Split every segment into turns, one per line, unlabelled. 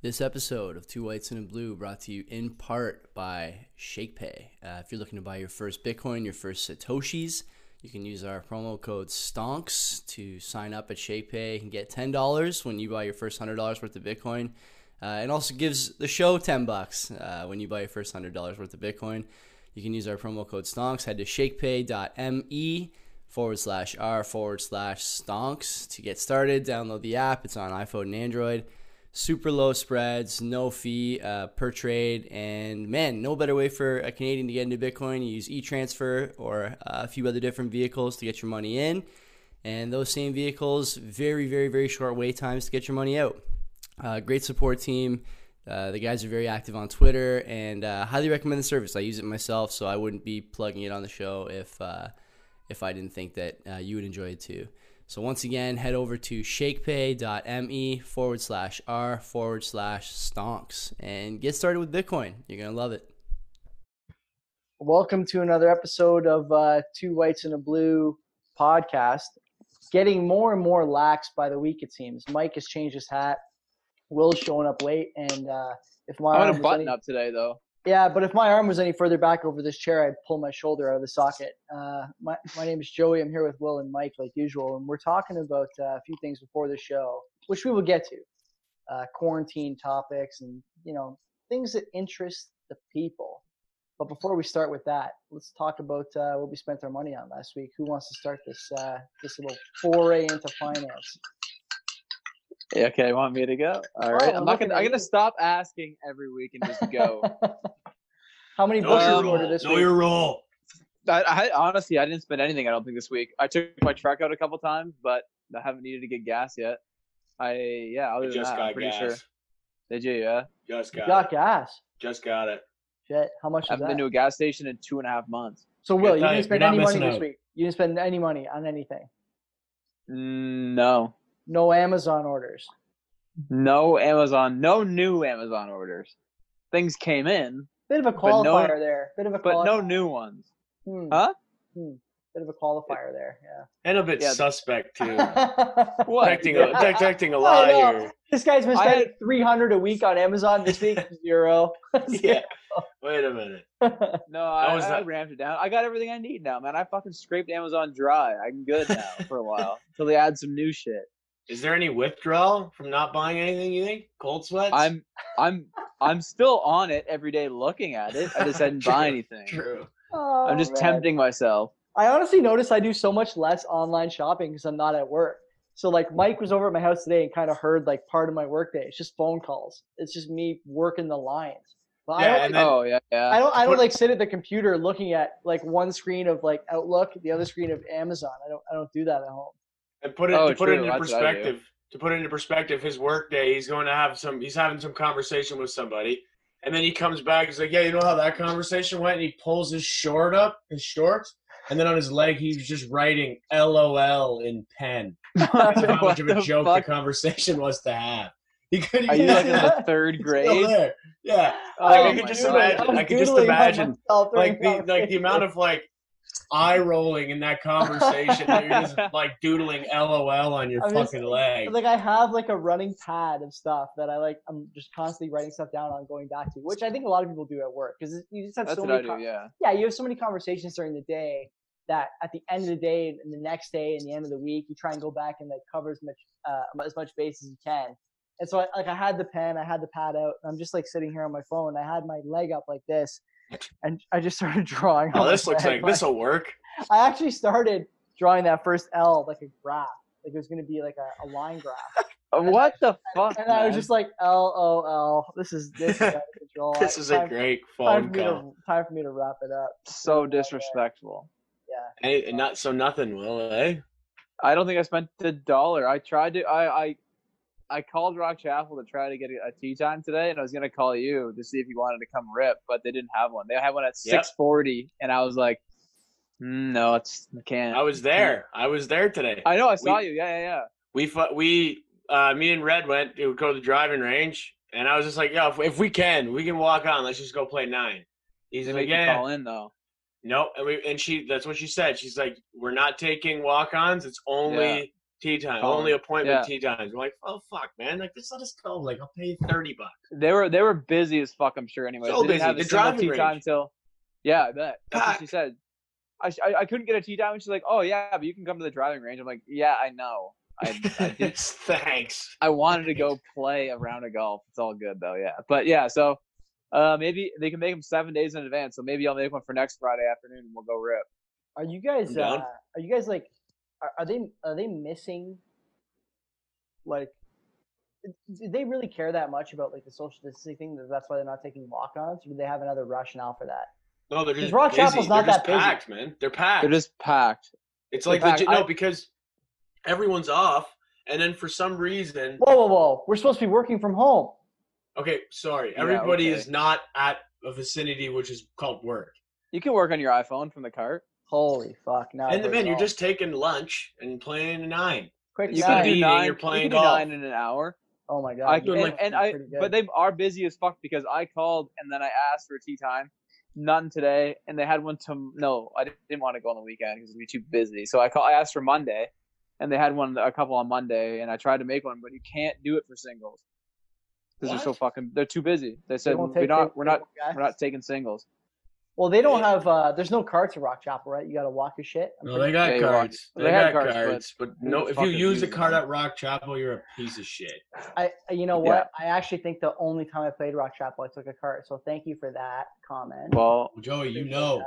This episode of Two Whites and a Blue brought to you in part by ShakePay. Uh, if you're looking to buy your first Bitcoin, your first Satoshis, you can use our promo code STONKS to sign up at ShakePay and get $10 when you buy your first $100 worth of Bitcoin. Uh, it also gives the show 10 bucks uh, when you buy your first $100 worth of Bitcoin. You can use our promo code STONKS. Head to shakepay.me forward slash r forward slash STONKS to get started. Download the app. It's on iPhone and Android super low spreads, no fee uh, per trade, and man, no better way for a Canadian to get into Bitcoin. You use e-transfer or uh, a few other different vehicles to get your money in, and those same vehicles, very, very, very short wait times to get your money out. Uh, great support team. Uh, the guys are very active on Twitter, and uh, highly recommend the service. I use it myself, so I wouldn't be plugging it on the show if uh, if I didn't think that uh, you would enjoy it too. So once again, head over to shakepay.me forward slash r forward slash stonks and get started with Bitcoin. You're gonna love it.
Welcome to another episode of uh, Two Whites and a Blue podcast. Getting more and more lax by the week, it seems. Mike has changed his hat. Will's showing up late, and uh, if my
I
arm
want a
was
button
any-
up today, though.
yeah, but if my arm was any further back over this chair, I'd pull my shoulder out of the socket. Uh, my my name is Joey. I'm here with Will and Mike, like usual, and we're talking about uh, a few things before the show, which we will get to. Uh, quarantine topics and you know things that interest the people. But before we start with that, let's talk about uh, what we spent our money on last week. Who wants to start this uh, this little foray into finance?
Yeah, okay, want me to go?
Oh,
All right,
I'm
I'm not
looking
gonna.
at
I'm
you.
gonna stop asking every week and just go.
How many
Know
bucks
your
did you
role.
order this
know
week?
your role.
I, I honestly, I didn't spend anything. I don't think this week. I took my truck out a couple times, but I haven't needed to get gas yet. I yeah,
I
other than
just
that, I'm
got
pretty
gas.
sure. Did you? Yeah,
Just got,
Got
it.
gas.
Just got it.
Shit, how much
I
is
haven't been
that?
to a gas station in two and a half months.
So Will,
Good
you
night.
didn't spend
You're not
any money
missing
this
out.
week. You didn't spend any money on anything.
Mm, No,
No Amazon orders.
no Amazon, no new Amazon orders. Things came in,
Bit of a
But no-
qualifier there. Bit of a
but
qualifier.
no new ones.
Hmm.
Huh?
Hmm. Bit of a qualifier there. Yeah.
And a bit
Yeah.
suspect too.
What?
detecting, a,
Yeah.
detecting a
I
lie
know.
here.
This guy's been
I
spending
had-
300 a week on Amazon this week. Zero.
Yeah. Wait a minute.
No, I,
was
I
not-
ramped it down. I got everything I need now, man. I fucking scraped Amazon dry. I'm good now for a while until they add some new shit.
Is there any withdrawal from not buying anything? You think cold sweats?
I'm, I'm, I'm still on it every day, looking at it. I just didn't buy anything.
true.
Oh,
I'm just
man.
tempting myself.
I honestly noticed I do so much less online shopping because I'm not at work. So like Mike was over at my house today and kind of heard like part of my workday. It's just phone calls. It's just me working the lines. But I
Yeah,
don't
and then-
Oh yeah, yeah.
I don't. I don't
What-
like sit at the computer looking at like one screen of like Outlook, the other screen of Amazon. I don't. I don't do that at home.
And put it
Oh,
to put
true,
it into
that's what I do.
perspective. To put it into perspective, his work day, he's going to have some. He's having some conversation with somebody, and then he comes back. He's like, "Yeah, you know how that conversation went?" And he pulls his short up, his shorts, and then on his leg, he's just writing "LOL" in pen. That's how
What
much of a
the
joke
fuck?
the conversation was to have. He could
Are you like in
Yeah.
the third
still
grade?
there. Yeah.
Oh
Um,
I could
my
just
God.
imagine- I could just imagine, Like the like the amount of like eye rolling in that conversation that you're just like doodling LOL on your
I'm just-
fucking leg.
Like I have like a running pad of stuff that I like. I'm just constantly writing stuff down on going back to, which I think a lot of people do at work because you just have
That's
so
what I
many.
do.
con-
Yeah.
yeah, you have so many conversations during the day that at the end of the day and the next day and the end of the week, you try and go back and like cover as much uh, as much base as you can. And so, I, like, I had the pen, I had the pad out, and I'm just like sitting here on my phone. I had my leg up like this, and I just started drawing.
Oh,
on
this
my
looks
leg.
like this will work.
I actually started drawing that first L like a graph. Like it was gonna be like a, a line graph,
Uh, What the fuck?
and I was
man?
just like, L O L. This is this is out of control.
This is a
time,
great
time
phone
for me
call.
to time for me to wrap it up.
so disrespectful.
Yeah.
Hey, and not so nothing, Will, eh?
I don't think I spent a dollar. I tried to. I I, I called Rock Chapel to try to get a, a tea time today, and I was gonna call you to see if you wanted to come rip, but they didn't have one. They had one at
Yep.
six forty, and I was like, "Mm, no, it's I can't.
I was there. I was there today.
I know. I saw
We-
you. Yeah, yeah, yeah.
we fu- we uh, me and Red went to go to the driving range, and I was just like, "Yo, if, if we can, we can walk on. Let's just go play nine. He's
They
like,
make
"Yeah,
you call in though.
no." And we and she that's what she said. She's like, "We're not taking walk-ons. It's only tea time.
Oh,
only appointment
yeah.
tea times. We're like, oh fuck, man. Like, just let us go. Like, I'll pay you thirty bucks.
They were they were busy as fuck. I'm sure. Anyway,
So
they didn't
busy.
have a
The
single
driving
tea
range.
time till. Yeah, I bet. That's what
Packed.
she said. I, sh- I I couldn't get a tea time, and she's like, "Oh yeah, but you can come to the driving range." I'm like, "Yeah, I know. I I, did,
Thanks.
I wanted to go play a round of golf. It's all good though. Yeah, but yeah, so uh, maybe they can make them seven days in advance. So maybe I'll make one for next Friday afternoon, and we'll go rip.
Are you guys?
I'm
Uh,
down.
are you guys like? Are, are they? Are they missing? Like, d- do they really care that much about like the social distancing thing? That that's why they're not taking walk-ons, or do they have another rationale for that?
No, they're
'Cause
just
Rock
busy.
Chapel's not
they're
that
just
busy.
packed, man. They're packed.
They're just packed.
it's
they're
like
packed.
legit. No,
I-
because everyone's off, and then for some reason,
Whoa, whoa, whoa! We're supposed to be working from home.
okay, sorry,
Yeah,
everybody
okay.
is not at a vicinity which is called work.
You can work on your iPhone from the cart.
Holy fuck! Now
and
the
then, man, you're just taking lunch and playing a nine.
quick.
You
It's
can
not
nine.
do
eating,
nine.
you're playing
you can do
golf.
nine in an hour.
oh my god!
I
you
and,
doing,
guys
like,
are
and I
pretty good.
but they are busy as fuck because I called and then I asked for a tea time, none today, and they had one to no, I didn't- didn't want to go on the weekend because it'd be too busy. So I call I asked for Monday, and they had one a couple on Monday, and I tried to make one, but you can't do it for singles because they're so
What?
fucking they're too busy. They
They
said
won't
we're
take
not
big-
we're not
guys.
we're not taking singles.
Well, they don't
Yeah.
have. uh There's no carts at Rock Chapel, right? You got to walk your shit. I'm
No,
pretty-
they got
Yeah, you
cards.
are.
They,
They have
got
cards,
cards,
but
but,
who
no.
the
If
fuck
you
is
use a
using
card
them?
at Rock Chapel, you're a piece of shit.
I, I- you know what? I actually think the only time I played Rock Chapel, I took a cart. So thank you for that comment.
Well,
Well, Joey, you know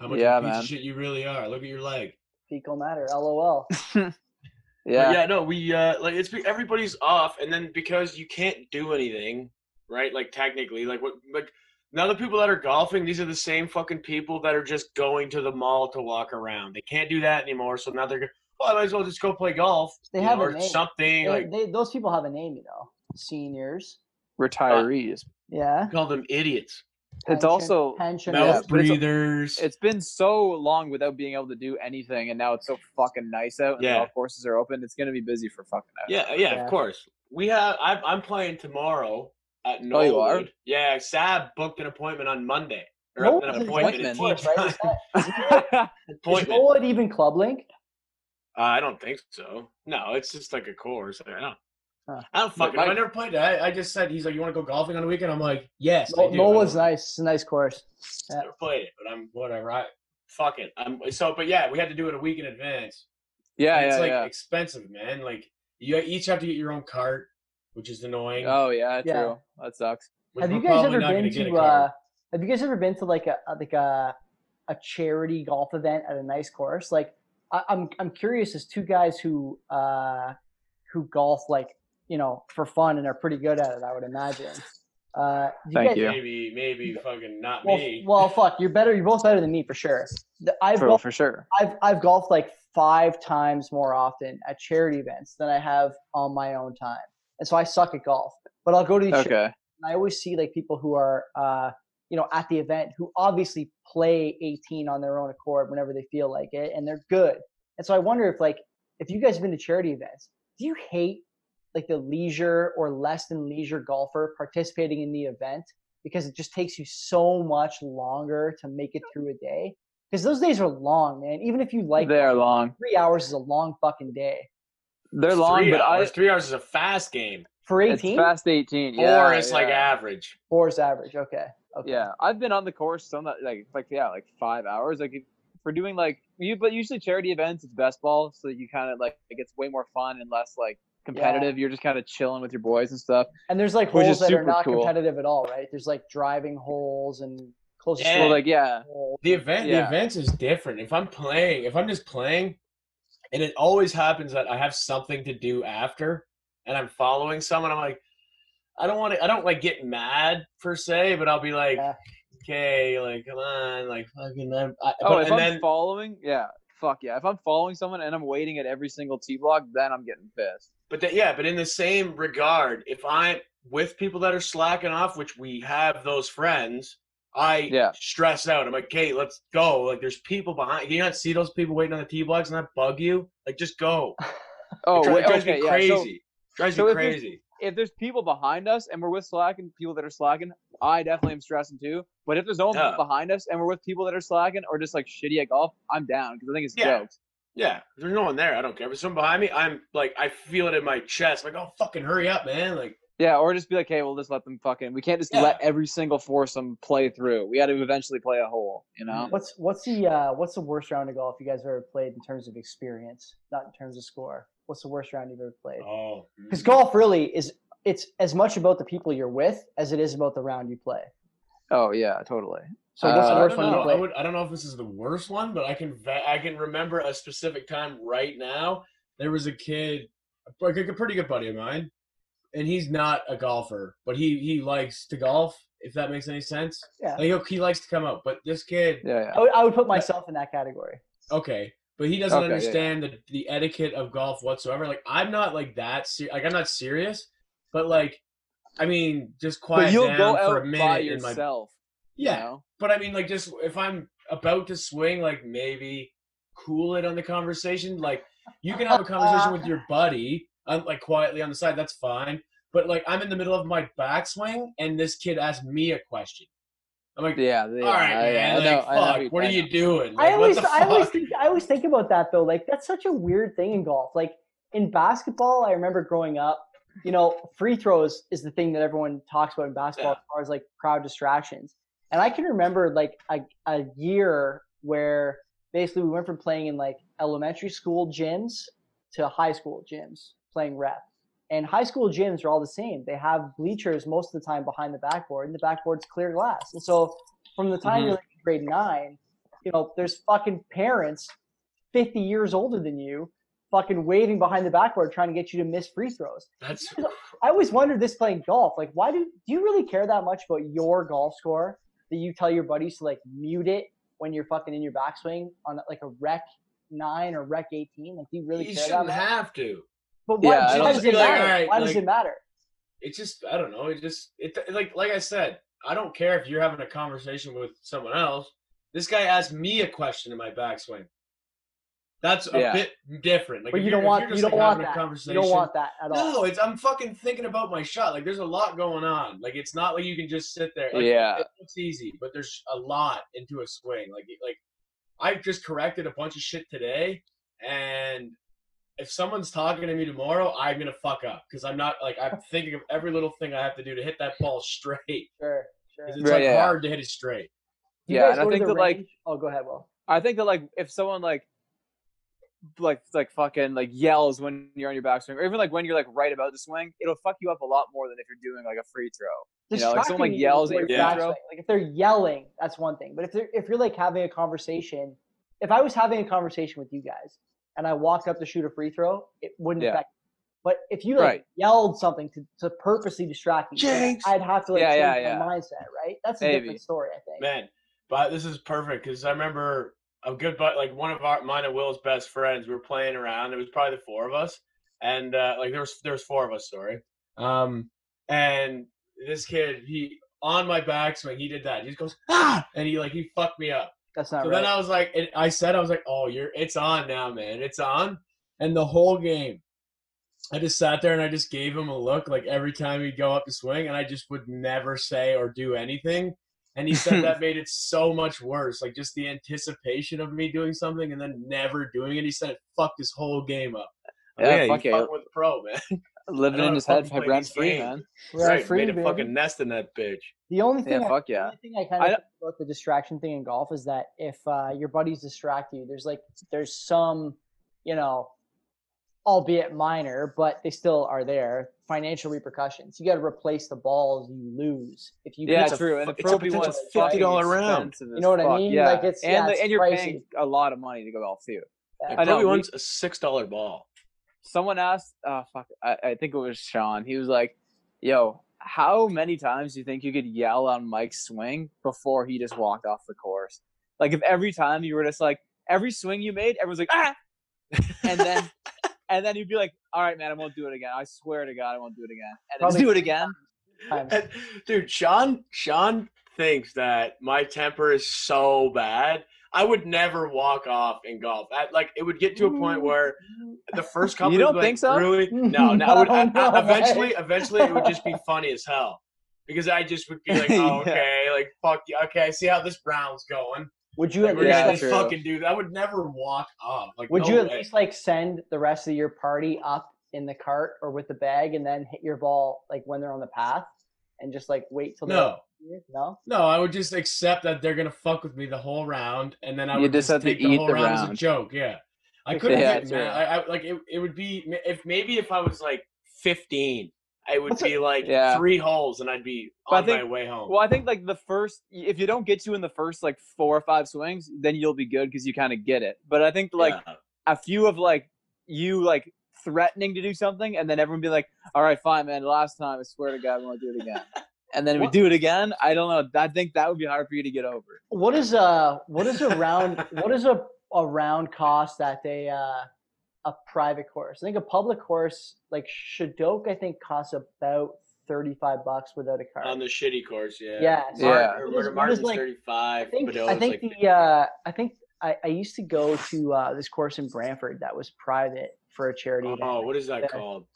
how much
Yeah,
of a piece
man.
of shit you really are. Look at your leg.
Fecal matter, lol.
But
yeah,
yeah, no, we uh like it's be- everybody's off, and then because you can't do anything, right? Like technically, like what like now the people that are golfing, these are the same fucking people that are just going to the mall to walk around. They can't do that anymore, so now they're go- well, I might as well just go play golf.
They
you know,
have a
or
name.
something
They,
like
they, those people have a name, you know. Seniors.
retirees.
Yeah.
call them idiots,
It's
pension-
also
pension.
Yeah,
mouth
Mouth.
but it's a-
breathers.
it's been so long without being able to do anything, and now it's so fucking nice out, and
Yeah.
the golf courses are open. It's gonna be busy for fucking ever.
yeah, yeah,
Yeah.
of course. We have. I'm, I'm playing tomorrow at
Oh, you are?
Norwood. yeah, Sab booked an appointment on Monday. Or
Norwood's
an
an
appointment. at
appointment.
tea
Right?
time.
Is, that, is
Appointment.
Norwood even Club Link?
Uh, I don't think so. No, it's just like a course. I don't.
Huh.
I don't fucking. know. I
Mike-
never played that. I, I just said he's like, you want to go golfing on the weekend? I'm like, yes. I
No,
do.
Norwood's
I
nice. It's a nice course. Yeah.
never played it, but I'm whatever. I fuck it. I'm so. But yeah, we had to do it a week in advance.
yeah,
And it's
yeah,
like
yeah.
expensive, man. Like you each have to get your own cart, which is annoying.
Oh yeah, true.
Yeah.
That sucks.
which
Have
we're
you guys
probably
ever
not gonna
been
get a
to?
cart.
Uh, have you guys ever been to like a a- like a a charity golf event at a nice course? Like I, I'm I'm curious as two guys who uh, who golf like you know for fun and are pretty good at it. I would imagine. Uh, do
Thank
guys,
you.
maybe, maybe fucking not
Well,
me.
well, fuck, you're better. You're both better than me for sure. The- I've
For,
golfed,
for sure.
I've I've golfed like five times more often at charity events than I have on my own time, and so I suck at golf. But I'll go to these charity
Okay.
and I always see like people who are uh, you know at the event who obviously play 18 on their own accord whenever they feel like it, and they're good. And so I wonder if like if you guys have been to charity events, do you hate like the leisure or less than leisure golfer participating in the event because it just takes you so much longer to make it through a day? Because those days are long, man. Even if you like
they are long.
three hours is a long fucking day
They're long,
three
but
hours.
I.
three hours is a fast game,
for
It's
18.
fast eighteen.
or
Yeah,
it's like
yeah.
average.
Four is average. Okay. Okay.
Yeah, I've been on the course some that- like like yeah like five hours like if- for doing like you but usually charity events it's best ball so you kind of like it gets way more fun and less like competitive. You're just kind of chilling with your boys and stuff.
And there's like
Which
holes
is
that are
super
not
cool.
competitive at all, right? There's like driving holes and closest
Yeah.
Well,
to
like yeah,
the hole.
The event,
Yeah.
the events is different. If I'm playing, if I'm just playing, and it always happens that I have something to do after, and I'm following someone, I'm like, I don't want to, I don't like get mad per se, but I'll be like,
Yeah.
okay, like come on, like fucking, I'm, I,
Oh,
but-
if
and
I'm
then
following, yeah, fuck yeah. If I'm following someone and I'm waiting at every single T block, then I'm getting pissed.
But that, yeah, but in the same regard, if I'm with people that are slacking off, which we have those friends, I
Yeah.
stress out. I'm like, okay, let's go. Like, there's people behind. You not see those people waiting on the tee blocks and that bug you? Like, just go.
Oh,
it dri-
wait,
it drives
okay,
me
yeah.
crazy.
So
drives
so
me
if there's-
crazy.
if there's people behind us and we're with slacking, people that are slacking, I definitely am stressing too. But if there's no one
Yeah.
behind us and we're with people that are slacking or just like shitty at golf, I'm down because I think it's
Yeah.
jokes.
Yeah, if there's no one there. I don't care. If someone behind me, I'm like, I feel it in my chest. Like, oh, fucking hurry up, man. Like,
Yeah, or just be like, hey, we'll just let them fucking. We can't just
Yeah.
let every single foursome play through. We got to eventually play a hole, you know?
What's what's the uh, what's the worst round of golf you guys have ever played in terms of experience, not in terms of score? What's the worst round you've ever played?
oh,
Because golf really is it's as much about the people you're with as it is about the round you play.
Mm-hmm.
Oh, yeah, totally.
So what's
Uh,
the
I
worst
don't,
one
know.
you
I,
played?
would, I don't know if this is the worst one, but I can va- I can remember a specific time right now. There was a kid, a, like a pretty good buddy of mine, and he's not a golfer, but he he likes to golf. If that makes any sense,
Yeah.
Like, he'll- he likes to come out, but this kid,
Yeah, yeah.
I would, I would put myself in that category.
okay, but he doesn't
Okay, yeah, yeah.
understand The, the etiquette of golf whatsoever. Like I'm not like that. Ser- like I'm not serious, but like, I mean, just quiet
But you'll
down
go
for a
out
minute
by
in my
yourself.
yeah.
You know?
But I mean, like, just if I'm about to swing, like maybe cool it on the conversation. Like, you can have a conversation with your buddy, um, like quietly on the side. That's fine. But like, I'm in the middle of my backswing, and this kid asked me a question. I'm like,
Yeah, yeah.
all right,
I-
man.
I know-
like,
I know
fuck.
you-
what
I
are you
know.
doing? Like,
I always
what the
I always
fuck?
think I always think about that though. Like that's such a weird thing in golf. Like in basketball, I remember growing up, you know, free throws is the thing that everyone talks about in basketball
Yeah.
as far as like crowd distractions. And I can remember like a a year where basically we went from playing in like elementary school gyms to high school gyms playing rep. And high school gyms are all the same. They have bleachers most of the time behind the backboard, and the backboard's clear glass. And so from the
Mm-hmm.
time you're like in grade nine, you know, there's fucking parents 50 years older than you fucking waving behind the backboard trying to get you to miss free throws.
That's
I always wondered this playing golf. Like, why do, do you really care that much about your golf score that you tell your buddies to like mute it when you're fucking in your backswing on like a rec nine or rec 18? Like, do you really
you
care that
shouldn't
much?
have to.
but why,
Yeah, I
why
don't
does it
think- Like,
matter?
alright,
why does
like-
it matter?
It just I don't know. It just it like like I said, I don't care if you're having a conversation with someone else. This guy asked me a question in my backswing. That's a
Yeah.
bit different. Like
But
if
you don't
you're- if
want,
you're
you
just,
don't
like,
want
having a
that. You
conversation.
don't want that at all.
No, it's I'm fucking thinking about my shot. Like there's a lot going on. Like it's not like you can just sit there. Like,
Yeah.
it looks easy, but there's a lot into a swing. Like like I've just corrected a bunch of shit today, and if someone's talking to me tomorrow, I'm gonna fuck up because I'm not like I'm thinking of every little thing I have to do to hit that ball straight.
Sure, sure.
'Cause
Do
it's
Right,
like
yeah, yeah.
hard to hit it straight.
you
Yeah,
guys
and I
go to
think
the
that, like-
range? oh, go ahead, Will.
I think that like if someone like like like fucking like yells when you're on your backswing, or even like when you're like right about to swing, it'll fuck you up a lot more than if you're doing like a free throw. You know, like,
distracting
someone, like,
you
yells at
with
your
your
free throw.
backswing. Like if they're yelling, that's one thing. But if they're if you're like having a conversation, if I was having a conversation with you guys and I walked up to shoot a free throw, it wouldn't
Yeah.
affect. Me. But if you like
Right.
yelled something to, to purposely distract me, then
Jinx!
I'd have to like
Yeah, yeah,
change my mindset, right? That's a
Maybe.
different story, I think.
Man, but this is perfect because I remember a good but like one of our mine and Will's best friends. We were playing around. It was probably the four of us, and uh, like there was there was four of us. Sorry. Um, and this kid, he on my backswing, he did that. He just goes ah, and he like he fucked me up.
That's not
So
right.
then I was like, and I said, I was like, oh, you're, it's on now, man. It's on. And the whole game, I just sat there and I just gave him a look like every time he'd go up to swing, and I just would never say or do anything. And he said that made it so much worse. Like just the anticipation of me doing something and then never doing it. He said it fucked his whole game up. I'm like,
Yeah,
you
fuck it.
fucking with the pro, man. I
Living
don't
in his head,
fucking play
rent
these
free,
games.
man.
We're
Right,
free,
made a
baby.
fucking nest in that bitch.
the only thing
Yeah,
I
fuck
The
yeah.
only thing I kind of
I
think about the distraction thing in golf is that if uh, your buddies distract you, there's like there's some, you know, albeit minor, but they still are there. Financial repercussions. You got to replace the balls you lose if you.
Yeah,
lose a-
true. And the
it's a
pro B one's
potential
fucking
$50 round.
expensive
You
as
know what I
fuck,
mean?
Yeah.
Like, it's-
and
yeah,
the-
it's
and you're paying
pricey.
a lot of money to go golf too.
Yeah.
I know, we-
a six dollar ball.
someone asked oh fuck I, I think it was sean he was like yo how many times do you think you could yell on mike's swing before he just walked off the course like if every time you were just like every swing you made everyone's like ah and then and then you'd be like all right man i won't do it again i swear to god i won't do it again and then
Probably-
do it again
time.
And- dude, Sean Sean thinks that my temper is so bad. I would never walk off in golf. I, like it would get to a point where the first couple.
You don't
would be like,
think so?
Really? No, no. I would, I,
No, no
I- eventually,
way.
eventually, it would just be funny as hell because I just would be like, "Oh,
Yeah.
okay, like fuck you, okay, I see how this round's going."
Would you at
We're
least
Yeah,
gonna
like,
that's true.
fucking do that. I would never walk up. Like,
would
no
you at
way.
least like send the rest of your party up in the cart or with the bag and then hit your ball like when they're on the path and just like wait till
No,
they're no
no. I would just accept that they're gonna fuck with me the whole round, and then I
You
would
just
just,
have to
take the
eat
whole
the
round, as a
round.
joke. Yeah, I
Yeah,
couldn't. get
that's
mad.
right.
I, I like it. It would be if maybe if I was like 15, I would
What's
be like
Yeah.
three holes, and I'd be
But I
on my
think-
way home.
Well, I think like the first, if you don't get you in the first like four or five swings, then you'll be good because you kind of get it. But I think like
Yeah.
a few of like you like threatening to do something, and then everyone be like, "All right, fine, man. Last time, I swear to God, I won't do it again." and then we
What-
do it again. I don't know. I think that would be hard for you to get over.
what is uh what is a round what is a, a round cost that they uh a private course i think a public course like shadoke i think costs about 35 bucks without a cart
on the shitty course. Yeah,
Yeah,
Martin-
so Yeah.
or
what is- what
Martin's
is, like-
thirty-five.
I think,
Badeau's,
I think
like,
the uh, I think I, I used to go to uh, this course in Brantford that was private for a charity. event.
oh, what is that
Yeah.
called?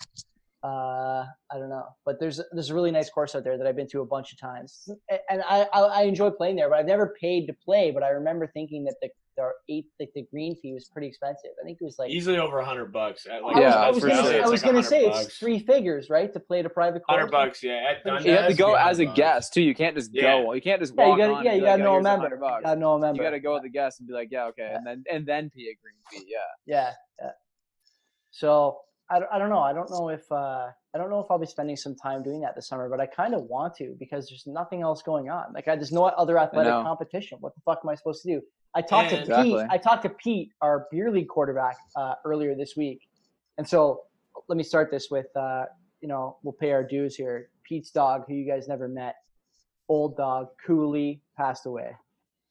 Uh, I don't know, but there's there's a really nice course out there that I've been to a bunch of times, A- and I I, I enjoy playing there, but I've never paid to play. But I remember thinking that the the eight like the green fee was pretty expensive. I think it was like
Easily over a hundred bucks. At, like,
I was,
Yeah,
I was
for
gonna,
sure.
say, I
It's
was gonna say it's three figures, right, to play at a private course.
Hundred bucks, yeah. At Dundas,
And
You have to go
yeah,
as a
100 bucks.
guest too. You can't just
Yeah.
go. You can't just
Yeah, you
walk
gotta
on.
yeah,
and
you
be like,
gotta
"Oh,
know a
here's
member.
hundred bucks."
You gotta know a member.
You gotta go with the guest and be like, "Yeah, okay," and then and then pay a green fee. Yeah.
Yeah, yeah. So I, don't- I don't know. I don't know if uh, I don't know if I'll be spending some time doing that this summer, but I kind of want to because there's nothing else going on. Like I, there's no other athletic
know.
competition. What the fuck am I supposed to do? I talked to
Yeah,
Pete.
exactly.
I talked to Pete, our beer league quarterback, uh, earlier this week, and so let me start this with uh, you know we'll pay our dues here. Pete's dog, who you guys never met, old dog Cooley, passed away.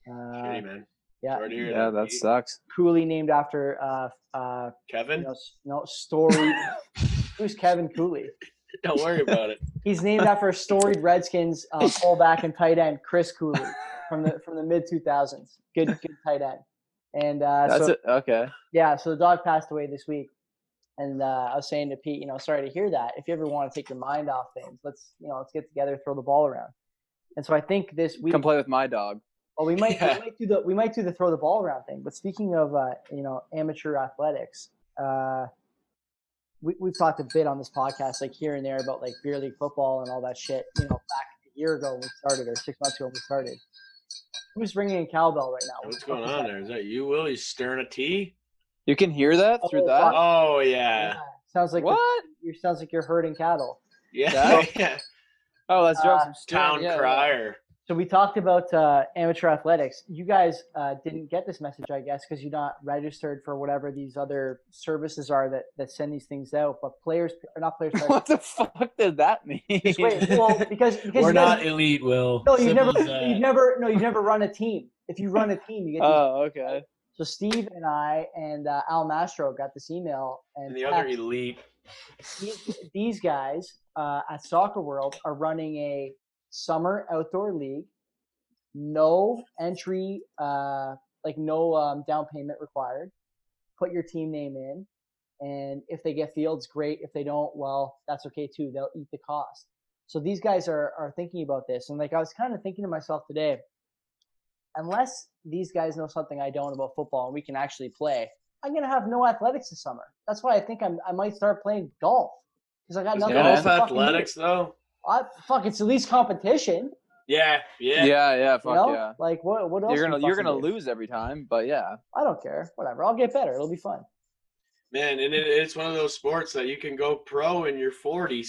Uh,
Shitty, man.
yeah,
Sorry to hear
Yeah, that
Pete.
sucks.
Cooley named after uh, uh,
Kevin,
no, s- no story. Who's Kevin Cooley?
don't worry about it.
He's named after a storied Redskins uh, fullback and tight end Chris Cooley from the from the mid 2000s. Good good tight end. And uh,
That's
so
it. Okay.
yeah, so the dog passed away this week, and uh, I was saying to Pete, you know, sorry to hear that. If you ever want to take your mind off things, let's you know let's get together, throw the ball around. And so I think this week
Come play with my dog.
well, we might, we
Yeah.
might do the we might do the throw the ball around thing. But speaking of uh, you know amateur athletics, uh, we we've talked a bit on this podcast like here and there about like beer league football and all that shit. You know, back a year ago when we started or six months ago when we started. Who's ringing a cowbell right now?
What's
What the fuck
going
is
on
that?
there? Is that you, Will? You stirring a tea?
You can hear that through
Oh,
that.
Oh
Yeah,
yeah,
sounds like the,
what?
you sounds like you're herding cattle.
yeah,
That-
yeah.
Oh, that's jokes.
Uh,
I'm stealing-
Town
yeah, yeah.
crier.
So we talked about uh, amateur athletics. You guys uh, didn't get this message, I guess, because you're not registered for whatever these other services are that, that send these things out. But players, or not players, sorry.
What the fuck does that mean?
Ah. Just wait. Well, because because
We're
you guys,
not uh, elite, Will.
no, you've
Simple
never,
as that.
you've never, no, you've never run a team. If you run a team, you get. These.
Uh,
Oh, okay.
so Steve and I and uh, Al Mastro got this email, and
And the other
Pat-
elite.
these, these guys uh, at Soccer World are running a summer outdoor league, no entry, uh, like no um, down payment required. Put your team name in, and if they get fields, great. If they don't, well, that's okay too. They'll eat the cost. So these guys are are thinking about this, and like I was kind of thinking to myself today, unless these guys know something I don't about football and we can actually play, I'm gonna have no athletics this summer. That's why I think I'm, I might start playing golf because I got nothing.
Yeah,
else to
Golf
fucking do.
athletics, though.
I, fuck, it's at least competition.
Yeah,
Yeah,
yeah.
yeah.
You
fuck
know?
yeah.
Like what? What else?
You're
do
gonna
you
you're
fucking
gonna
do?
lose every time, but yeah.
I don't care. Whatever. I'll get better. It'll be fun.
Man, and it, it's one of those sports that you can go pro in your 40s.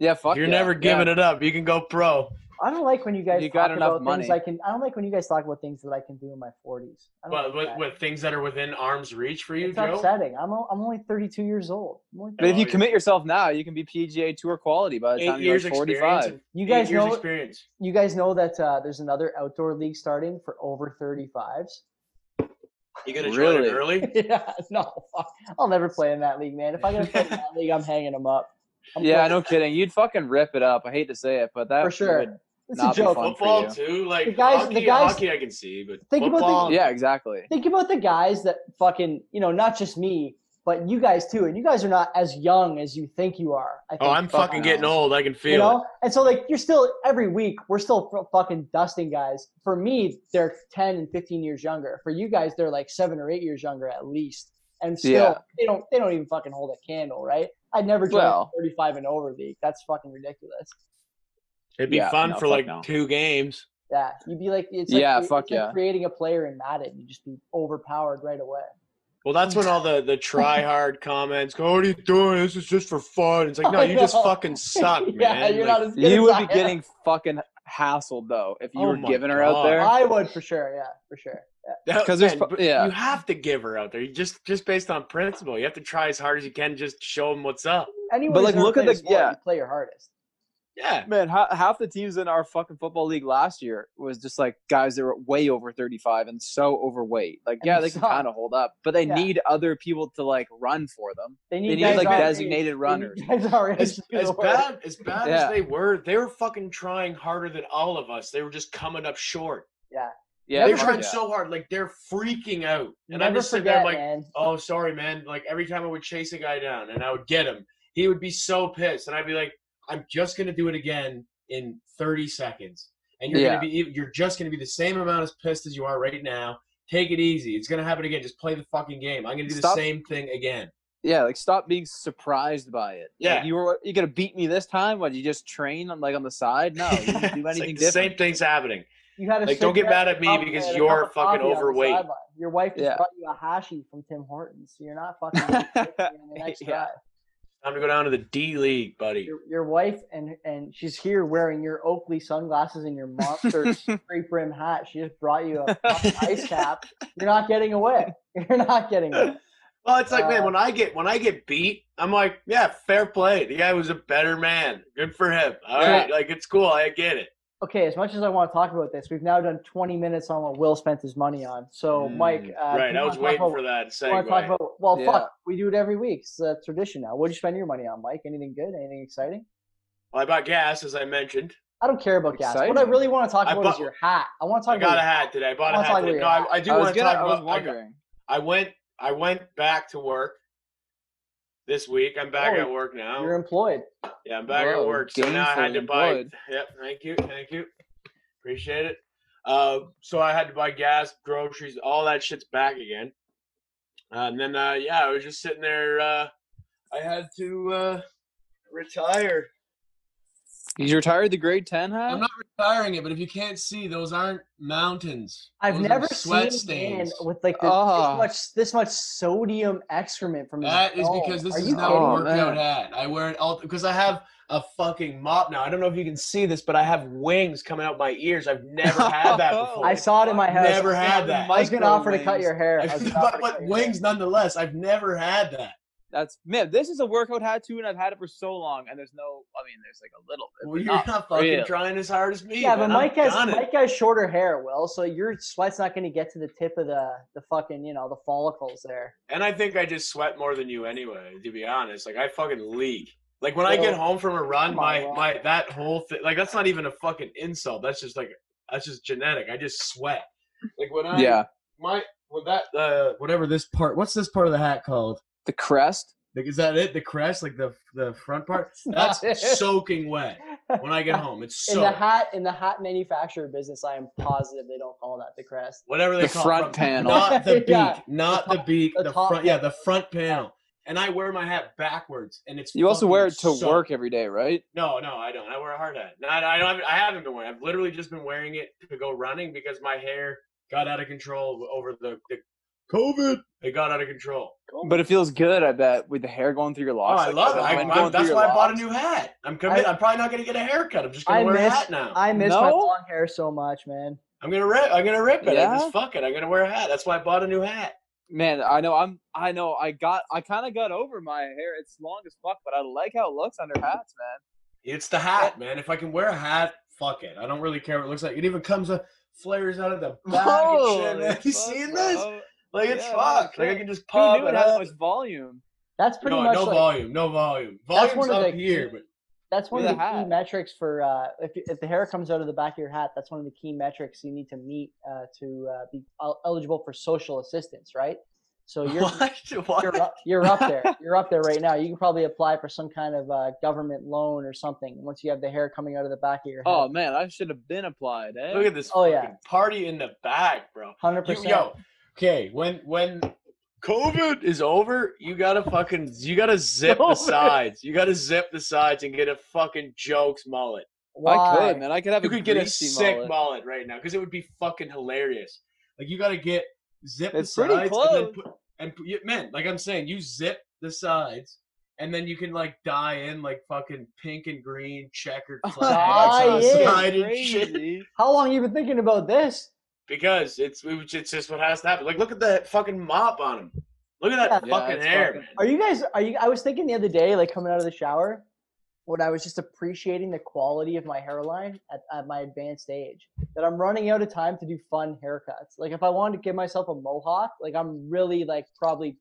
Yeah, fuck.
You're never giving it up. You can go pro.
I don't like when you guys
You got
talk
enough
about things
money.
I can. I don't like when you guys talk about things that I can do in my 40s. I don't
But
like
with,
that.
with things that are within arm's reach for you,
it's
Joe.
upsetting. I'm, o- I'm only 32 years old. I'm only
But if you
Oh, yeah.
commit yourself now, you can be PGA Tour quality by the
Eight
time you're
years
like
experience.
45.
and-
You
eight
guys
years
know-
experience.
you guys know that uh, there's another outdoor league starting for over 35s.
You gonna join
Really?
it early?
yeah, no, fuck. I'll never play in that league, man. If I gotta play in that league, I'm hanging them up. I'm
Yeah,
playing-
no kidding. You'd fucking rip it up. I hate to say it, but that
For sure.
would-
it's
not
a
be
joke.
fun. for
Football
you.
too, like
The guys-
hockey,
the guys-
hockey I can see, but
Think about the-
football,
yeah, exactly.
Think about the guys that fucking, you know, not just me, but you guys too, and you guys are not as young as you think you are. I think,
Oh, I'm fucking getting old. I can feel
you know? And so like you're still every week we're still f- fucking dusting guys. For me, they're 10 and 15 years younger. For you guys, they're like 7 or 8 years younger at least. And still
Yeah.
they don't they don't even fucking hold a candle, right? I'd never join
Well.
a 35 and over league. That's fucking ridiculous.
it. It'd be
Yeah,
fun
no,
for
fuck
like
no.
two games.
Yeah, you'd be like it's like,
Yeah,
cre- it's
fuck
like
yeah.
creating a player in Madden. You'd just be overpowered right away.
Well, that's when all the the try hard comments go. What are you doing? This is just for fun. It's like, no,
I
you just
know.
fucking suck,
yeah,
man.
you're
Like,
not as good
You
as
would
I
be
am.
getting fucking hassled though if you
Oh
were
my
giving her
God.
out there.
I would for sure, yeah, for sure.
that-
'Cause there's
man,
pro-
but
yeah.
you have to give her out there. You just just based on principle. You have to try as hard as you can. Just show them what's up.
Anyone
But,
who's
like,
ever
look at
played a
the-
sport,
yeah.
you play your hardest.
Yeah,
Man, ha- half the teams in our fucking football league last year was just like guys that were way over 35 and so overweight. Like,
And
yeah,
they
they can
suck.
kind of hold up, but they
Yeah.
need other people to like run for them.
They need,
They need
guys
like
our age.
designated runners.
They need guys our age
as,
to do
as
the work.
bad as bad
Yeah.
as they were, they were fucking trying harder than all of us. They were just coming up short.
Yeah,
they were
fuck
trying
yeah.
so hard, like they're freaking out. And I
Never
just sit there I'm
forget,
like,
man.
"Oh, sorry, man." Like every time I would chase a guy down and I would get him, he would be so pissed, and I'd be like, "I'm just gonna do it again in 30 seconds, and you're
Yeah.
gonna be e, you're just gonna be the same amount as pissed as you are right now." Take it easy. It's gonna happen again. Just play the fucking game. I'm gonna do
Stop-
the same thing again.
Yeah, like stop being surprised by it. Like,
Yeah.
you were you gonna beat me this time? What you just train on like on the side? No, you didn't
It's
do anything
like the
different.
same thing's happening.
You had a
Like, don't get
cigarette,
mad at me
coffee,
because
and a
you're
cup of coffee
fucking
on the
overweight.
sideline. Your wife just
Yeah.
brought you a hashi from Tim Hortons, so you're not fucking. gonna get it in the next
Yeah.
drive.
Time to go down to the D League, buddy.
Your, your wife and and she's here wearing your Oakley sunglasses and your monster straight brim hat. She just brought you a fucking ice cap. You're not getting away. You're not getting away.
Well, it's like, man,
Uh,
when I get when I get beat, I'm like, yeah, fair play. The guy was a better man. Good for him. All right,
Yeah.
like it's cool. I get it.
Okay, as much as I want to talk about this, we've now done 20 minutes on what Will spent his money on. So, Mike,
Mm,
uh, do
right,
you
I
wanna
was
talk
waiting
about-
for that
I want to talk
segue.
about well,
Yeah.
fuck, we do it every week. It's a tradition now. What did you spend your money on, Mike? Anything good? Anything exciting?
Well, I bought gas, as I mentioned.
I don't care about gas. What I
Exciting.
really want to talk
I
about is
bought-
your hat. I want to talk
I got
about
a hat today. I
I
bought a
wanna
hat
talk
today. No,
about your
I, I do
I was
want to
gonna,
talk
I was
about. I, got-
wondering.
I went. I went back to work this week. I'm back
Oh,
at work now.
you're employed.
Yeah, I'm back
Whoa,
at work, so now I had
gainfully
to buy.
employed.
Yep, thank you, thank you, appreciate it. Uh, so I had to buy gas, groceries, all that shit's back again. Uh, and then, uh, yeah, I was just sitting there. Uh, I had to uh, retire.
You retired the grade 10 hat?
I'm not retiring it, but if you can't see, those aren't mountains.
I've
Those are
never
sweat
seen a man
stains.
with like the,
Ah.
this much this much sodium excrement from his
That is
dome.
because this
Are
is
you
now
kidding
a
me?
Oh,
workout
man.
hat. I wear it all because I have a fucking mop now. I don't know if you can see this, but I have wings coming out my ears. I've never had that before.
I saw it in my house.
never had that.
I was gonna offer to cut
Micro
your hair. I was gonna offer to
but but
cut your
wings, nonetheless, I've never had that.
That's man. This is a workout hat too, and I've had it for so long. And there's no, I mean, there's like a little bit.
Well,
but
you're
not-
not fucking
really.
trying as hard as
hair.
me.
Yeah, but
man.
Mike
I've
has
done it.
Mike has shorter hair, Will. So your sweat's not gonna get to the tip of the the fucking you know the follicles there.
And I think I just sweat more than you anyway. To be honest, like I fucking leak. Like when I
Well,
get home from a run,
come on,
my
Rob.
my that whole thing. Like that's not even a fucking insult. That's just like that's just genetic. I just sweat. Like when I
yeah,
my well that uh whatever this part what's this part of the hat called
the crest.
like is that it the crest like the the front part
not
that's
it.
soaking wet when i get home it's
in the
so
hat in the hat manufacturer business, I am positive they don't call that the crest.
whatever they
The
call
front
it, front
panel.
not the beak
Yeah,
not
the
the, beak
the
the,
top
front yeah the front panel and i wear my hat backwards and it's
You also
fucking
wear it to
soaked.
work every day, right?
no no i don't i wear a hard hat no, i don't i haven't been wearing it. i've literally just been wearing it to go running because my hair got out of control over the, the covid it got out of control
But it feels good. I bet with the hair going through your
Oh,
locks.
I
like,
love it.
the
I,
wind
I'm-
going through
that's
your
why I bought a
locks.
new hat. I'm committed.
I-
I'm probably not going to get a haircut. I'm just going
I
to wear a
miss-
hat now. I,
I miss my
No?
long hair so much, man.
am going to rip. I'm going to rip it. I
Yeah?
just fuck it. I'm going to wear a hat. That's why I bought a new hat.
Man, I know. I'm. I know. I got. I kind of got over my hair. It's long as fuck, but I like how it looks under hats, man.
It's the hat, man. If I can wear a hat, fuck it. I don't really care what it looks like. It even comes up, flares out of the back. and shit, man. You seeing this? Like it's
Yeah,
fucked. Like I
shit.
can just
Who
pop
knew it
it
had so
up.
much volume?
That's pretty
No,
much
no
like,
volume. No volume.
That's
Volume's
one of
up
the-
here, but
that's one of
With
the
a
key
hat.
metrics for uh, if if the hair comes out of the back of your hat. That's one of the key metrics you need to meet uh, to uh, be el- eligible for social assistance, right? So you're
What?
you're up, you're up there. You're up there right now. You can probably apply for some kind of uh, government loan or something once you have the hair coming out of the back of your head.
Oh man, I should have been applied. Eh?
Look at this
Oh, yeah.
fucking party in the back, bro.
hundred
You,
percent.
yo, okay, when when COVID is over, you gotta fucking you gotta zip the
Over.
sides. You gotta zip the sides and get a fucking jokes mullet.
I
Why?
could, man. I could have
You
a
could get a
greasy
sick mullet,
mullet.
right now because it would be fucking hilarious. Like you gotta get zip
It's
the
pretty
sides and then put, and put- yeah, man, like I'm saying, you zip the sides and then you can like dye in like fucking pink and green checkered flags
Dye
on the
in,
side and shit.
How long you been thinking about this?
Because it's it was- it's just what has to happen. Like look at that fucking mop on him. Look at that
Yeah,
fucking
it's
hair.
fucking-
man.
Are you guys? Are you? I was thinking the other day, like coming out of the shower, when I was just appreciating the quality of my hairline at, at my advanced age. That I'm running out of time to do fun haircuts. Like if I wanted to give myself a mohawk, like I'm really like probably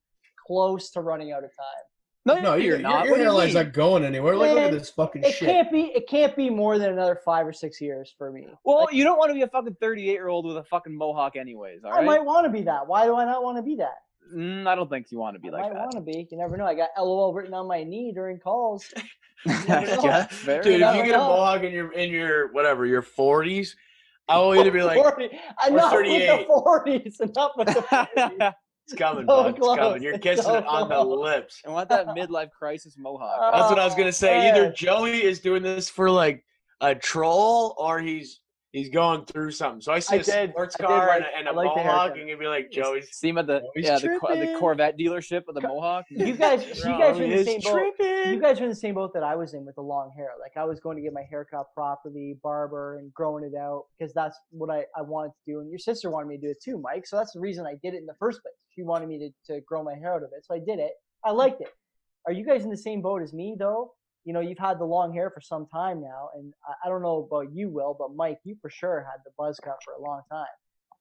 close to running out of time.
No, you're, not. What do you mean?
going anywhere.
Like, look at Man,
this fucking
It can't be. It can't be more than another five or six years for me.
well,
Like,
you don't want to be a fucking 38 year old with a fucking mohawk, anyways. All
I
right.
might want to be that. Why do I not want to be that?
Mm, I don't think you want to be
I
like
might want to be. You never know. I got LOL written on my knee during calls.
that.
Yeah.
Fair
Dude,
enough.
if
enough.
you get a mohawk in your in your whatever your forties, I will either be like,
40. Enough with the
38.
40s. Enough with the 40s.
"It's coming,
So
bud. It's
close.
coming." You're
It's
kissing
so
it on the
close.
lips.
I want that midlife crisis mohawk.
That's what I was
Oh,
gonna say. Either
man.
Joey is doing this for like a troll, or he's he's going through something. So I see
I
a
did-
sports
I did
car and
like-
a, and
I
a
like the
mohawk,
haircut.
and you'd be like,
Joey's
"Joey's
See him at the
Joey's
yeah the, Cor- the
tripping.
Corvette dealership with the
Co-
mohawk.
You guys, you
Bro,
guys are in
he
the
is
same boat. You guys are in the same boat that I was in with the long hair. Like I was going to get my hair cut properly, barber, and growing it out because that's what I, I wanted to do. And your sister wanted me to do it too, Mike. So that's the reason I did it in the first place. She wanted me to, to grow my hair out of it. So I did it. I liked it. Are you guys in the same boat as me though? You know, you've had the long hair for some time now, and I, I don't know about you, Will, but Mike, you for sure had the buzz cut for a long time.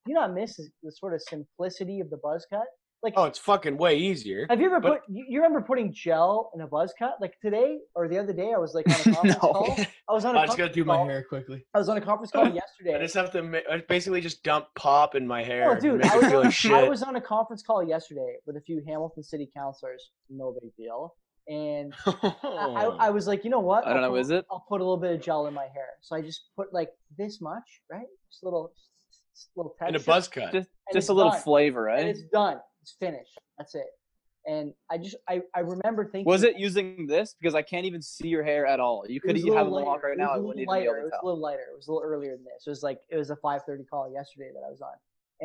Do you not miss the sort of simplicity of the buzz cut? Like,
Oh, it's fucking way easier.
have you ever
But-
put? You, you remember putting gel in a buzz cut? Like today or the other day, I was like on a conference
No.
call. I was on a
I just
conference
gotta do my
call-
hair quickly.
I was on a conference call
I
yesterday.
just have to ma- I basically just dump pop in my hair.
Oh,
and
dude,
make
I
it
was,
feel
on,
like shit.
I was on a conference call yesterday with a few Hamilton City councilors. No big deal. And I,
Hmm.
I, I was like, you know what?
I don't
I'll
know,
put-
is it?
I'll put a little bit of gel in my hair. So I just put like this much, right? Just a little, just a little
and
texture.
a buzz cut.
Just
it's
just a little
done.
flavor,
And
right?
it's done. It's finished. That's it. And I just, I, I remember thinking.
Was it using this? Because I can't even see your hair at all. You could
was
you have a
little
mohawk
lighter.
right
It was
now. I
a
wouldn't
little
even be
lighter.
able
It
to
was a
tell.
little lighter. It was a little earlier than this. It was like it was a 5:30 call yesterday that I was on,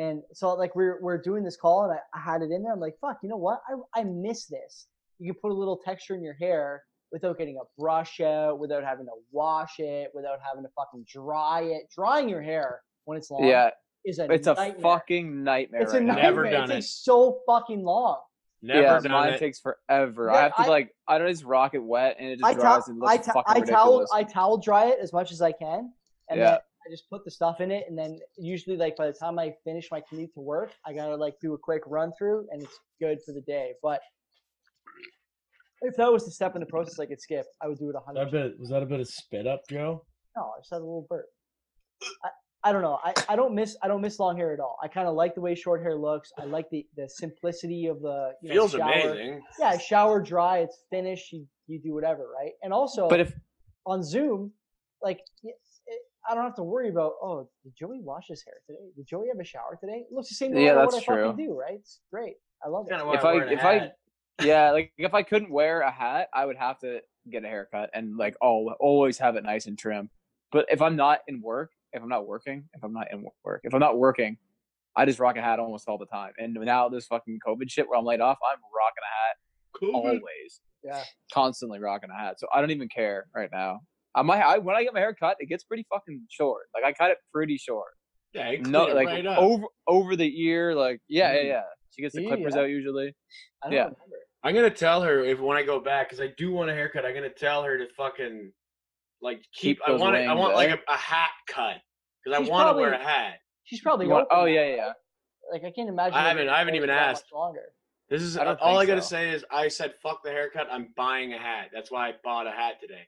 and so like we're we're doing this call, and I, I had it in there. I'm like, fuck, you know what? I I miss this. You can put a little texture in your hair without getting a brush out, without having to wash it, without having to fucking dry it. Drying your hair when it's long
Yeah,
is a
it's a
nightmare.
fucking nightmare.
it's a
right now.
nightmare.
Never done
it
it.
takes so fucking long.
Never
yeah,
done
mine
it.
takes forever. I
Yeah,
have to
I-
like I don't just rock it wet and it just
I towel,
dries and looks
I, to-
fucking
I towel,
ridiculous.
I towel dry it as much as I can, and
Yeah.
then I just put the stuff in it. And then usually, like by the time I finish my commute to work, I gotta like do a quick run through, and it's good for the day. But if that was the step in the process I could skip, I would do it a hundred. percent.
was that a bit of spit up, Joe?
No, I just had a little burp. I, I don't know. I, I don't miss I don't miss long hair at all. I kind of like the way short hair looks. I like the the simplicity of the you know,
Feels
shower.
amazing.
Yeah, shower dry. It's finished. You you do whatever, right? And also,
but if
on Zoom, like y- it- I don't have to worry about oh did Joey wash his hair today? Did Joey have a shower today? It looks the same no
Yeah,
matter what I
that's
fucking do, right? It's great. I love it.
Kinda why
If
I'm
I-
wearing a
if I-
hat.
yeah, like if I couldn't wear a hat, I would have to get a haircut and like oh always have it nice and trim. But if I'm not in work, if I'm not working, if I'm not in work, if I'm not working, I just rock a hat almost all the time. And now this fucking COVID shit where I'm laid off, I'm rocking a hat
Mm-hmm.
Oh,
always.
Yeah.
Constantly rocking a hat. So I don't even care right now. I might I, when I get my hair cut, it gets pretty fucking short. Like I cut it pretty short.
Yeah, you
No
clean it
like
right
oh.
up.
over over the ear, like yeah,
Mhm.
yeah, yeah. She gets the
Yeah,
clippers
yeah.
out usually.
I don't
yeah.
remember.
I'm gonna tell her if when I go back, because I do want a haircut. I'm gonna tell her to fucking like keep.
Keep
I
those
want it. I
wings,
want
eh?
like a, a hat cut because I
She's
want to wear a
probably-
hat.
She's probably
You want-
open
oh
now,
yeah,
right?
yeah.
Like I can't imagine.
I
her
haven't-
being
I haven't
married
even
that much
asked.
longer.
This is uh,
I don't
all I
think
gotta
so.
say is I said fuck the haircut. I'm buying a hat. That's why I bought a hat today.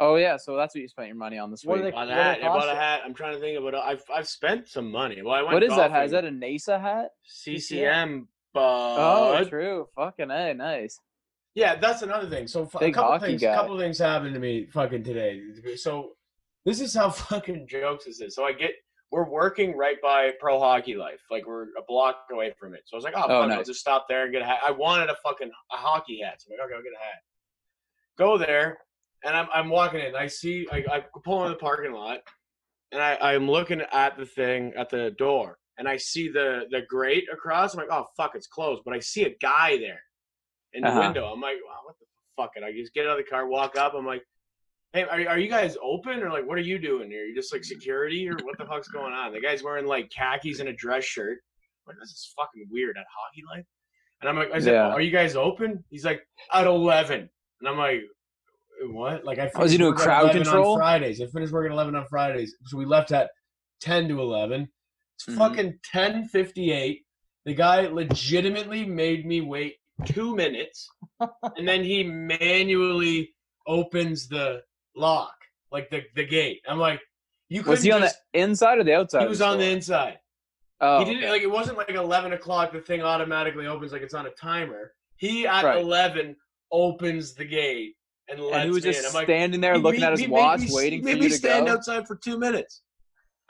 Oh yeah, so that's what you spent your money on this
What are
week.
they-
Bought a
What
hat.
it
I bought a
cost you?
hat. I'm trying to think about. I've I've spent some money. Well, I went.
what is that hat? Is
golfing.
that a NASA hat?
CCM
Oh,
bud.
true. Fucking a nice.
Yeah, that's another thing. So fu- a
Big
couple
hockey
things,
guy.
couple things happened to me fucking today. So this is how fucking jokes this is. So I get we're working right by Pro Hockey Life, like we're a block away from it. So I was like, oh, fuck, I'll
nice.
just stop there and get a hat. I wanted a fucking a hockey hat, so I'm like, okay, I'll get a hat. Go there, and I'm I'm walking in. I see I, I pull in the parking lot, and I I'm looking at the thing at the door, and I see the the grate across. I'm like, oh fuck, it's closed. But I see a guy there in the
Uh-huh.
window. I'm like, wow, what the fuck? And I just get out of the car, walk up. I'm like, hey, are, are you guys open or like what are you doing here? You just like security or what the fuck's going on? The guy's wearing like khakis and a dress shirt. I'm like this is fucking weird at hockey life. And I'm like, I said,
Yeah.
are you guys open? He's like, at eleven. And I'm like. What? Like I
Oh, is he
finished
doing
work at
crowd
11
control?
on Fridays. I finished work at eleven on Fridays, so we left at ten to eleven. It's
Mhm.
fucking ten fifty eight. The guy legitimately made me wait two minutes, and then he manually opens the lock, like the the gate. I'm like, you couldn't.
Was he on
just,
the inside or the outside?
He
of
was on the
store?
inside.
Oh,
he didn't
okay.
like. It wasn't like eleven o'clock. The thing automatically opens like it's on a timer. He at
Right.
eleven opens the gate and lets
and he was
me
just
in. I'm like,
standing there
he
looking
made-
at his
he made
watch,
me s-
waiting for
made
you
me
to
stand
go.
outside for two minutes.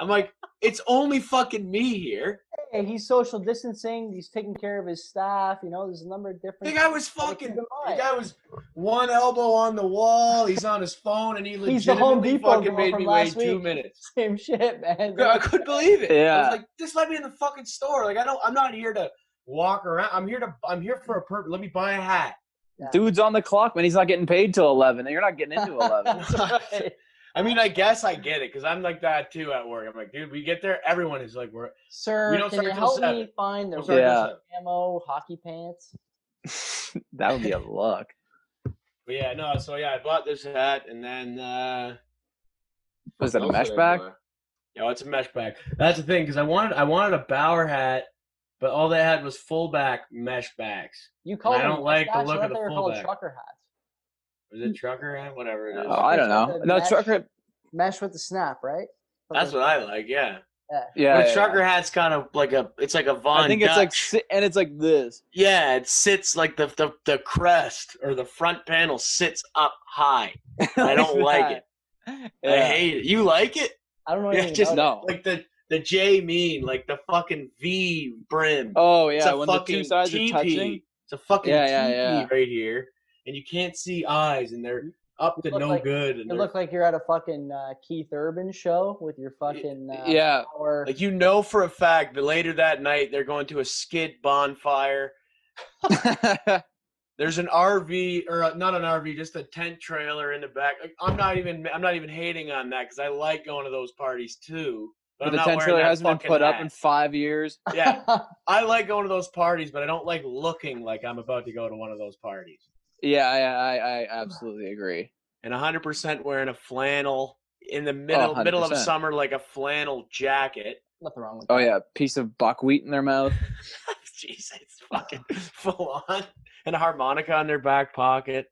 I'm like, it's only fucking me here.
Hey, he's social distancing. He's taking care of his staff. You know, there's a number of different.
The guy was
gotta keep in
fucking. The
mind.
guy was one elbow on the wall. He's on his phone, and he
He's the Home
legitimately
Depot
fucking
girl
made
from
me wait
last
two
week.
minutes.
Same shit, man.
Yeah, I couldn't believe it. I
Yeah.
was like, just let me in the fucking store. Like I don't. I'm not here to walk around. I'm here to. I'm here for a purpose. Let me buy a hat.
Dude's on the clock, man. He's not getting paid till eleven, and you're not getting into eleven.
That's right.
I mean, I guess I get it because I'm like that too at work. I'm like, dude, we get there, everyone is like, we're.
Sir,
We don't
can
start
you
till
help
seven.
me find the
we'll start
right
till
Yeah.
seven.
ammo, hockey pants?
that would be a luck.
But yeah, no. So yeah, I bought this hat, and then uh
Was it a
what else
mesh
did I
back?
buy? No, it's a mesh back. That's the thing because I wanted I wanted a Bauer hat, but all they had was full back mesh backs.
You call them
don't like the
mustache,
look
I thought
of the
they were called
fullback.
trucker hats.
Was it trucker hat? Whatever it is.
Hmm. Oh, I
Mesh
don't know.
with the
No,
mesh.
trucker.
Mesh with the snap, right?
That's what I like. Yeah.
Yeah,
but
yeah,
trucker
yeah.
hat's kind of like a it's like a Von.
I think it's like,
Dutch.
si- and it's like this.
yeah, it sits like the the the crest or the front panel sits up high. I don't like it.
it.
I hate it. You like it?
I don't know.
Yeah,
anything
just
about it.
No.
Like the the J mean, like the fucking V brim.
Oh
It's
yeah,
a
when the two
fucking
sides
teepee.
are touching.
It's a fucking
Yeah, yeah,
teepee
yeah.
right here, and you can't see eyes, and they're up to
look
no
like-
good. And
You
they're-
look like you're at a fucking uh, Keith Urban show with your fucking uh,
yeah.
power-
like you know for a fact that later that night they're going to a skid bonfire. There's an RV or uh, not an RV, just a tent trailer in the back. Like, I'm not even I'm not even hating on that because I like going to those parties too. But I'm
the
not
tent
wearing
trailer
that
hasn't been
fucking
put up
hat.
in five years.
yeah, I like going to those parties, but I don't like looking like I'm about to go to one of those parties.
Yeah, I, I, I absolutely agree.
and 100% wearing a flannel in
Oh,
the middle middle of
100%.
summer like a flannel jacket.
Nothing wrong with
Oh
that.
yeah, piece of buckwheat in their mouth.
Jeez, it's fucking full on and a harmonica in their back pocket.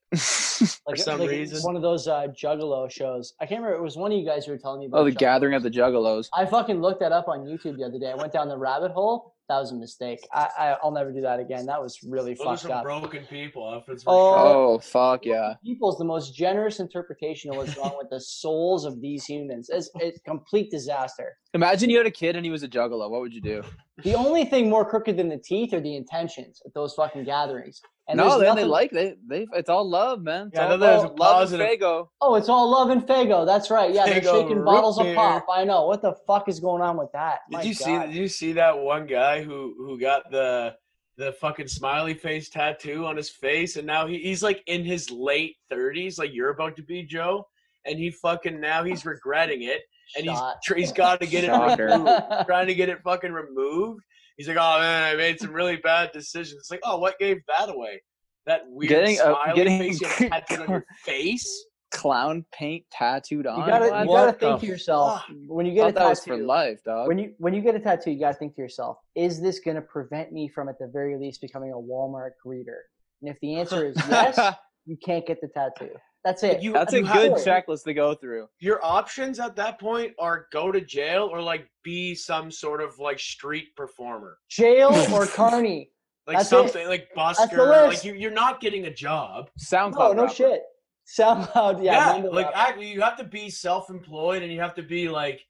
Like,
some
like
reason.
One of those uh, Juggalo shows. I can't remember. It was one of you guys who were telling me about.
Oh, the
Juggalo.
gathering of the juggalos.
I fucking looked that up on YouTube the other day. I went down the rabbit hole. That was a mistake. I, I I'll never do that again. That was really
Those are
fucked
some
up.
broken people. If it's
Oh,
oh,
Oh fuck yeah.
People's the most generous interpretation of what's wrong with the souls of these humans. It's a complete disaster.
Imagine you had a kid and he was a juggalo. What would you do?
The only thing more crooked than the teeth are the intentions at those fucking gatherings. And
no,
there's
then they
nothing-
like they they. It's all love, man. It's
Yeah, I
all
know there's a
love, love and
positive-
Fago.
Oh, it's all love and Fago. That's right. Yeah, they're
Faygo
shaking
root
bottles of
beer.
pop. I know. What the fuck is going on with that?
did
My
you see
God.
did you see that one guy who who got the the fucking smiley face tattoo on his face and now he, he's like in his late 30s like you're about to be Joe and he fucking now he's regretting it and he's
Shot.
tr- he's got to get it
Shocker.
removed. trying to get it fucking removed. He's like, oh man, I made some really bad decisions. It's like, oh, what gave that away? That weird
Getting a-
smiley
getting-
face you have tattooed on your face.
Clown paint tattooed on.
you gotta,
What?
you
What
gotta think
the
to yourself
fuck?
when you
I
get a
thought that was for
tattoo.
life, dog.
When you when you get a tattoo, you gotta think to yourself: Is this gonna prevent me from, at the very least, becoming a Walmart greeter? And if the answer is yes, you can't get the tattoo. That's it.
You-
That's a
you
have
good
to.
checklist to go through.
Your options at that point are go to jail or like be some sort of like street performer.
Jail or carny.
like
That's it.
something like
the
busker.
list.
Like you, you're not getting a job.
SoundCloud.
No, no
rapper.
shit. SoundCloud, yeah.
Yeah,
Windows
like
app.
I, you have to be self-employed and you have to be like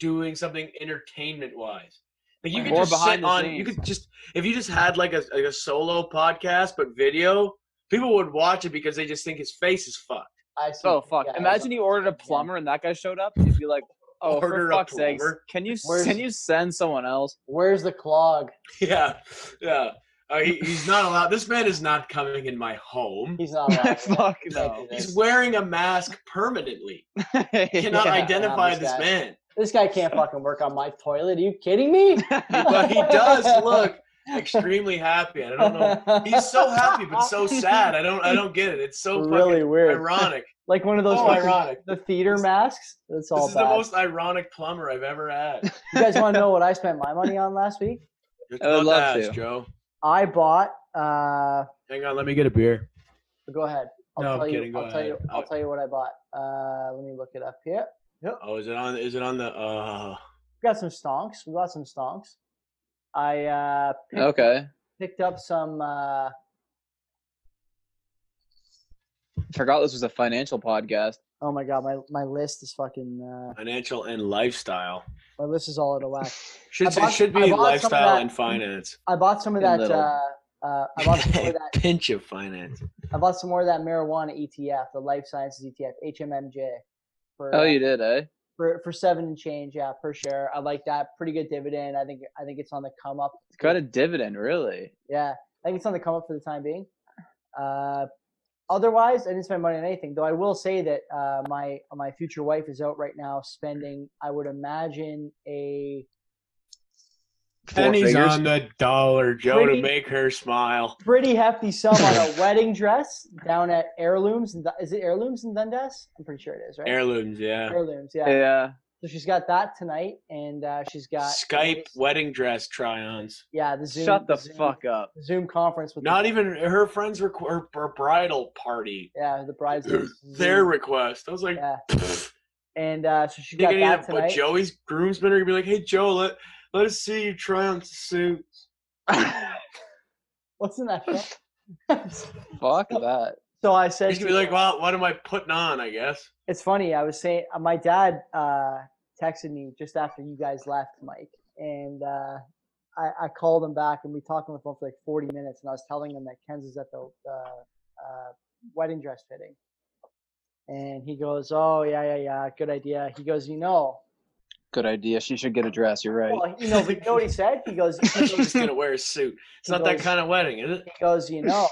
doing something entertainment-wise. Like you could
Or
just
behind
sit
the
on. You
scenes.
could just if you just had like a like a solo podcast but video, people would watch it because they just think his face is fucked.
I see.
Oh fuck!
Yeah,
Imagine you ordered a plumber and that guy showed up. You'd be like, "Oh,
Ordered
for
a
fuck's sakes,
plumber?
can you
Where's-
can you send someone else?"
Where's the clog?
Yeah, yeah. Uh, he, he's not allowed. This man is not coming in my home.
He's not. allowed.
Fuck
Can't
no.
do this.
He's wearing a mask permanently. You cannot
Yeah,
identify
not this
this
guy.
man.
This guy can't fucking work on my toilet. Are you kidding me?
But he does look extremely happy. I don't know. He's so happy but so sad. I don't I don't get it. It's so
really
fucking
weird.
ironic.
Like one of those
oh,
fucking-
ironic.
the theater masks. That's all
This is
bad.
the most ironic plumber I've ever had.
you guys want to know what I spent my money on last week?
You're
I would
about
love
ask,
to.
Joe.
I bought. uh
Hang on, let me get a beer.
Go ahead. I'll
No, I'm
tell you.
kidding. Go
I'll tell you.
ahead.
I'll tell you what I bought. Uh Let me look it up here.
Oh, is it on is it on the uh
We got some stonks. We got some stonks. I uh picked,
okay,
picked up some. uh
forgot this was a financial podcast.
Oh my god, my my list is fucking. uh
financial and lifestyle?
My list is all out of whack. I
Should
bought-
it should
I bought
be
some of
lifestyle
that-
and finance.
I bought some of
Been
that.
little.
Uh, uh, I bought some more of that
pinch of finance.
I bought some more of that marijuana ETF, the life sciences E ETF, HMMJ. For,
Oh,
uh,
you did, eh?
for for seven and change, yeah, per share. I like that. Pretty good dividend. I think I think it's on the come up.
It's got a dividend, really.
Yeah, I think it's on the come up for the time being. Uh, otherwise, I didn't spend money on anything. Though I will say that uh, my my future wife is out right now spending. I would imagine a
Four
Pennies
figures.
on the dollar, Joe,
Pretty-
to make her smile.
pretty hefty sum on a wedding dress down at Heirlooms. In, Dun- is it Heirlooms in Dundas? I'm pretty sure it is, right?
Heirlooms, yeah.
Heirlooms, yeah.
Yeah.
So she's got that tonight, and uh, she's got
Skype wedding dress try-ons.
Yeah, the Zoom.
Shut the
Zoom-
fuck up.
the Zoom conference with
Not
the,
even her friends' requ- her, her bridal party.
yeah the bride's
Their request. I was like,
yeah,
pfft,
and uh, so she
you
got
think I need
that
a- but
tonight.
Joey's groomsmen are gonna be like, "Hey, Joe, let let us see you try on the suit."
What's in that? show?
Fuck that.
so I said,
He's
to
gonna
her-
be like, "Well, what am I putting on?" I guess.
it's funny. I was saying, uh, my dad uh, texted me just after you guys left, Mike, and uh, I, I called him back, and we talked on the phone for like 40 minutes, and I was telling him that Ken's is at the uh, uh, wedding dress fitting, and he goes, "Oh yeah, yeah, yeah, good idea." He goes, "You know,
Good idea. She should get a dress. You're right.
well, you know, but you know what he said? He goes, he
He's
goes,
just gonna wear a suit. It's
He
not that
goes-
kind of wedding, is it?
he goes, you know,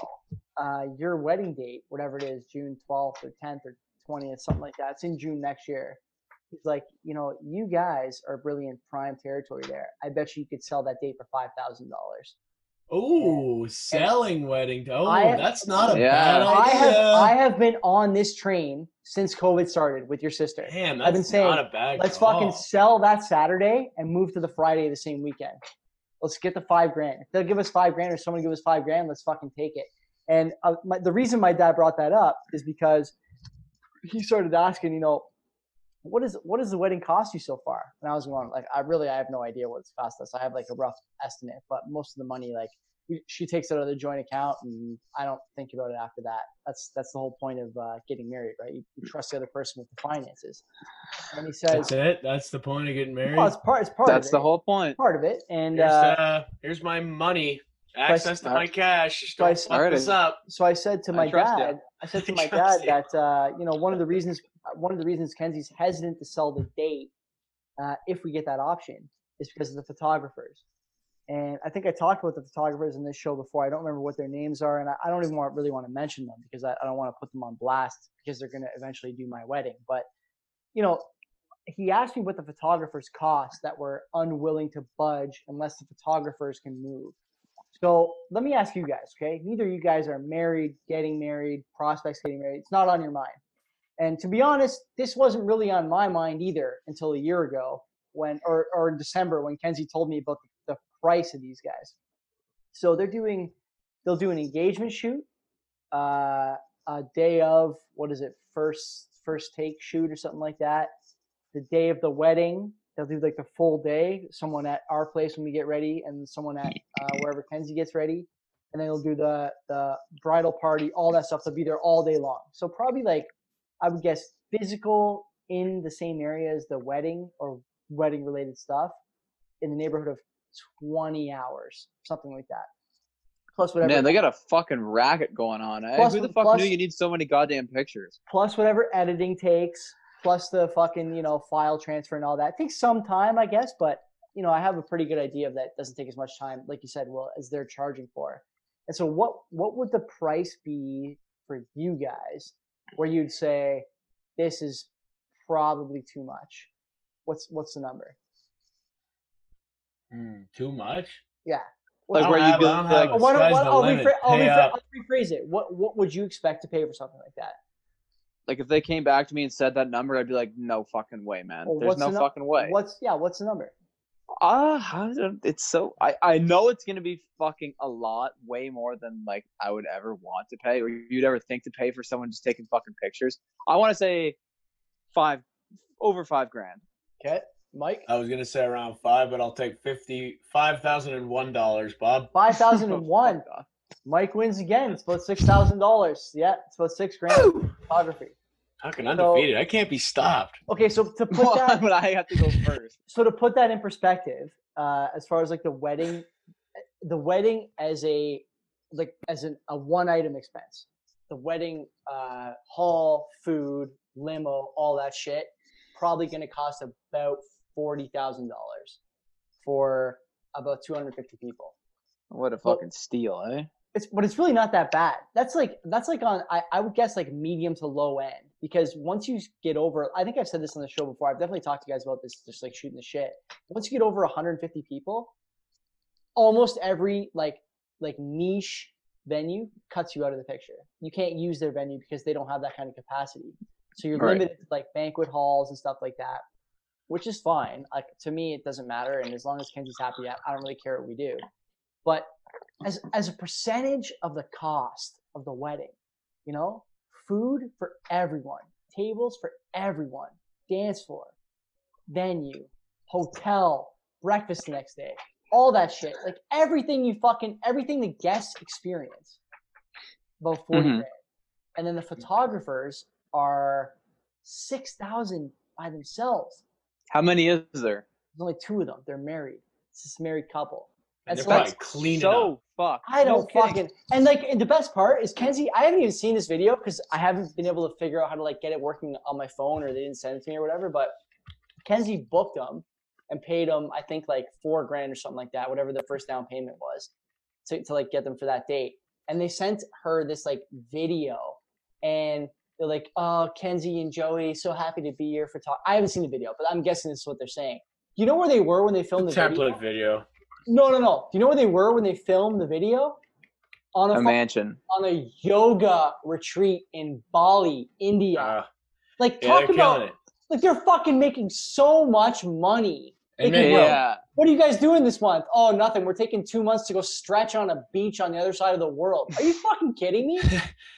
uh, your wedding date, whatever it is, June 12th or 10th or 20th, something like that. It's in June next year. He's like, you know, you guys are really in prime territory there. I bet you you could sell that date for five thousand dollars.
Oh, selling wedding. Oh,
I-
that's not a
Yeah.
bad idea.
I have I have been on this train since COVID started with your sister.
Damn, that's
I've been saying,
not a bad
Let's
call.
fucking sell that Saturday and move to the Friday of the same weekend. Let's get the five grand. If they'll give us five grand or someone give us five grand, let's fucking take it. And uh, my, the reason my dad brought that up is because he started asking, you know, what is what does the wedding cost you so far? And I was going like, I really I have no idea what it's cost us. I have like a rough estimate, but most of the money like we, she takes it out of the joint account, and I don't think about it after that. That's that's the whole point of uh, getting married, right? You, you trust the other person with the finances. And he says,
That's it. That's the point of getting married.
well, it's part. It's part.
That's
of it.
the whole point.
part of it. And
here's,
uh,
uh, here's my money. Access to
uh,
my cash. Just don't
twice-
fuck this up.
so I said to
I
my
trust you.
dad, I said to
I
my dad
trust you.
that uh, you know one of the reasons one of the reasons Kenzie's hesitant to sell the date uh, if we get that option is because of the photographers. And I think I talked about the photographers in this show before. I don't remember what their names are, and I, I don't even want, really want to mention them because I, I don't want to put them on blast because they're going to eventually do my wedding. But you know, he asked me what the photographers cost that were unwilling to budge unless the photographers can move. So let me ask you guys, okay? Neither of you guys are married, getting married, prospects getting married. It's not on your mind. And to be honest, this wasn't really on my mind either until a year ago when, or, or in December when Kenzie told me about the, the price of these guys. So they're doing, they'll do an engagement shoot, uh, a day of, what is it, first, first take shoot or something like that. The day of the wedding, they'll do like the full day, someone at our place when we get ready and someone at uh, wherever Kenzie gets ready. and then he'll do the the bridal party, all that stuff. They'll be there all day long. So probably like I would guess physical in the same area as the wedding or wedding related stuff in the neighborhood of 20 hours, something like that. Plus whatever
Man, they got a fucking racket going on. Eh?
Plus-
Who the fuck
plus-
knew you need so many goddamn pictures?
plus whatever editing takes, plus the fucking, you know, file transfer and all that. It takes some time, I guess, but you know, I have a pretty good idea of that it doesn't take as much time, like you said, Will, as they're charging for. And so what what would the price be for you guys where you'd say this is probably too much? What's what's the number?
Hmm, too much.
Yeah.
I
Like
don't
where you
have-
go,
I don't have
like,
a
Well, why don't,
sky's
why
the
I'll,
limit.
rephr- I'll,
Pay
rephr-
up.
I'll rephrase it. What what would you expect to pay for something like that?
like if they came back to me and said that number, I'd be like, no fucking way, man.
Well,
There's
what's
no
the nu-
fucking way.
What's yeah? What's the number?
Uh, I don't- it's so I, I know it's gonna be fucking a lot, way more than like I would ever want to pay or you'd ever think to pay for someone just taking fucking pictures. I want to say five over five grand.
Okay, Mike,
I was gonna say around five, but I'll take fifty five thousand and one dollars, Bob.
five thousand and one.
Fuck off.
Mike wins again. It's about six thousand dollars. Yeah, it's about six grand. Photography.
Fucking
So-
undefeated. I can't be stopped.
Okay, so to put
Why
that
would I have to go first?
so to put that in perspective, uh, as far as like the wedding, the wedding as a like as an, a one item expense, the wedding uh, hall, food, limo, all that shit, probably going to cost about forty thousand dollars for about two hundred fifty people.
What a
Well-
fucking steal, eh?
It's but it's really not that bad. That's like that's like on I, I would guess like medium to low end because once you get over I think I've said this on the show before. I've definitely talked to you guys about this just like shooting the shit. Once you get over 150 people, almost every like like niche venue cuts you out of the picture. You can't use their venue because they don't have that kind of capacity. So you're
Right.
limited to like banquet halls and stuff like that, which is fine. Like to me, it doesn't matter. And as long as Kenzie's happy, I I don't really care what we do. But as as a percentage of the cost of the wedding, you know, food for everyone, tables for everyone, dance floor, venue, hotel, breakfast the next day, all that shit. Like everything you fucking everything the guests experience. About 40
Mhm.
grand. And then the photographers are six thousand by themselves.
How many is there?
There's only two of them. They're married. It's this married couple.
And
That's
they're
like-
probably cleaning up.
so fuck.
I
No
don't
kidding.
fucking and like and the best part is Kenzie. I haven't even seen this video because I haven't been able to figure out how to like get it working on my phone or they didn't send it to me or whatever. But Kenzie booked them and paid them. I think like four grand or something like that, whatever the first down payment was, to to like get them for that date. And they sent her this like video, and they're like, "Oh, Kenzie and Joey, so happy to be here for talk." I haven't seen the video, but I'm guessing this is what they're saying. You know where they were when they filmed the, video?
template video.
No, no, no. Do you know where they were when they filmed the video? On a,
A
fu-
mansion.
on a yoga retreat in Bali, India.
Uh,
like
yeah, they're
talk
killing
about
it.
like they're fucking making so much money.
And
They
man,
can-
yo,
Yeah.
What are you guys doing this month? Oh, nothing. We're taking two months to go stretch on a beach on the other side of the world. Are you fucking kidding me?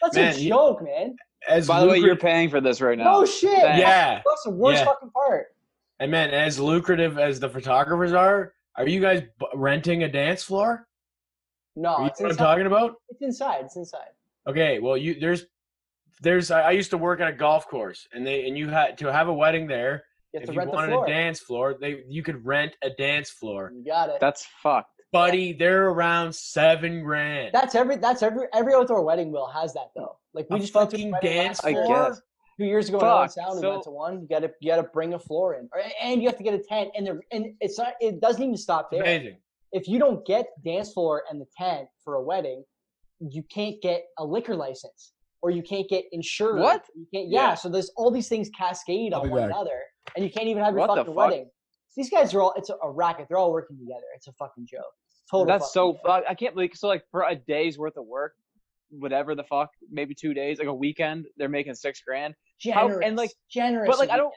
That's
Man,
a
you-
joke, man.
as
By the way,
lucrat-
you're paying for this right now.
No shit.
Thanks.
yeah.
That's the worst
Yeah.
fucking part.
And man, as lucrative as the photographers are, are you guys b- renting a dance floor? Are
No,
you
Oh, it's
know what I'm
inside.
talking about?
It's inside. It's inside.
Okay, well, you there's there's I, I used to work at a golf course, and they and you had to have a wedding there.
You have
If
to
you
rent the
wanted
floor.
a dance floor, they you could rent a dance floor,
you got it.
That's fucked.
buddy. They're around seven grand.
That's every. That's every. Every outdoor wedding will has that though. Like we
A
just went to a
fucking
wedding
dance
last
I
floor.
year,
guess.
two years ago in Orange
Fuck,
Sound, we went
so-
to one. You gotta you gotta bring a floor in, Or- and you have to get a tent. And the and it's not. It doesn't even stop
It's
there.
amazing.
If you don't get dance floor and the tent for a wedding, you can't get a liquor license, or you can't get insurance.
What?
You can't. Yeah.
Yeah.
So there's all these things cascade
I'll
on
be
one
back.
another, and you can't even have your
What the
fucking
fuck?
wedding. These guys are all. It's a, a racket. They're all working together. It's a fucking joke. Total.
That's
fucking
so
joke.
fuck. I can't believe so like for a day's worth of work, whatever the fuck, maybe two days, like a weekend, they're making six grand. how-
generous.
and, like-
generous.
But like
of
I
you.
don't,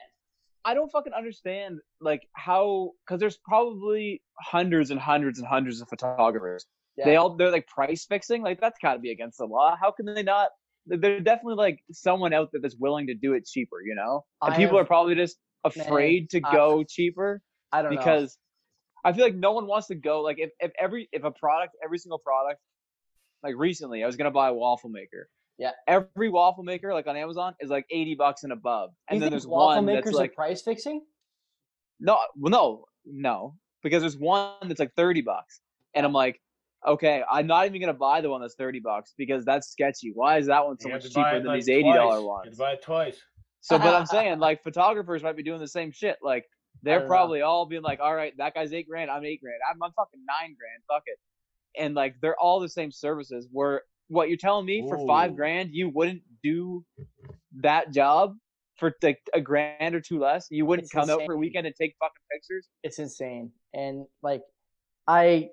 I don't fucking understand like how because there's probably hundreds and hundreds and hundreds of photographers. They
Yeah.
all they're like price fixing. Like that's gotta be against the law. How can they not? They're definitely like someone out there that's willing to do it cheaper. You know, and
I
people
have-
are probably just
Man,
afraid to
I-
go cheaper.
I don't know.
because I feel like no one wants to go like if, if every if a product every single product like recently I was gonna buy a waffle maker.
Yeah.
Every waffle maker like on Amazon is like eighty bucks and above, and
you
then
think
there's
waffle
one
makers
that's like
are price fixing?
no, well, no, no, because there's one that's like thirty bucks, and I'm like, okay, I'm not even gonna buy the one that's thirty bucks because that's sketchy. Why is that one so
You have
much
to buy
cheaper
it,
than
like,
these eighty dollar
twice. You have
ones?
to buy it twice.
So, but I'm saying like photographers might be doing the same shit. Like
don't
they're
know.
probably all being like, all right, that guy's eight grand, I'm eight grand, I'm, I'm fucking nine grand, fuck it. And like they're all the same services. Where what you're telling me for
Ooh.
five grand, you wouldn't do that job for like a grand or two less. You wouldn't
It's
come out
insane.
for a weekend and take fucking pictures.
It's insane. And like, I,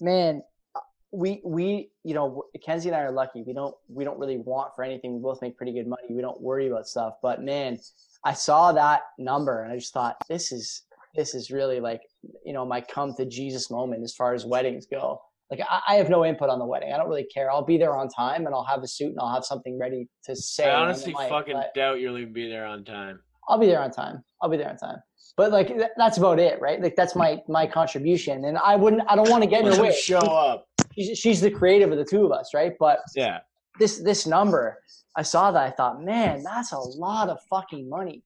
man, uh, we we you know Kenzie and I are lucky. We don't we don't really want for anything. We both make pretty good money. We don't worry about stuff. But man, I saw that number and I just thought this is this is really like you know my come to Jesus moment as far as weddings go. Like I, I have no input on the wedding. I don't really care. I'll be there on time and I'll have a suit and I'll have something ready to say.
I
when
honestly
might,
fucking
but-
doubt you'll even be there on time.
I'll be there on time. I'll be there on time. But like th- that's about it, right? Like that's my my contribution, and I wouldn't. I don't want to get in her
Let them
way.
show up.
She's, she's the creative of the two of us, right? But
Yeah.
this this number, I saw that. I thought, man, that's a lot of fucking money.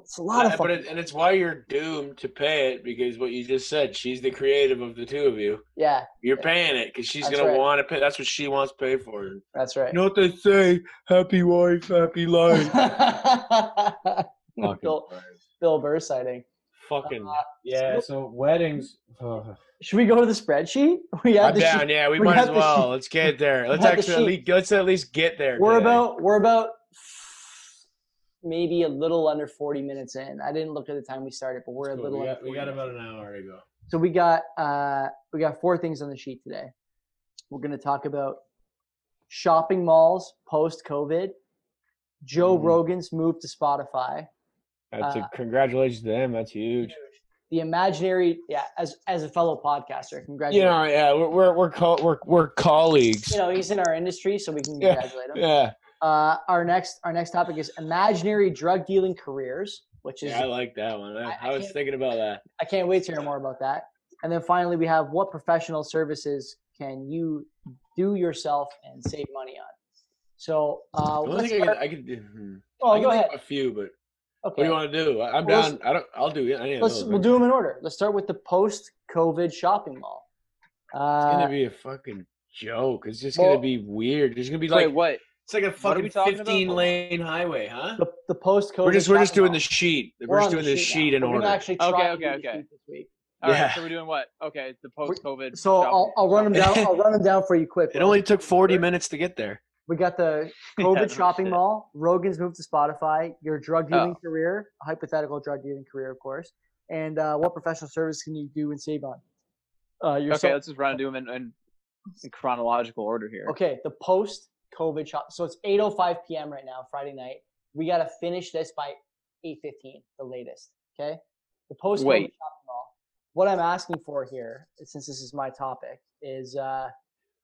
It's a lot of
Yeah, but
fucking.
it, and it's why you're doomed to pay it because what you just said, she's the creative of the two of you.
yeah,
You're paying it because she's
That's
gonna
right.
want to pay. That's what she wants to pay for. You
that's right.
know what they say? Happy wife, happy life.
Bill, Bill Burr sighting.
fucking
Uh,
yeah. So weddings.
Should we go to the spreadsheet? We have
I'm
the sheet.
down. Yeah, we,
we
might
have
as
the
well. Let's get there. Let's
have the
actually at
sheet.
least, let's at least get there.
We're
today.
about we're about maybe a little under 40 minutes in. I didn't look at the time we started, but we're a
Cool,
little
We
under
got, we
40
got
minutes
about
in.
an hour to go.
So we got uh we got four things on the sheet today. We're going to talk about shopping malls post COVID, Joe
Mhm.
Rogan's move to Spotify,
That's
Uh,
a, congratulations to them. That's huge.
the imaginary yeah, as as a fellow podcaster,
You
congratulations.
know, yeah, we're we're we're co- we're, we're colleagues.
You know, he's in our industry so we can
Yeah,
congratulate him.
yeah,
Uh, our next our next topic is imaginary drug dealing careers, which is
yeah, I like that one. I,
I- I
I was
can't-
thinking about that.
I can't wait to hear more about that. And then finally, we have what professional services can you do yourself and save money on? So, uh,
I don't
let's
think I
start-
could. I could. do- hmm. I
oh,
can
go
think
ahead.
of A few, but what do
Okay,
you want to do? I, I'm
Well,
down. I don't. I'll do it. I
let's we'll do them in order. Let's start with the post-COVID shopping mall.
It's
Uh,
gonna be a fucking joke. It's just
well-
gonna be weird. There's gonna be
Wait,
like
what?
it's like a
what are we
fucking
talking about?
15 lane highway, huh?
the the post-COVID.
We're just we're just
shopping
doing
mall.
the sheet. We're,
We're
just
on
doing the
now.
sheet in
We're gonna
order.
actually try
Okay,
to do
okay,
the
okay.
sheet this week.
All right,
Yeah.
so we're doing what? Okay, the post COVID.
So I'll, I'll run them down. I'll run them down for you quick.
It only took 40 minutes to get there.
We got the
Yeah,
COVID
no
shopping
shit.
mall, Rogan's move to Spotify, your drug dealing
Oh.
career, hypothetical drug dealing career, of course, and uh, what professional service can you do and save on? Uh, yourself.
Okay, let's just run and do them in, in, in chronological order here.
okay, the post COVID shop. So it's 8:05 p.m. right now, Friday night. We got to finish this by 8:15, the latest. Okay, the post COVID
Wait.
shopping mall. What I'm asking for here, since this is my topic, is uh,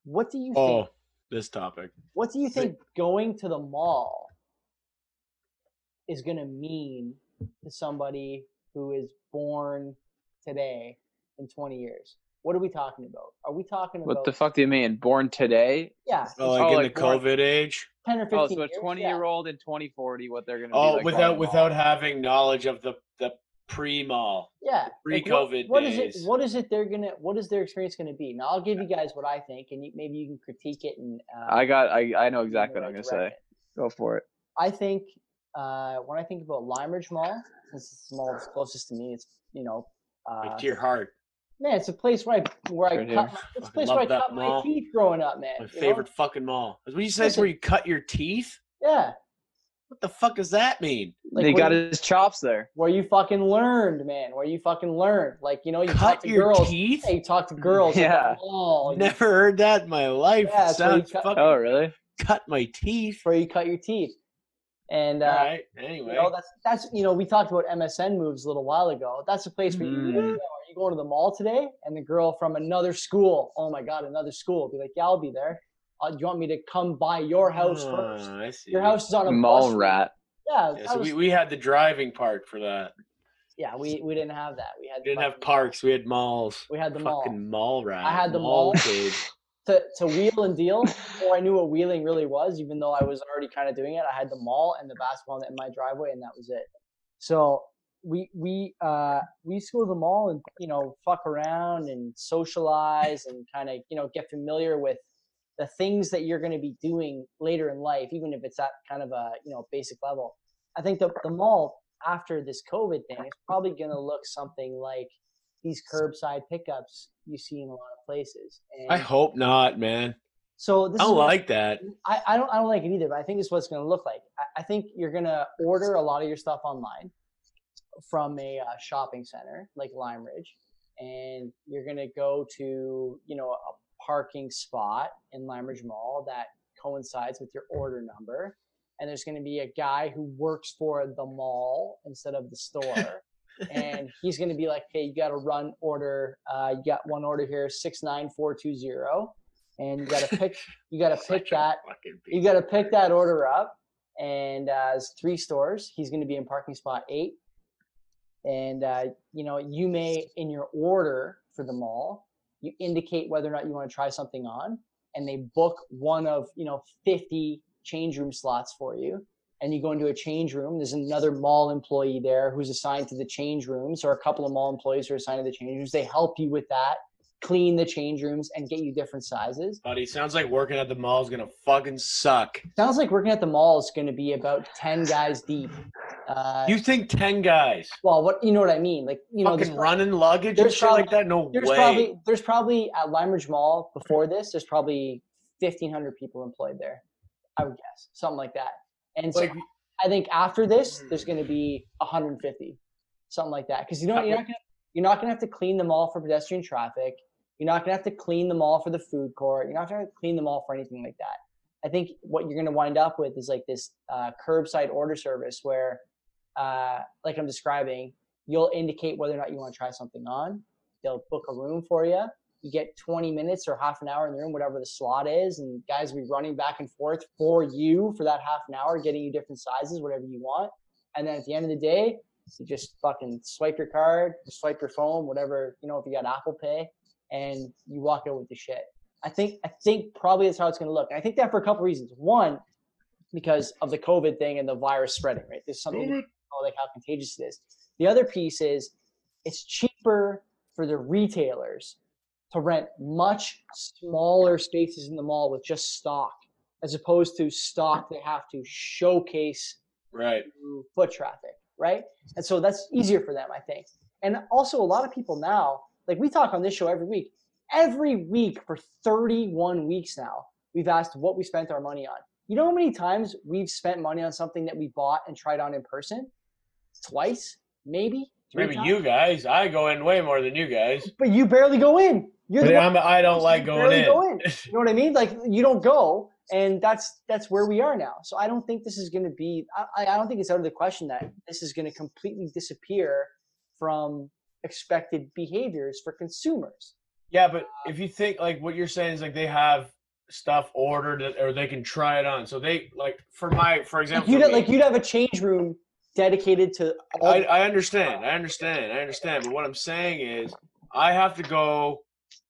what do you think
Oh, this topic.
What do you think going to the mall is going to mean to somebody who is born today in 20 years? What are we talking about? Are we talking about
What the fuck do you mean? Born today?
yeah,
Oh, like in
like
the
more-
COVID age.
10 or 15
Oh, so a
years? yeah.
twenty-year-old in twenty forty, what they're gonna?
Oh,
be like
without
going
without
on.
having knowledge of the the pre mall.
Yeah. like, what-
pre-COVID
what is
days.
it what is it they're going to what is their experience going to be? Now I'll give you guys what I think and you, maybe you can critique it and uh,
I got. I I know
lead in the
exactly what I'm
right
gonna say.
direction.
Go for it.
I think uh, when I think about Lime Ridge Mall, since it's the mall that's closest to me, it's you know
Like
uh,
to your heart.
Man, it's a place where I where I
Right here.
cut my, it's a place
Love
where I
that
cut my
mall.
teeth growing up, man.
My
you know?
favorite fucking mall. Is what you say is
Listen.
where you cut your teeth?
Yeah.
What the fuck does that mean?
Like
they
where,
got
you,
his chops there.
where you fucking learned, man. Where you fucking learned. Like, you know, you talk
Cut
to
your
girls.
teeth? Mm,
yeah, you talk to girls.
Yeah.
At the mall, you-
Never heard that in my life.
Yeah,
it
it's where you
sounds
cut-
fucking
Oh, really?
cut my teeth.
where you cut your teeth. And uh
All right.
you
Anyway.
know, that's that's you know, we talked about MSN moves a little while ago. That's a place where you, you
Mm.
know, are you going to the mall today? And the girl from another school, oh my god, another school, be like, Yeah, I'll be there. Uh, do you want me to come by your house
Ah,
first?
I see.
Your house is on a bus
Mall
route.
rat.
Yeah,
Yeah,
that
so
was-
we, we had the driving part for that.
yeah, we, we didn't have that. We had
We didn't have
fucking-
parks. We had malls.
We had the mall.
fucking mall, rat.
I had the mall.
Kid.
to, to wheel and deal before I knew what wheeling really was, even though I was already kind of doing it. I had the mall and the basketball net in my driveway, and that was it. So we we uh, we used to go to the mall and you know fuck around and socialize and kind of you know get familiar with the things that you're going to be doing later in life, even if it's at kind of a you know basic level. I think the, the mall after this COVID thing is probably going to look something like these curbside pickups you see in a lot of places. And
I hope not, man.
so this
I
is
don't
what-
like that.
I, I don't I don't like it either, but I think it's what it's going to look like. I, I think you're going to order a lot of your stuff online from a uh, shopping center like Lime Ridge, and you're going to go to you know a parking spot in Lime Ridge Mall that coincides with your order number, and there's going to be a guy who works for the mall instead of the store. and he's going to be like, "Hey, you got to run order. Uh, you got one order here, six nine four two zero, and you got to pick. You got to pick
Such a
that
fucking piece
you
of
got to
work.
pick that order up. And uh, it's three stores. He's going to be in parking spot eight. And uh, you know, you may in your order for the mall, you indicate whether or not you want to try something on, and they book one of you know fifty change room slots for you. And you go into a change room. There's another mall employee there who's assigned to the change rooms, or a couple of mall employees who are assigned to the change rooms. They help you with that, clean the change rooms, and get you different sizes.
Buddy, sounds like working at the mall is gonna fucking suck.
Sounds like working at the mall is going to be about ten guys deep. Uh,
You think ten guys
well, what you know what I mean? Like you know, there's,
fucking running luggage and
there's
shit
probably-
like that? No
there's
way.
probably there's probably at Lime Ridge Mall before this, there's probably fifteen hundred people employed there. I would guess something like that. And so
like Mm.
I think after this, there's going to be 150, something like that. Because you know what, you're not gonna, you're not going to have to clean the mall for pedestrian traffic. You're not going to have to clean the mall for the food court. You're not going to clean the mall for anything like that. I think what you're going to wind up with is like this uh, curbside order service where, uh, like I'm describing, you'll indicate whether or not you want to try something on. They'll book a room for you. You get 20 minutes or half an hour in the room, whatever the slot is, and guys will be running back and forth for you for that half an hour, getting you different sizes, whatever you want. And then at the end of the day, you just fucking swipe your card, swipe your phone, whatever you know. If you got Apple Pay, and you walk out with the shit. I think I think probably that's how it's going to look. And I think that for a couple reasons. One, because of the COVID thing and the virus spreading. Right, there's something to know, like how contagious it is. The other piece is it's cheaper for the retailers to rent much smaller spaces in the mall with just stock, as opposed to stock they have to showcase
right.
through foot traffic, right? And so that's easier for them, I think. And also, a lot of people now, like we talk on this show every week, every week for 31 weeks now, we've asked what we spent our money on. You know how many times we've spent money on something that we bought and tried on in person? Twice, maybe. three
Maybe
times?
you guys. I go in way more than you guys.
but you barely go in. You're
But
the one
I'm, I don't like
you
going
barely
in.
Go in. You know what I mean? Like you don't go, and that's that's where we are now. So I don't think this is going to be. I, I don't think it's out of the question that this is going to completely disappear from expected behaviors for consumers.
Yeah, but
Uh,
if you think like what you're saying is like they have stuff ordered that- or they can try it on. So they like for my for
Like
example,
you'd
for me,
like you'd have a change room dedicated to all.
I, I understand. I understand. I understand. But what I'm saying is, I have to go,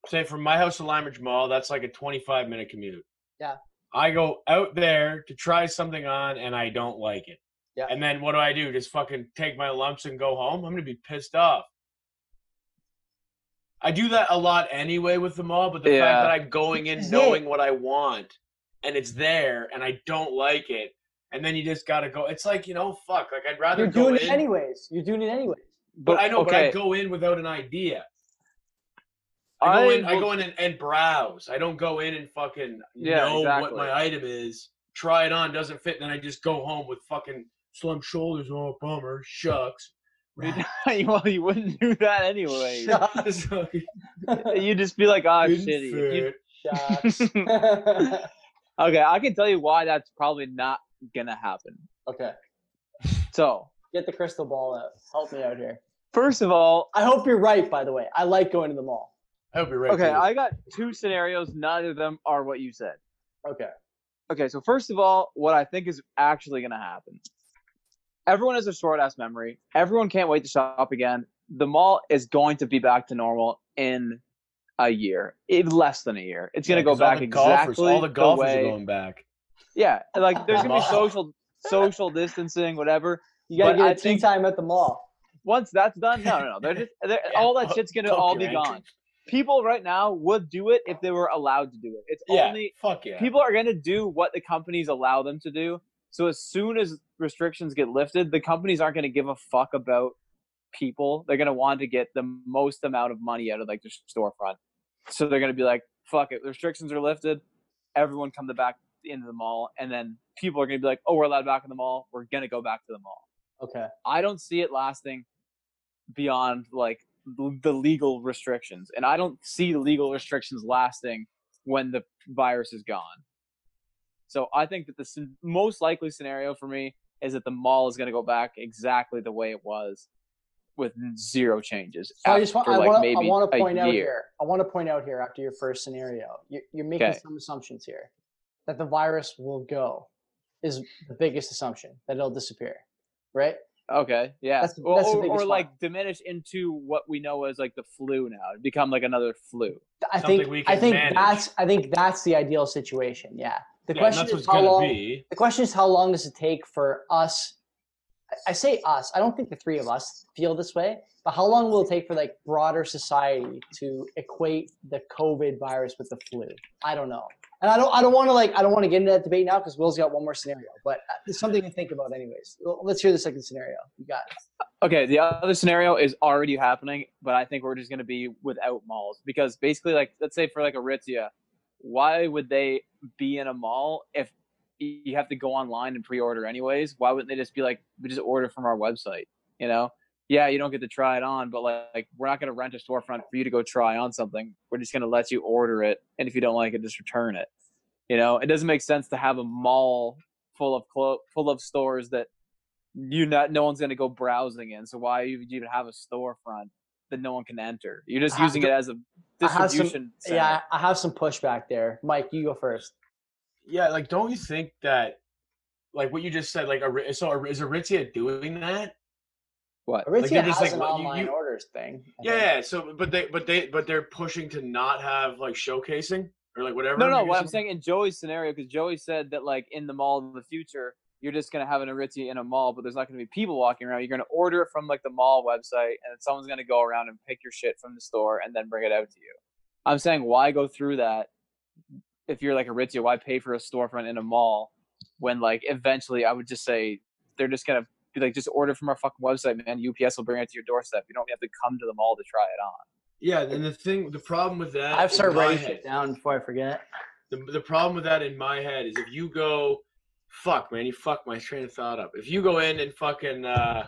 say, from my house to Lime Ridge Mall. That's like a 25 minute commute.
Yeah.
I go out there to try something on, and I don't like it.
Yeah.
And then what do I do? Just fucking take my lumps and go home? I'm gonna be pissed off. I do that a lot anyway with the mall, but the
Yeah.
fact that I'm going in
This is it.
knowing what I want and it's there and I don't like it, and then you just gotta go. It's like you know, fuck. Like I'd rather
you're
go
doing it
in
anyways. You're doing it anyways.
but I know, but I go in without an idea. I go in, I
will-
go in and, and browse. I don't go in and fucking
Yeah,
know what
exactly.
my item is. Try it on, doesn't fit, then I just go home with fucking slim shoulders. Oh, bummer, shucks.
well, you wouldn't do that anyway.
Shucks. Fucking
You'd just be like, ah,
didn't
shitty. You-
fit.
Shucks.
okay, I can tell you why that's probably not gonna happen.
okay,
So,
get the crystal ball out. Help me out here.
first of all,
I hope you're right. By the way, I like going to the mall.
I hope you're right.
okay,
dude.
I got two scenarios. Neither of them are what you said.
Okay.
Okay, so first of all, what I think is actually gonna happen. Everyone has a short ass memory. Everyone can't wait to shop again. The mall is going to be back to normal in a year, in less than a year. It's gonna
Yeah,
go
'cause all
back
the
exactly
golfers, all the golfers
way.
are going back.
Yeah, like there's gonna be
Mall.
social social distancing, whatever.
You gotta
But
get
I
a tea
think-
time at the mall.
Once that's done, no, no, no. They're just they're,
Yeah,
all that
fuck-
shit's gonna
fuck
all
your
be
ankle.
gone. People right now would do it if they were allowed to do it. It's
Yeah,
only
fuck yeah.
people are going to do what the companies allow them to do. So as soon as restrictions get lifted, the companies aren't going to give a fuck about people. They're going to want to get the most amount of money out of like the storefront. So they're going to be like, "Fuck it, restrictions are lifted. Everyone come the back into the mall." And then people are going to be like, "Oh, we're allowed back in the mall. We're going to go back to the mall."
Okay.
I don't see it lasting beyond like l- the legal restrictions, and I don't see the legal restrictions lasting when the virus is gone. So I think that the sce- most likely scenario for me is that the mall is going to go back exactly the way it was, with zero changes.
So I
af-
just want,
for,
I
like,
want, to, I
maybe
want
a
to point out
year.
here. I want to point out here after your first scenario, you're, you're making
Okay.
some assumptions here that the virus will go is the biggest assumption that it'll disappear, right?
Okay, yeah,
That's the-
or,
that's the
or, or,
biggest
like diminish into what we know as like the flu now, It'd become like another flu.
I
Something
think
we
I
can
think
manage.
that's I think that's the ideal situation. Yeah. The
Yeah, and
question
that's
is
what's
how
gonna
long.
be.
The question is how long does it take for us? I- I say us. I don't think the three of us feel this way, but how long will it take for like broader society to equate the COVID virus with the flu? I don't know, and I don't. I don't want to like. I don't want to get into that debate now because Will's got one more scenario, but uh, it's something to think about, anyways. Well, Let's hear the second scenario. You got it.
Okay, the other scenario is already happening, but I think we're just going to be without malls because basically, like, let's say for like a Ritzia, why would they be in a mall if y- you have to go online and pre-order anyways? Why wouldn't they just be like, we just order from our website? You know, yeah, you don't get to try it on, but like, like, we're not going to rent a storefront for you to go try on something. We're just going to let you order it, and if you don't like it, just return it. You know, it doesn't make sense to have a mall full of clo- full of stores that you not no one's gonna go browsing in. So why you even have a storefront that no one can enter? You're just
I have
using
to-
it as a
I have some-
distribution. center.
Yeah, I have some pushback there, Mike. You go first.
Yeah, like don't you think that, like what you just said, like Ari- so Ari- is Aritzia doing that?
What?
Aritzia
they're
has
just like,
an
what, you-
online
you-
orders thing.
Uh-huh.
I think.
Yeah. So, but they, but they, but they're pushing to not have like showcasing or like whatever.
No, no.
you
What
guys
I'm
are-
saying in Joey's scenario, because Joey said that like in the mall in the future, you're just gonna have an Aritzia in a mall, but there's not gonna be people walking around. You're gonna order it from like the mall website, and someone's gonna go around and pick your shit from the store and then bring it out to you. I'm saying why go through that if you're like Aritzia? Why pay for a storefront in a mall when like eventually I would just say they're just gonna be like just order from our fucking website, man. UPS will bring it to your doorstep. You don't have to come to the mall to try it on.
Yeah, and the thing, the problem with that,
I've
in
started
my
writing
head-
shit down before I forget.
The, the problem with that in my head is if you go, fuck, man, you fuck my train of thought up. If you go in and fucking, uh,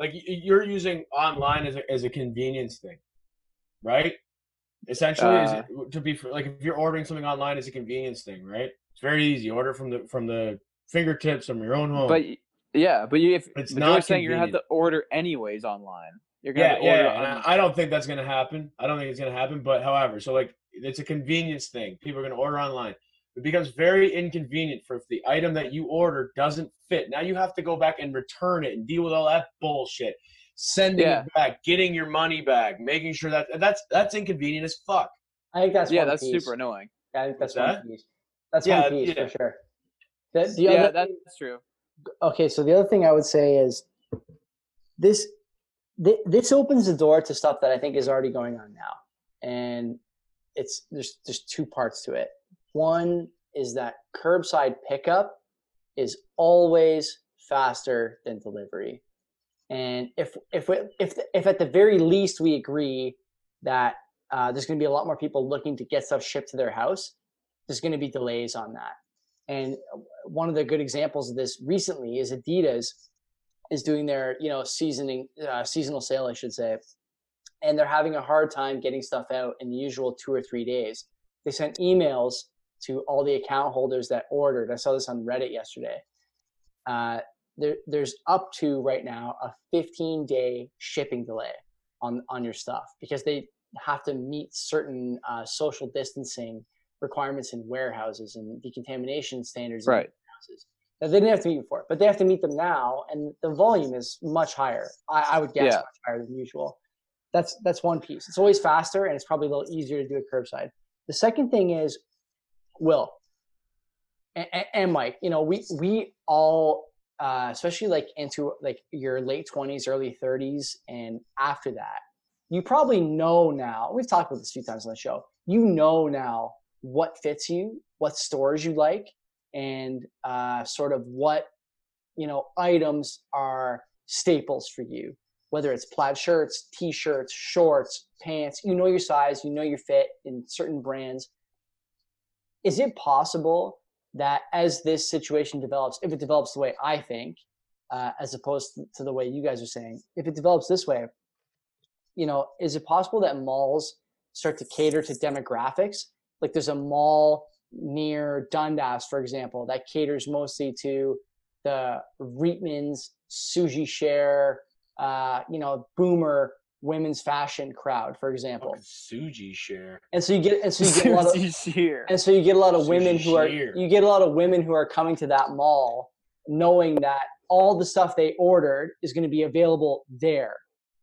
like y- you're using online as a, as a convenience thing, right? Essentially, is
Uh.
it, to be like if you're ordering something online as a convenience thing, right? It's very easy. Order from the from the fingertips from your own home.
But y- yeah, but you if
It's
but you're
not
saying you're gonna have to
convenient.
order anyways online. You're gonna
yeah,
have to
yeah,
order
and
on-
I- I don't think that's gonna happen. I don't think it's gonna happen. But however, so like it's a convenience thing. People are gonna order online. It becomes very inconvenient for if the item that you order doesn't fit. Now you have to go back and return it and deal with all that bullshit. Sending
Yeah.
it back, getting your money back, making sure that that's that's inconvenient as fuck.
I think that's
yeah,
one
that's
piece.
super annoying.
I think that's
What's
one
that?
piece. That's
Yeah,
one piece
yeah.
for sure. The, the
Yeah,
other
that's
thing-
true.
okay, so the other thing I would say is this thi- this opens the door to stuff that I think is already going on now, and it's there's there's two parts to it. One is that curbside pickup is always faster than delivery, and if if we, if if at the very least we agree that uh, there's going to be a lot more people looking to get stuff shipped to their house, there's going to be delays on that. And one of the good examples of this recently is Adidas is doing their you know seasoning uh, seasonal sale, I should say, and they're having a hard time getting stuff out in the usual two or three days. They sent emails to all the account holders that ordered. I saw this on Reddit yesterday. Uh, there, there's up to right now a 15 day shipping delay on on your stuff because they have to meet certain uh, social distancing requirements in warehouses and decontamination standards in
Right.
warehouses. Now, they didn't have to meet before, but they have to meet them now, and the volume is much higher. I, I would guess
Yeah.
much higher than usual. That's that's one piece. It's always faster and it's probably a little easier to do a curbside. The second thing is, Will and, and Mike, you know, we we all, uh, especially like into like your late twenties, early thirties, and after that, you probably know now. We've talked about this a few times on the show. You know now what fits you, what stores you like, and uh, sort of what you know items are staples for you whether it's plaid shirts t-shirts shorts pants you know your size you know your fit in certain brands is it possible that as this situation develops if it develops the way i think uh, as opposed to the way you guys are saying if it develops this way you know is it possible that malls start to cater to demographics like there's a mall near Dundas, for example, that caters mostly to the Reitmans, Suji Share, uh, you know, boomer women's fashion crowd, for example.
Fucking Suji share.
And so you get and so you get a lot of and so you get a lot of women who are
Sushi.
you get a lot of women who are coming to that mall knowing that all the stuff they ordered is going to be available there.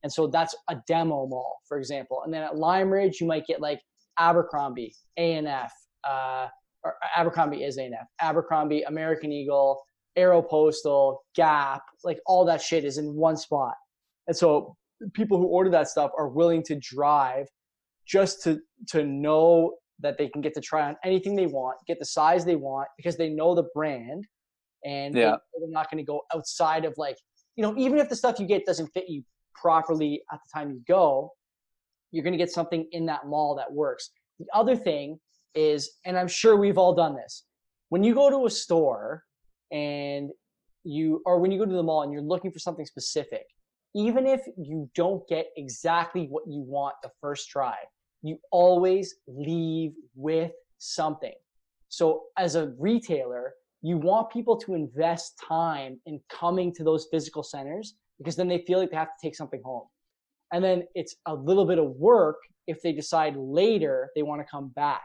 And so that's a demo mall, for example. And then at Lime Ridge, you might get like Abercrombie, A&F, uh, or Abercrombie is A&F, Abercrombie, American Eagle, Aeropostal, Gap, like all that shit is in one spot. And so people who order that stuff are willing to drive just to to know that they can get to try on anything they want, get the size they want because they know the brand and they
Yeah.
know they're not going to go outside of like, you know, even if the stuff you get doesn't fit you properly at the time you go, you're going to get something in that mall that works. The other thing is, and I'm sure we've all done this, when you go to a store and you, or when you go to the mall and you're looking for something specific, even if you don't get exactly what you want the first try, you always leave with something. So as a retailer, you want people to invest time in coming to those physical centers because then they feel like they have to take something home. And then it's a little bit of work if they decide later they want to come back.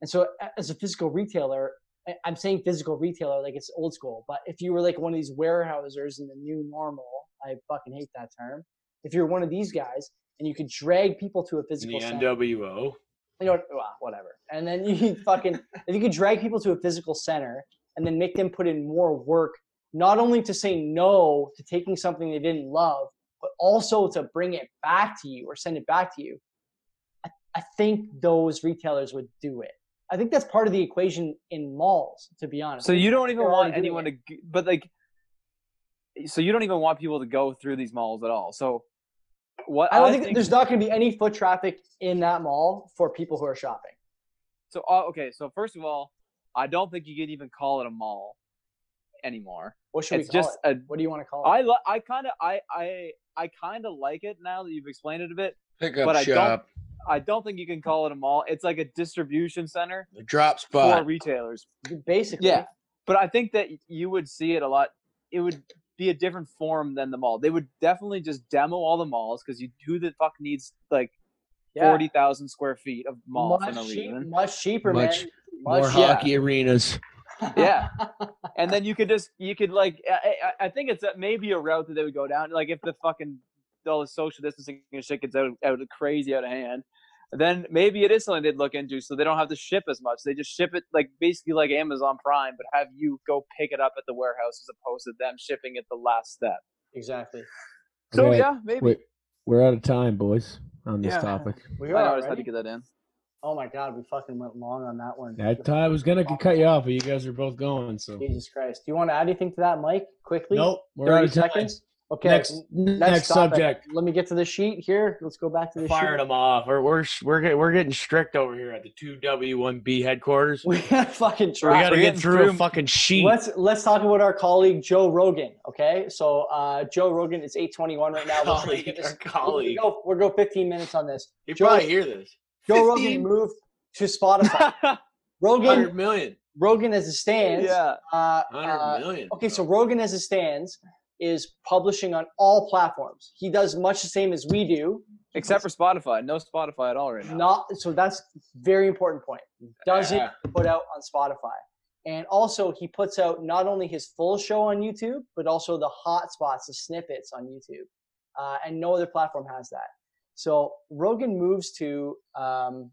And so a- as a physical retailer, I- I'm saying physical retailer like it's old school, but if you were like one of these warehousers in the new normal, I fucking hate that term. If you're one of these guys and you could drag people to a
In
physical
the
center,
NWO.
you know, well, whatever. And then you could fucking, if you could drag people to a physical center and then make them put in more work, not only to say no to taking something they didn't love, but also to bring it back to you or send it back to you, I, I think those retailers would do it. I think that's part of the equation in malls, to be honest.
So you don't even
They're
want
already doing
anyone
it.
to, g- but like, so you don't even want people to go through these malls at all. So what
I don't think, there's not going to be any foot traffic in that mall for people who are shopping.
So uh, okay, so first of all, I don't think you could even call it a mall anymore.
What should
it's
we call
just
it?
a.
What do you want to call it?
I lo- I kind of I I I kind of like it now that you've explained it a bit.
Pickup
But I don't-
shop.
I don't think you can
Mm.
call it a mall. It's like a distribution center
The drop
for
spot.
retailers.
Basically,
yeah. But I think that you would see it a lot. It would be a different form than the mall. They would definitely just demo all the malls because you who the fuck needs like
yeah.
forty thousand square feet of mall for
much,
no
cheap,
reason?
much cheaper,
Much-
man.
More
Much-
yeah.
hockey arenas.
Yeah. and
Uh
then you could just you could like I, I I think it's a, maybe a route that they would go down. Like if the fucking all the social distancing and shit gets out out of crazy out of hand, then maybe it is something they'd look into. So they don't have to ship as much. They just ship it like basically like Amazon Prime, but have you go pick it up at the warehouse as opposed to them shipping it the last step.
exactly.
So
Wait,
yeah, maybe.
Wait, we're out of time, boys, on this
Yeah.
topic.
We
I
are.
know, I just had
right?
to get that in.
oh my god, we fucking went long on that one.
That I was gonna cut you off, but you guys are both going, so
Jesus Christ. Do you want to add anything to that, Mike? Quickly.
Nope.
we're out
30
of time.
seconds. Okay.
Next,
n-
Next,
topic.
subject.
Let me get to the sheet here. Let's go back to the
fired
sheet.
them off. We're we're we're getting, we're getting strict over here at the two W one B headquarters. We
We gotta fucking try.
got to
we're
get
getting
through a
through-
fucking sheet.
Let's let's talk about our colleague Joe Rogan. Okay, so uh, Joe Rogan is eight twenty one right now. We're trying to
colleague,
get
our
this-
colleague.
We're gonna go, we're gonna go fifteen minutes on this.
You
Joe-
probably hear this.
Joe Rogan
15?
moved to Spotify. Rogan
Hundred million.
Rogan as it stands.
yeah.
Uh,
Hundred
uh,
million. Oh,
okay, so Rogan as it stands is publishing on all platforms. He does much the same as we do.
Except for Spotify. No Spotify at all right now.
Not so that's very important point. He doesn't
Yeah.
put out on Spotify. And also he puts out not only his full show on YouTube, but also the hot spots, the snippets on YouTube. Uh, and no other platform has that. So Rogan moves to um,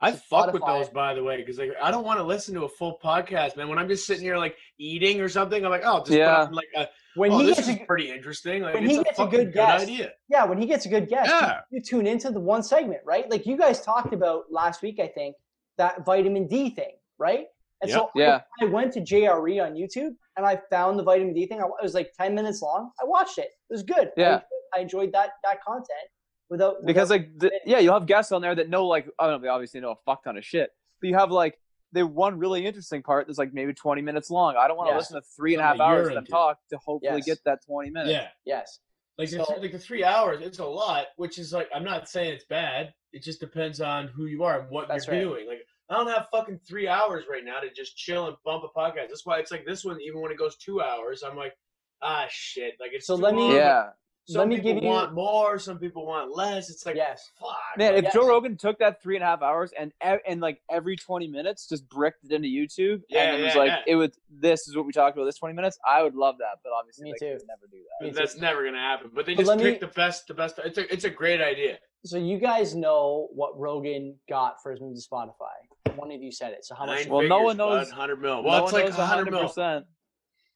I fuck with
Spotify.
those, by the way, because like I don't want to listen to a full podcast, man. When I'm just sitting here like eating or something, I'm like, oh, just
Yeah.
put on, like, a,
when
oh,
he
this
gets
is
a, g-
pretty interesting. Like,
when
it's
he
a
gets a
fucking
good guest-
idea.
yeah, when he gets a good guest, you-
Yeah.
you tune into the one segment, right? Like you guys talked about last week, I think that vitamin D thing, right? And so I-
Yeah.
I went to JRE on YouTube and I found the vitamin D thing. I, it was like ten minutes long. I watched it. It was good. I
Yeah.
enjoyed- I, enjoyed that that content without
because
without-
like the, yeah you'll have guests on there that know like i don't know they obviously know a fuck ton of shit but you have like the one really interesting part that's like maybe 20 minutes long i don't want to
Yeah.
listen to three and a
Something
half
that you're
hours of them
into.
talk to hopefully
Yes.
get that 20 minutes
Yeah,
yes,
like the,
So-
like the three hours, it's a lot. Which is like, I'm not saying it's bad. It just depends on who you are and what
That's
you're
right.
doing. Like, I don't have fucking three hours right now to just chill and bump a podcast. That's why it's like this one. Even when it goes two hours, I'm like, ah, shit. Like, it's
So
too
let me-
long.
yeah
Some
Let me
people
give you-
want more. Some people want less. It's like,
yes.
fuck.
man if
like,
joe
Yes.
rogan took that three and a half hours and ev- and like every 20 minutes just bricked it into youtube
Yeah,
and it was
yeah,
like
yeah.
it was this is what we talked about this 20 minutes i would love that but obviously
Me
like,
too.
they never do that
It's
that's never gonna happen. But they
But
just
let
pick
me-
the best. The best. It's a it's a great idea.
So you guys know what Rogan got for his move to Spotify. One of you said it. So how much?
Nine
Well, no one
figures,
knows-
Hundred mil. Well,
No
it's
one
like
knows
hundred mil.
100%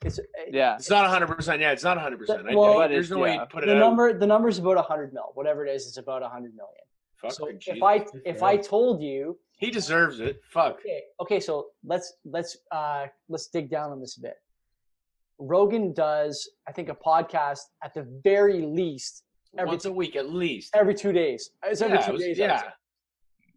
It's, uh,
yeah
It's not hundred percent. Yeah, it's not hundred percent.
Well,
I, there's
But
no
it's-
way
yeah.
you put it
the
out.
number the number's about 100 mil whatever it is it's about 100 million
Fuck,
so if
Jesus.
i if i told you
he deserves it. Fuck.
okay okay so let's let's uh let's dig down on this a bit rogan does i think a podcast at the very least every
Once a week at least.
every two days it's every
Yeah, it
two
was-
days I would
yeah.
say.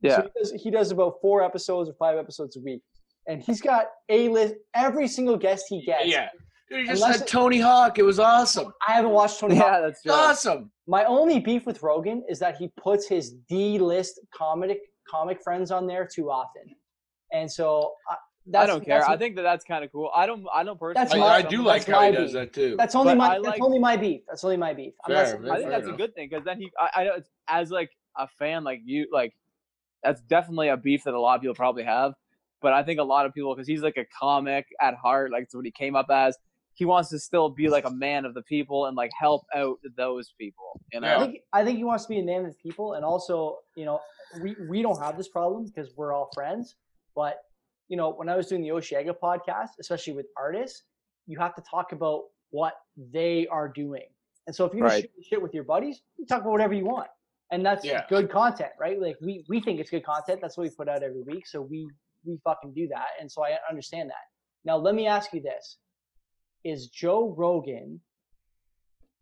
yeah
So he, does, he does about four episodes or five episodes a week and he's got a list every single guest he gets
Yeah. Dude, he just
Unless
had
it-
Tony Hawk. It was awesome.
i haven't watched tony Hawk
yeah that's
It's
true
Awesome.
My only beef with Rogan is that he puts his D list comedic comic friends on there too often, and so I, that's,
I don't care.
That's,
I think that that's kind of cool. I don't. I don't personally.
That's
I,
my-
I do like
that's
how he
my
does
beat.
that too.
that's only
but
my
I
that's
like-
only my beef. That's only my beef. I'm not
Fair,
saying-
man,
I think
fair
that's
enough.
a good thing because then he. I, I know it's- as like a fan, like you, like that's definitely a beef that a lot of people probably have. But I think a lot of people because he's like a comic at heart. Like it's what he came up as. He wants to still be like a man of the people and like help out those people. You know.
I think I think he wants to be a man of the people, and also you know we we don't have this problem because we're all friends. But you know when I was doing the Oshiega podcast, especially with artists, you have to talk about what they are doing. And so if you
Right.
just shoot the shit with your buddies, you talk about whatever you want, and that's
Yeah.
good content, right? Like we we think it's good content. That's what we put out every week. So we we fucking do that, and so I understand that. Now let me ask you this: Is Joe Rogan?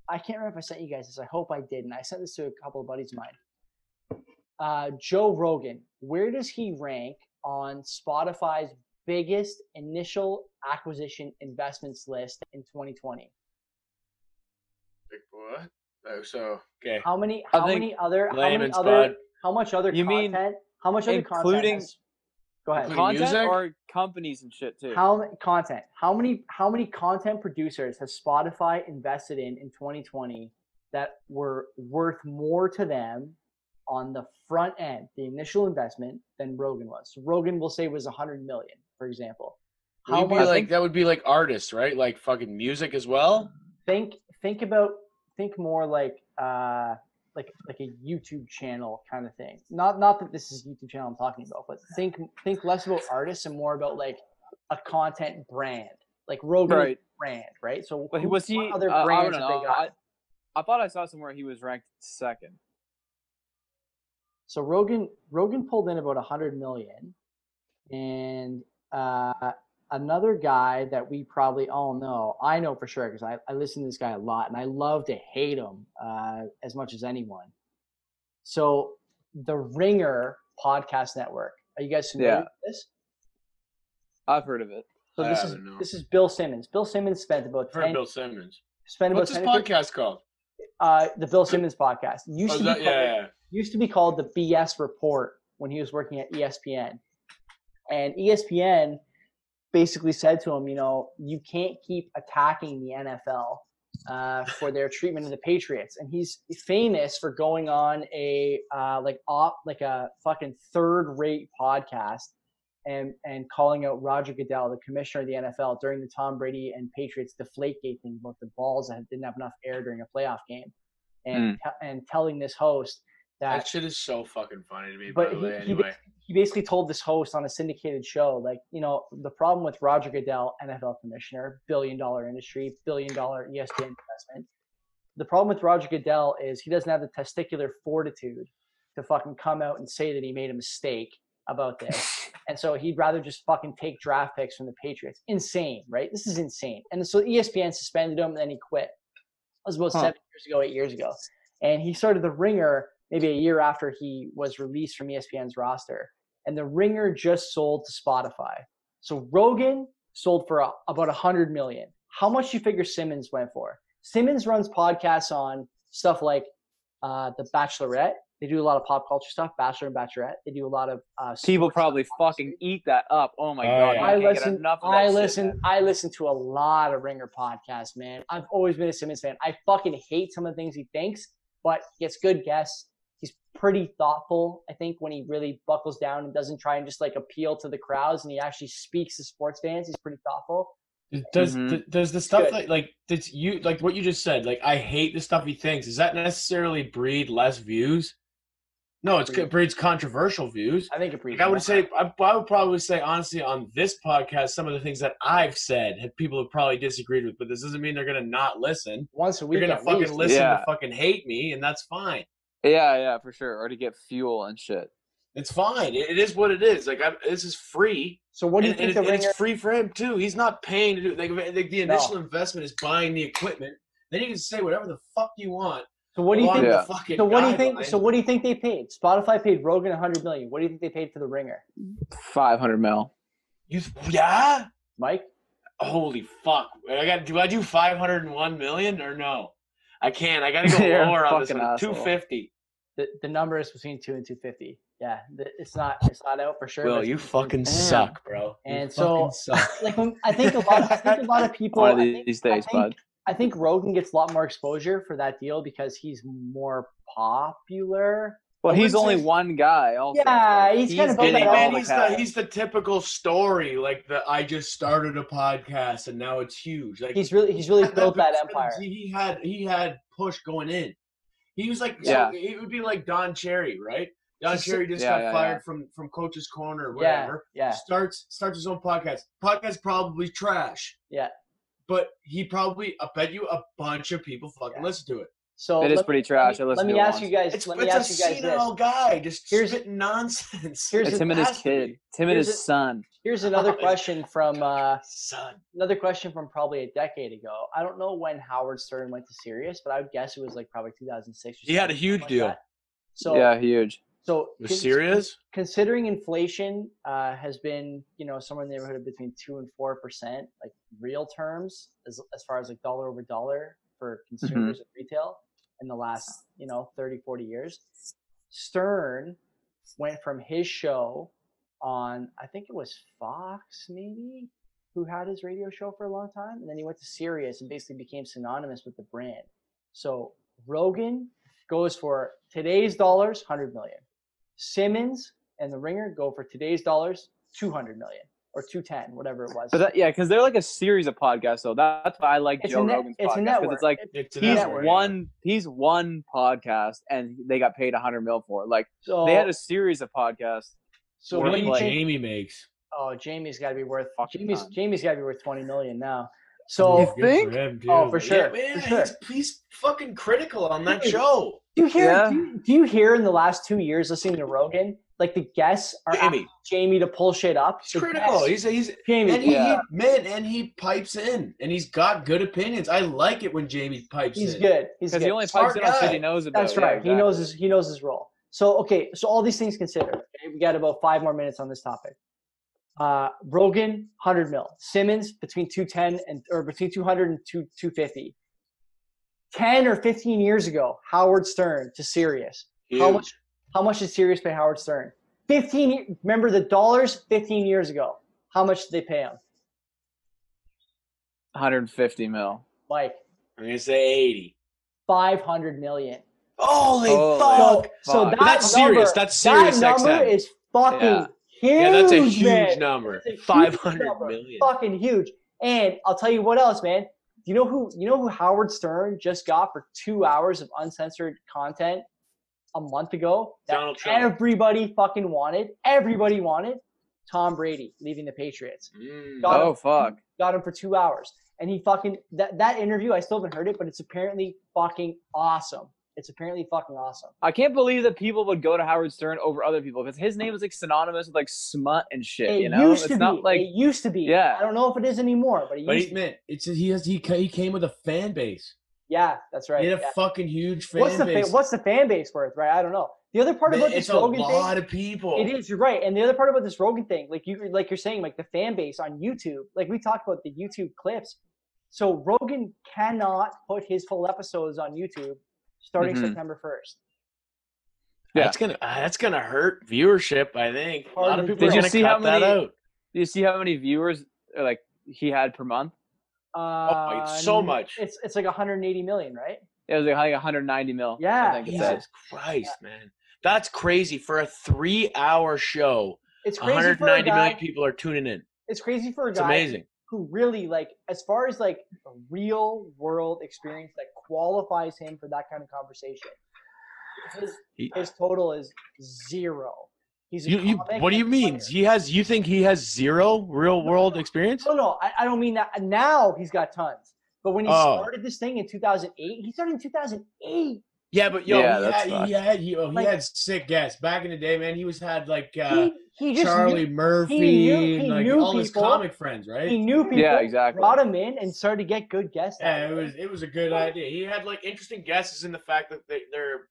I can't remember if I sent you guys this. I hope I didn't. I sent this to a couple of buddies of mine. Uh, Joe Rogan, where does he rank on Spotify's biggest initial acquisition investments list in 2020?
Like, what? Oh, so okay.
How many?
I
How
think
many other? How many
Layman's
other?
bud.
How much other
You mean
content? how much other
including-
content? has- Go ahead.
Including
Content
music?
or companies and shit too.
How m- content? How many? How many content producers has Spotify invested in in 2020 that were worth more to them on the front end, the initial investment, than Rogan was? So Rogan will say was 100 million, for example.
Would
How
be
much?
like
think-
that would be like artists, right? Like fucking music as well.
think think about think more like uh like like a YouTube channel kind of thing. Not not that this is YouTube channel I'm talking about, but think think less about artists and more about like a content brand. Like Rogan is
Right.
brand, right? So
But
who-
was he?
what other
uh, I don't
brands have
know.
they got?
I, I thought I saw somewhere he was ranked second.
so Rogan Rogan pulled in about 100 million and uh another guy that we probably all know i know for sure because I, I listen to this guy a lot and i love to hate him uh, as much as anyone so the ringer podcast network are you guys familiar
Yeah.
with this
I've heard of it.
so
I
this is
don't know.
this is bill simmons bill simmons spent about
For
10
Bill Simmons.
spent about
What's his
10
podcast called?
uh the bill simmons podcast used
Oh,
to
is that-
be
yeah,
called-
yeah, yeah.
used to be called the BS report when he was working at E ESPN. And E ESPN basically said to him, you know, you can't keep attacking the NFL uh, for their treatment of the Patriots. And he's famous for going on a uh, like op, like a fucking third rate podcast and and calling out Roger Goodell, the commissioner of the NFL, during the Tom Brady and Patriots deflategate thing about the balls that didn't have enough air during a playoff game, and te- and telling this host
That
That
shit is so fucking funny to me.
But
by the
he-
way,
he
anyway,
he basically told this host on a syndicated show, like, you know, the problem with Roger Goodell, NFL commissioner, billion dollar industry, E billion dollar ESPN investment. The problem with Roger Goodell is he doesn't have the testicular fortitude to fucking come out and say that he made a mistake about this. and so he'd rather just fucking take draft picks from the Patriots. Insane, right? This is insane. And so E ESPN suspended him and then he quit. That was about
Huh.
seven years ago, eight years ago. And he started The Ringer maybe a year after he was released from E ESPN's roster and the ringer just sold to spotify so rogan sold for a, about 100 million how much do you figure simmons went for simmons runs podcasts on stuff like uh, the bachelorette they do a lot of pop culture stuff bachelor and bachelorette they do a lot of uh,
People
sports stuff,
probably fucking
obviously.
eat that up. Oh my
Oh,
god!
yeah.
I,
I
can't get
listen.
enough of that
I
shit,
listen.
man.
I listen to a lot of Ringer podcasts, man. I've always been a Simmons fan. I fucking hate some of the things he thinks, but he gets good guests. He's pretty thoughtful, I think, when he really buckles down and doesn't try and just like appeal to the crowds and he actually speaks to sports fans. He's pretty thoughtful.
does
Mm-hmm.
Mhm.
th- does the stuff
good.
that like that's you like what you just said? Like I hate the stuff he thinks. Does that necessarily breed less views? No, it's, it breeds controversial views.
I think it breeds.
Like I would say, I, I would probably say honestly on this podcast, some of the things that I've said have people have probably disagreed with, but this doesn't mean they're gonna not listen.
once a week.
You're gonna
at
fucking
least.
listen to
Yeah.
fucking hate me, and that's fine.
Yeah, yeah, for sure. Or to get fuel and shit.
It's fine. It, it is what it is. Like I'm, this is free.
So what do you
and,
think
and
the
it- and
Ringer?
it's free for him too. He's not paying to do. Like, like the
No.
initial investment is buying the equipment. Then you can say whatever the fuck you want.
So what do you
along
think?
the
Yeah.
fucking
So what do you think?
guidelines.
So what do you think they paid? Spotify paid Rogan 100 million. What do you think they paid for the Ringer,
Five hundred mil.
you yeah.
Mike?
Holy fuck! I got do I do five hundred and one million or no? I can't. I gotta go
You're a
lower on this
fucking
one. Two
asshole.
fifty.
The, the number is between two and two fifty. Yeah, the, it's not it's not out for sure. but
Will
it's
you
between-
fucking suck, bro? You
And so-
fucking suck.
like when- I think a lot of, I think a lot of people
One of
I
these
think, I
days,
think,
bud.
I think Rogan gets a lot more exposure for that deal because he's more popular.
Well,
I
he's
wouldn't
only
say-
one guy. Also,
Yeah,
Like,
he's kind of built
getting
that
all
up.
man,
the
he's the
cash.
he's the typical story, like the I just started a podcast and now it's huge. Like
He's really he's really
at
built that
percentage,
empire.
He had he had push going in. He was like,
Yeah.
so it would be like Don Cherry, right? Don
Just-
Cherry just
Yeah,
got
yeah,
fired
yeah.
from from Coach's Corner,
Yeah,
whatever.
yeah,
Starts starts his own podcast. Podcast probably trash.
Yeah.
But he probably, I bet you, a bunch of people fucking
Yeah.
listen to it.
So
It is
let-
pretty
let me-
trash. I
Let
listened
me
to it
ask you
once.
guys.
It's,
let me ask
it's
you
a
guys this.
senile guy just
Here's-
spitting nonsense.
here's
It's him and his
Has to be.
kid. It's him and
Here's
his
a-
son.
Here's another question from uh,
Son,
another question from probably a decade ago. I don't know when Howard Stern went to Sirius, but I would guess it was like probably 2006. Or
He had a
something
huge
like
deal.
that. So
yeah, huge.
so
was
cons-
serious?
considering inflation uh, has been you know somewhere in the neighborhood of between two and four percent, like real terms, as as far as like dollar over dollar for consumers and retail in the last you know 30, 40 years. Stern went from his show on I think it was Fox maybe who had his radio show for a long time and then he went to Sirius and basically became synonymous with the brand. So Rogan goes for today's dollars 100 million. Simmons and the Ringer go for today's dollars 200 million or 210 whatever it was.
But that, yeah, because they're like a series of podcasts, so that's why I like
it's,
Joe
a net-
Rogan's
it's a
podcast
network.
because it's like
It's an
he's
hour, yeah.
one he's one podcast and they got paid a hundred mil for it. Like
so,
they had a series of podcasts.
so
What
what do
did
you
like-
think?
Jamie makes?
Oh, Jamie's got to be worth
Fucking
Jamie's
ton.
Jamie's got to be worth 20 million now. So
Good for
think?
him, too.
Oh, for
Yeah,
sure,
man,
for sure.
He's, he's fucking critical on that
Dude.
show.
Do you hear?
Yeah.
Do, you, do you hear in the last two years listening to Rogan, like the guests are asking
Jamie,
Jamie to pull shit up?
he's
The
critical.
guests-
He's he's
Jamie,
and he,
Yeah.
he- man, and he pipes in, and he's got good opinions. I like it when Jamie pipes
he's
in.
good. He's
Because
good.
he only
Smart
pipes in on shit
guy.
he knows about.
That's
Yeah,
right. He
exactly.
knows his he knows his role. So okay, so all these things considered, okay, we got about five more minutes on this topic. Uh, Rogan, hundred mil. Simmons between two ten and or between 200 and 2, 250. Ten or fifteen years ago, Howard Stern to Sirius. How
Huge.
much? How much did Sirius pay Howard Stern? Fifteen. ye- Remember the dollars? Fifteen years ago, how much did they pay him?
150 mil.
Like
I'm gonna say eighty.
five hundred million.
Holy,
Holy
So,
fuck!
so
fuck.
that
That's
number,
serious. That's serious.
That number
XM.
is fucking
Yeah.
huge.
yeah, that's a huge
man.
number.
That's a huge
Five hundred
number.
million.
Fucking huge. And I'll tell you what else, man. You know who? You know who Howard Stern just got for two hours of uncensored content a month ago that
Donald Trump.
everybody fucking wanted. Everybody wanted Tom Brady leaving the Patriots.
Mm.
Got
Oh
him-
fuck.
Got him for two hours, and he fucking that that interview. I still haven't heard it, but it's apparently fucking awesome. It's apparently fucking awesome.
I can't believe that people would go to Howard Stern over other people because his name is like synonymous with like smut and shit.
It
you know,
used to
it's
be.
not like
it used to be.
Yeah.
I don't know if it is anymore, but it used.
But
to
he-
be.
Man, it's he has he ca- he came with a fan base.
Yeah, that's right.
He had a
yeah.
fucking huge fan
What's the
base.
fa- what's the fan base worth, right? I don't know. The other part
Man,
about
it's
this
a
Rogan
lot
thing,
of people.
it is you're right. And the other part about this Rogan thing, like you like you're saying, like the fan base on YouTube, like we talked about the YouTube clips. So Rogan cannot put his full episodes on YouTube starting
Mhm.
Mm-hmm.
September first.
Yeah.
That's gonna uh, that's gonna hurt viewership. I think a lot of people
Did
are
you
gonna
see
cut
how
that
many-
out.
Do you see how many viewers uh, like he had per month?
Uh,
Oh, it's so much.
It's it's like 180 million, right?
It was like, I think 190 mil.
Yeah,
I think it
yeah.
said.
Jesus Christ, man, that's crazy for a three-hour show.
It's
One
crazy
hundred
for a
ninety million
guy.
people are tuning in.
It's crazy for a
It's
guy.
amazing.
who really like as far as like the real world experience that qualifies him for that kind of conversation his,
He-
his total is zero he's a
You, you,
comic
what
and
do you
a
mean?
player.
He has. You think he has zero real-world experience?
no no I, I don't mean that now he's got tons but when he
Oh.
started this thing in 2008 he started in 2008
Yeah, but yo,
Yeah,
he,
that's
had,
fucked.
he had he, oh, he
Like-
had sick guests back in the day, man. He was had like uh,
he, he just
Charlie
knew,
Murphy,
knew- he
and, like
knew
all his
people.
comic friends, right?
he knew people
Yeah, exactly.
brought him in and started to get good guests out of
Yeah, it
him.
was it was a good idea. He had like interesting guesses in the fact that they, they're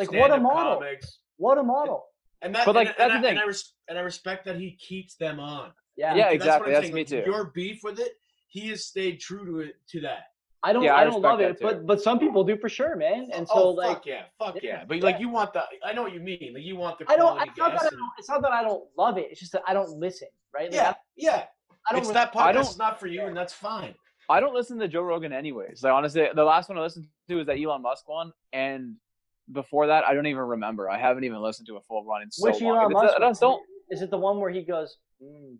Like, what a
stand-up
model.
comics.
what a model
and that
But, like,
and,
that's
and
the
I, and
thing.
I, res- and I respect that he keeps them on.
yeah,
Yeah,
what
exactly.
I'm
That's
saying,
me
like,
too.
Your beef with it, he has stayed true to it to that.
i don't
Yeah, I
i don't
respect
love
that
it
too.
but but some people do for sure man and so
oh,
like
fuck yeah, fuck
yeah,
yeah. But
yeah.
like you want the, I know what you mean. Like you want the.
I don't.
quality
It's not, that I
guests
don't. It's not that I don't love it. It's just that I don't listen. Right?
and-
Like,
yeah, yeah.
I, I don't.
it's
re-
that podcast.
I don't-
it's not for you, and that's fine.
I don't listen to Joe Rogan anyways. Like honestly, the last one I listened to was that Elon Musk one, and before that, I don't even remember. I haven't even listened to a full run in so
Which
long.
Elon
It's-
Musk?
I just don't.
Is it the one where he goes, mm,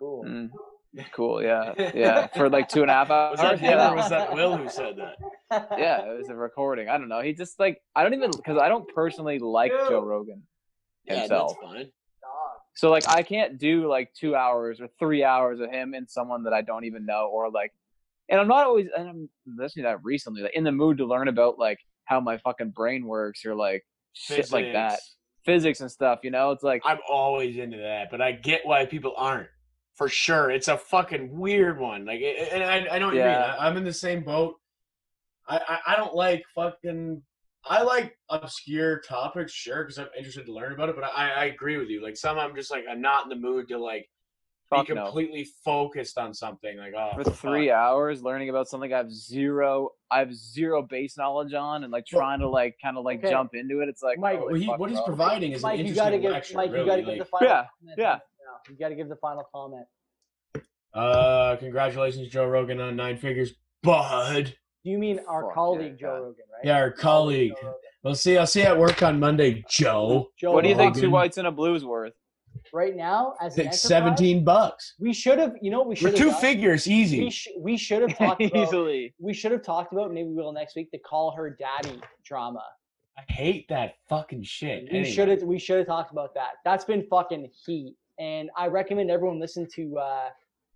"Cool"?
Mm. Cool. Yeah. Yeah. For like two and a half hours.
Was that him
yeah.
or was that Will who said that?
yeah, it was a recording. I don't know. He just like I don't even because I don't personally like
Dude.
Joe Rogan
Yeah,
himself.
that's fine.
Dog.
So like I can't do like two hours or three hours of him and someone that I don't even know or like and I'm not always and I'm listening to that recently, like in the mood to learn about like how my fucking brain works or like shit like that.
Physics.
Physics and stuff, you know? It's like
I'm always into that, but I get why people aren't. For sure, it's a fucking weird one. Like, a- and I, I know what you mean.
Yeah.
I, I'm in the same boat. I, I, I don't like fucking. I like obscure topics, sure, because I'm interested to learn about it. But I, I agree with you. Like, some I'm just like I'm not in the mood to like
fuck
be
no.
completely focused on something. Like, oh,
For e
fuck.
three hours learning about something I have zero I have zero base knowledge on and like
Well-
trying to like kinda like
Okay.
jump into it. It's like
Mike,
Well, he,
fuck,
what he's
bro.
providing is
Mike,
an
you gotta
interesting
give.
lecture.
Mike,
really.
you gotta give the
like,
final.
Yeah,
comment
yeah.
now. You gotta give the final comment.
uh, congratulations, Joe Rogan, on nine figures, bud.
You mean our
Fuck yeah,
colleague Joe
God.
Rogan, right?
Yeah, our colleague. Oh.
Joe Rogan.
We'll see. I'll see you at work on Monday, Joe.
Joe
What do you think
Rogan,
two whites and a blue's worth?
Right now, as an
Like
enterprise,
seventeen bucks.
We should have. You know, what we
We're
should
two
have. done?
figures,
We,
easy.
sh- we should have talked about.
Easily.
We should have talked about. Maybe we will next week. The call her daddy drama.
I hate that fucking shit.
We should have we should have talked about that. That's been fucking heat. And I recommend everyone listen to uh,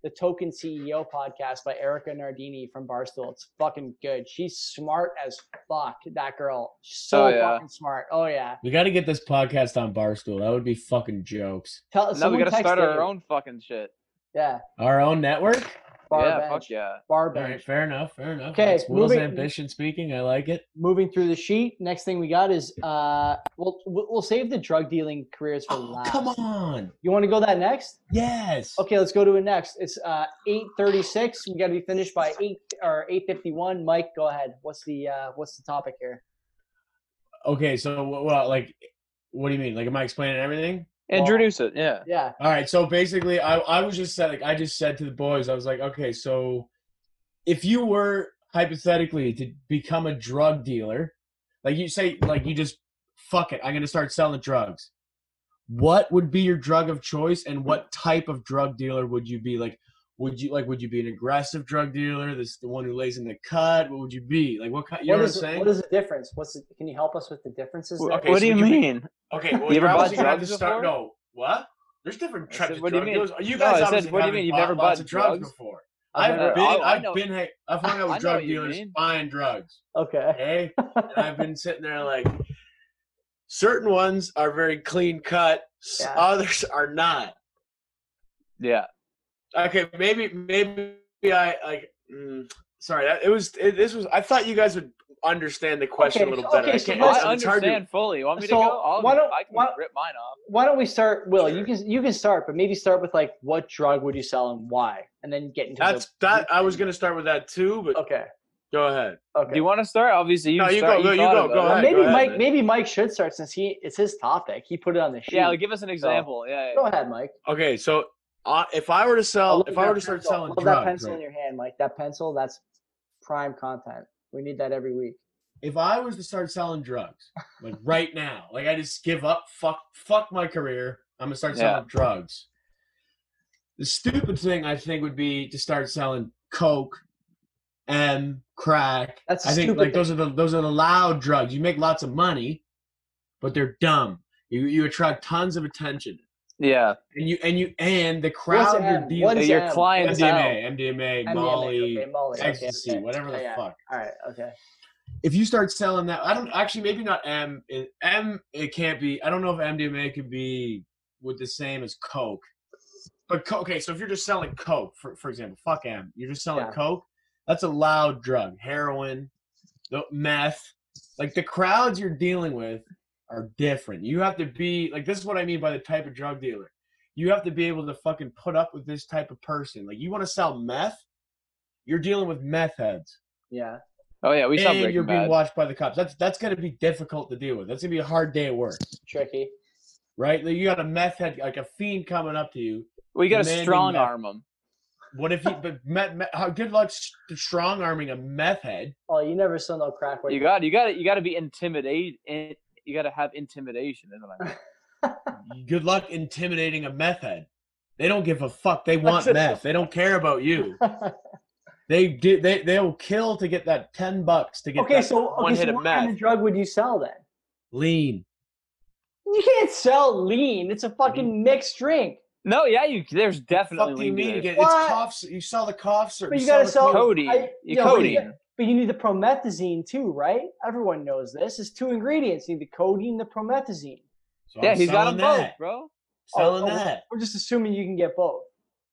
the Token CEO podcast by Erica Nardini from Barstool. It's fucking good. She's smart as fuck. That girl, so
Oh, yeah.
fucking smart. Oh yeah.
We got to get this podcast on Barstool. That would be fucking jokes.
Tell
Now we
Uh, someone
gotta
text
start
Dave.
our own fucking shit.
Yeah.
Our own network.
Bar
yeah,
bench.
fuck yeah.
Bar
All
bench.
right, fair enough. Fair enough.
Okay,
That's Will's
moving-
ambition speaking. I like it.
Moving through the sheet. Next thing we got is uh, we'll we'll we'll save the drug dealing careers for
Oh,
last.
come on.
You want to go that next?
Yes.
Okay, let's go to it next. It's uh, eight thirty-six. We got to be finished by eight or eight fifty-one. Mike, go ahead. What's the uh, what's the topic here?
Okay. So, wh- well, like, what do you mean? Like, am I explaining everything?
Well-
Introduce it, yeah.
Yeah,
All right. So basically, I I was just said like I just said to the boys, I was like, okay, so if you were hypothetically to become a drug dealer, like you say, like you just fuck it, I'm gonna start selling drugs. What would be your drug of choice, and what type of drug dealer would you be? Like, Would you like? Would you be an aggressive drug dealer? This the one who lays in the cut. What would you be like? What kind? You know
What
what I'm
is,
saying?
what is the difference? What's the, can you help us with the differences?
Well,
there?
okay,
what
so
do you
you re-
mean?
Okay, well,
You
you
ever
are
bought
obviously gonna have to
drugs
start.
before?
No, what? There's different
I
types
said,
of
what do you
drug
mean?
deals. You
No, I
guys
said,
obviously
what do you
haven't
mean? You've
bought
never bought
lots of drugs,
drugs?
before.
I've
I've
never- Oh,
been,
I- I
I've
know-
been, hang- I've hung
I
out with
know what
drug
you
dealers
mean.
buying drugs.
Okay.
Okay, and I've been sitting there like, certain ones are very clean cut, s-
Yeah.
others are not.
Yeah.
Okay, maybe, maybe I like. Mm, sorry, that, it was. It, this was. I thought you guys would understand the question
Okay,
a little
so-
better.
okay,
I
so
can't-
let's-
it's-
I
it's hard to-
understand fully. You want me
So,
to go? I'll,
why don't-
I can
why-
rip mine off.
Why don't we start, Will? You
Sure.
can you can start, but maybe start with like what drug would you sell and why, and then get into the-
That's that. I was gonna start with that too, but
Okay.
go ahead.
Okay.
Do you want to start? Obviously, you
No,
can
you
start.
go, go, you
thought
go,
about
go
it.
Well,
ahead,
maybe Mike.
man.
Maybe Mike should start since he it's his topic. He put it on the sheet.
Yeah, give us an example. Yeah, yeah,
Oh. Go ahead, Mike.
Okay, so uh, if I were to sell,
love
if I
that
were to start
pencil.
selling
love that
drugs,
pencil
right?
in your hand, Mike. That pencil, that's prime content. We need that every week.
if I was to start selling drugs, like right now, like I just give up, fuck, fuck my career. I'm gonna start
Yeah.
selling drugs. The stupid thing I think would be to start selling coke, M, crack.
That's a
I think
stupid
like those are the those are the loud drugs. You make lots of money, but they're dumb. You you attract tons of attention,
yeah.
and you and you and the crowd you're
M?
dealing
What's
Your
M?
clients out.
MDMA, MDMA,
MDMA,
Molly,
okay, Molly, okay,
ecstasy,
okay.
whatever the
Yeah, yeah.
fuck.
All right. Okay.
If you start selling that, I don't actually maybe not M. it- M it can't be. I don't know if MDMA could be with the same as coke. But co- okay, so if you're just selling coke, for for example, fuck M. You're just selling
Yeah.
coke. That's a loud drug. Heroin, the meth, like the crowds you're dealing with are different. You have to be like this is what I mean by the type of drug dealer. You have to be able to fucking put up with this type of person. Like you want to sell meth, you're dealing with meth heads
Yeah.
Oh yeah, we saw
and you're
Breaking
being
Bad.
watched by the cops. That's that's gonna be difficult to deal with. That's gonna be a hard day at work,
Tricky.
right? Like, you got a meth head, like a fiend coming up to you.
We got to
demanding
strong
that.
arm them.
What if he? But met, met, how, good luck strong arming a meth head.
Oh, you never sell no crack. where
You got, you got to, you got to be intimidated. in- You got to have intimidation, is what I mean.
Good luck intimidating a meth head. They don't give a fuck. They want meth. They don't care about you. They do. They they will kill to get that ten bucks to get
okay.
that
So, okay,
one hit
so
of
what
meth.
kind of drug would you sell then?
Lean.
You can't sell lean. It's a fucking mixed drink.
No, yeah, you. There's definitely.
Fuck do you mean?
lean to
You get,
it.
it's
What?
coughs. You sell the cough syrup.
But you
sell
gotta
the
sell
coke.
Cody,
I-
you
yeah, but you
Cody.
got- But you need the promethazine too, right? Everyone knows this. It's two ingredients. You need the codeine, and the promethazine.
So
Yeah,
I'm
he's got
selling
them both,
that.
bro.
Selling
Oh, oh,
that.
We're just assuming you can get both.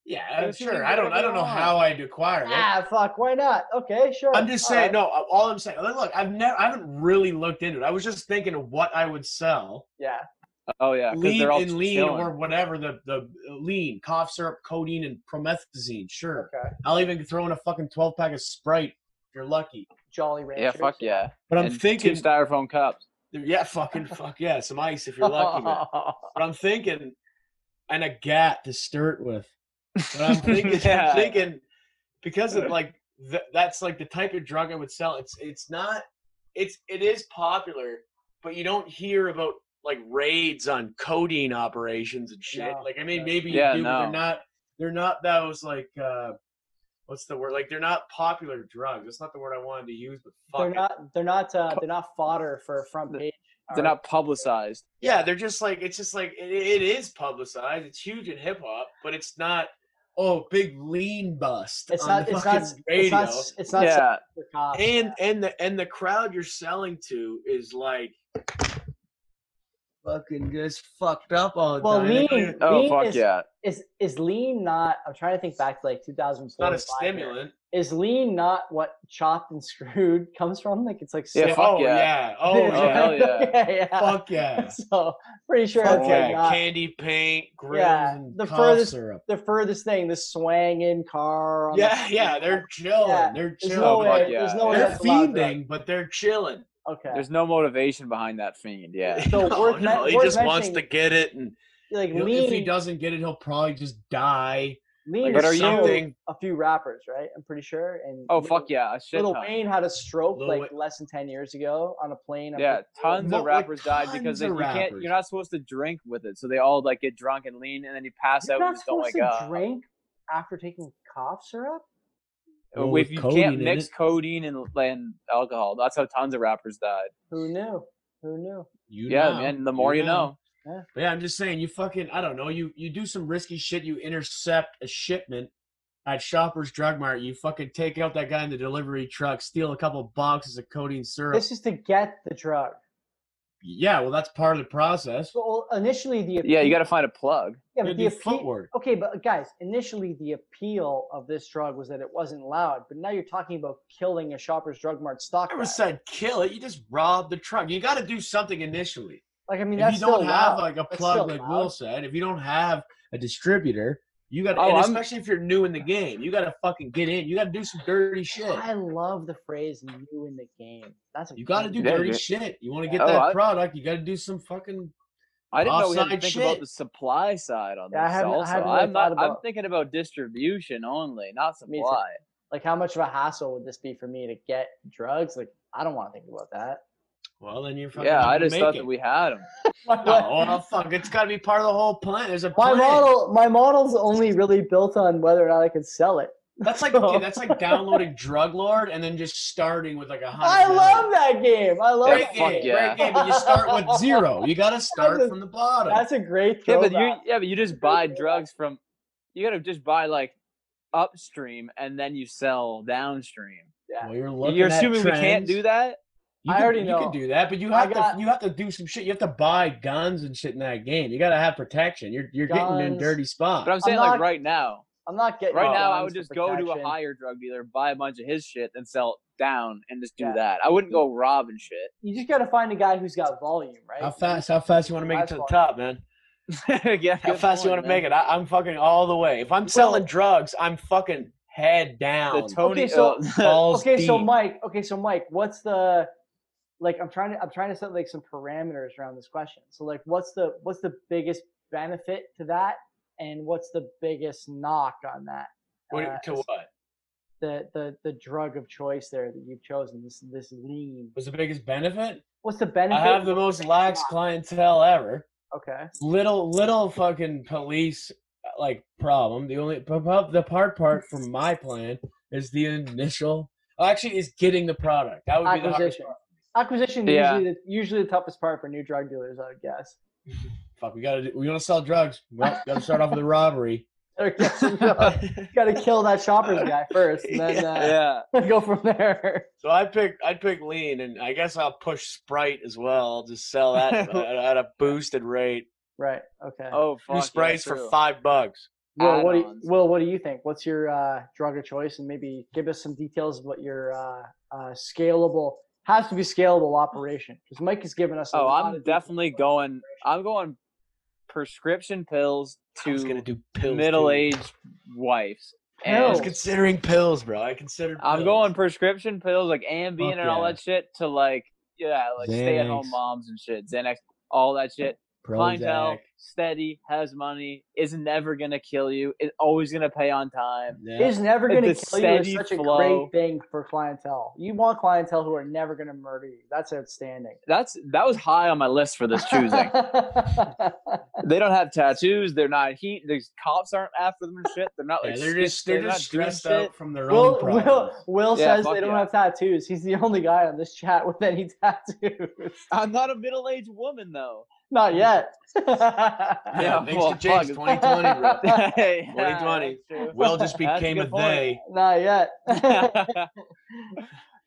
Yeah,
Dude,
I'm
it's gonna
sure.
be
I don't. I
whatever
don't
you
know
want.
how I would acquire it.
Ah, fuck. Why not? Okay, sure.
I'm just
all
saying.
right.
No, I- all I'm saying. Look, look, I've never. I haven't really looked into it. I was just thinking of what I would sell.
Yeah.
Oh yeah, because
lean
they're all
and lean,
chilling.
or whatever the the uh, lean cough syrup, codeine, and promethazine. Sure,
Okay.
I'll even throw in a fucking twelve pack of Sprite. If you're lucky.
Jolly Rancher.
yeah, fuck yeah.
But I'm
And
thinking.
two styrofoam cups.
yeah, fucking fuck yeah, some ice if you're lucky. man. But I'm thinking, and a gat to stir it with. But I'm thinking,
Yeah.
I'm thinking because
Uh.
of like th- that's like the type of drug I would sell. It's it's not it's it is popular, but you don't hear about like raids on codeine operations and shit.
No,
like I mean,
no.
maybe
Yeah,
you do, but they're
no.
not they're not those like uh what's the word? Like they're not popular drugs. That's not the word I wanted to use, but fuck
They're
it.
not. They're not. Uh, they're not fodder for a front
They're
page.
They're not publicized.
Yeah, they're just like it's just like it, it is publicized. It's huge in hip hop, but it's not. Oh, big lean bust.
It's
on
not.
the
It's not.
fucking
It's
radio.
not. uh, It's not.
yeah.
for cops.
and and the and the crowd you're selling to is like fucking just fucked up all the
Well,
time. They
lean.
don't even-
Oh
lean
fuck
is,
yeah.
Is is lean not? I'm trying to think back to like 2004.
It's not a
to five here.
stimulant.
Is lean not what chopped and screwed comes from? Like it's like
Yeah,
so-
fuck
oh
yeah.
Oh
Yeah,
yeah.
hell yeah.
yeah, yeah.
Fuck yeah.
So pretty sure
Fuck
it's
yeah.
like not-
Candy paint, grills,
Yeah,
and
the
cough
furthest-
syrup.
the furthest thing, the swanging car. on the-
Yeah, yeah, they're chilling.
Yeah,
They're
There's no
chilling.
fuck
way.
yeah.
There's no way.
They're
that's allowed, right?
fiending, but they're chilling.
Okay.
There's no motivation behind that fiend. Yeah.
So
no,
worth
Oh, no,
men-
he
worth
just wants
mentioning-
to get it, and
like
you know,
lean.
if he doesn't get it, he'll probably just die.
lean
Like,
But
is
are you-
something-
something.
a few rappers, right? I'm pretty sure. And
Oh
Lil-
fuck yeah. A shit
Lil
ton.
Wayne had a stroke
Lil
like
Wayne-
less than ten years ago on a plane. I'm
Yeah,
pretty sure.
tons
Mo-
of
like,
rappers died because
tons
they,
of
you can't.
rappers.
You're not supposed to drink with it, so they all like get drunk and lean, and then you pass
You're
out and
not
just don't
supposed
wake
to
up.
drink after taking cough syrup?
Well,
Uh, if
with
you
codeine
can't
in
mix
it.
codeine and, and alcohol, that's how tons of rappers died.
Who knew? Who knew?
You
yeah,
know.
man. The more you know.
But yeah, I'm just saying, you fucking, I don't know, you you do some risky shit. You intercept a shipment at Shoppers Drug Mart. You fucking take out that guy in the delivery truck, steal a couple boxes of codeine syrup.
This is to get the drug.
yeah, well, that's part of the process.
So well, initially the
Yeah, you
appe-
got to find a plug.
yeah,
You
but
do
the Oh, appe-
footwork.
Okay, but guys, initially the appeal of this drug was that it wasn't allowed, but now you're talking about killing a Shoppers Drug Mart stock.
I never
guy.
said kill it. You just rob the truck. You got to do something initially.
Like I mean,
if
that's
you don't
still
have
allowed.
like a
That's
plug,
still
like
allowed.
Will said, if you don't have a distributor, you got, to
Oh,
and
I'm-
especially if you're new in the game, you got to fucking get in. You got to do some dirty shit.
I love the phrase "new in the game." That's a
You got to do
great-
Yeah,
dirty
dude.
shit. You want to get
Oh,
that
I-
product, you got to do some fucking
I didn't know we had to
Offside
think about
shit.
the supply side on this.
Yeah, I haven't- I
also.
haven't really
I'm not.
thought
I'm
about-
thinking about distribution only, not
Me too.
supply.
like how much of a hassle would this be for me to get drugs? Like I don't want to think about that.
Well, then you're fucking.
Yeah, I just thought
Jamaican.
that we had them.
No, Oh, well, fuck. It's got to be part of the whole plan. There's a
My
plan.
model, my model's only really built on whether or not I can sell it.
That's like okay, that's like downloading Drug Lord and then just starting with like a hundred.
I
million.
love that game. I love
Break
that
fuck
game.
it,
yeah.
break it, but you start with zero. You got to
That's
start
a-
from the bottom.
That's a great
Yeah,
throwback.
but you. Yeah, but you just buy drugs from. You got to just buy like upstream and then you sell downstream.
Well, you're looking
You're
at
assuming we can't
trends.
do that.
You
I
can,
already
you
know.
can do that, but you
I
have
got-
to you have to do some shit. You have to buy guns and shit in that game. You got to have protection. You're you're getting in
Guns.
dirty spots.
But I'm saying
not-
like right now.
I'm not getting
Right
the
now, I
guns
would
for
just go to a
protection.
higher drug dealer, buy a bunch of his shit, and sell it down, and just do
Yeah.
that. I wouldn't go robbing shit.
You just gotta find a guy who's got volume, right?
how fast? How fast you want to make it
That's
to the
fine.
top, man?
yeah,
How
good
fast you
point,
want
man.
to make it? I, I'm fucking all the way. If I'm selling drugs, I'm fucking head down.
The Tony.
Okay, so-
uh,
balls
okay, so
deep.
Mike. Okay, so Mike, what's the like? I'm trying to I'm trying to set like some parameters around this question. So like, what's the what's the biggest benefit to that, and what's the biggest knock on that?
What-
uh,
to what
The the the drug of choice there that you've chosen this this lean.
was the biggest benefit?
What's the benefit?
I have the most lax clientele ever.
okay.
Little little fucking police like problem. The only but- but the hard part from my plan is the initial. oh, Actually, is getting the product. That would be the hardest
Acquisition.
part.
Acquisition
Yeah.
usually the, usually the toughest part for new drug dealers, I would guess.
Fuck, we gotta do, we gotta sell drugs. Well, gotta start off with a robbery.
Or guess-
uh,
gotta kill that shoppers guy first, and then uh,
yeah,
go from there.
So I pick I pick lean, and I guess I'll push Sprite as well. I'll just sell that at, at a boosted rate.
Right. Okay.
Oh, fuck.
Two
yeah,
Sprites for
true.
five bucks.
Will, what do you,
add-ons.
Will, what do you think? What's your uh, drug of choice, and maybe give us some details of what your uh, uh, scalable has to be scalable operation because Mike has given us. a
Oh,
lot
I'm
of details
definitely
about your
going. I'm going prescription pills
I was gonna
to
do pills. dude.
middle-aged wives.
I
And
was
Pills.
considering pills, bro. I considered.
I'm
pills.
going prescription pills like Ambien
Fuck
and all
yeah.
that shit to like yeah, like stay-at-home
Xanax.
moms and shit, Xanax, all that shit. clientele
Prozac.
steady has money is never gonna kill you is always gonna pay on time
operation.
Yeah.
Is never going to
the
kill you is
steady
such a
flow.
great thing for clientele. You want clientele who are never going to murder you. That's outstanding.
that's that was high on my list for this choosing they don't have tattoos they're not heat these cops aren't after them and shit they're not
Yeah,
like
they're
skin-
just they're,
not
just
doing
stressed
shit.
out from their
Will,
own
Will,
problems.
Will
Yeah,
says
fuck
they don't
yeah.
have tattoos. He's the only guy on this chat with any tattoos.
i'm not a middle-aged woman though
Not yet.
Yeah,
thanks
well,
to James,
fuck.
2020, bro.
Yeah,
2020.
that's true.
Will just
That's a
became a
good point.
they.
Not yet.
yeah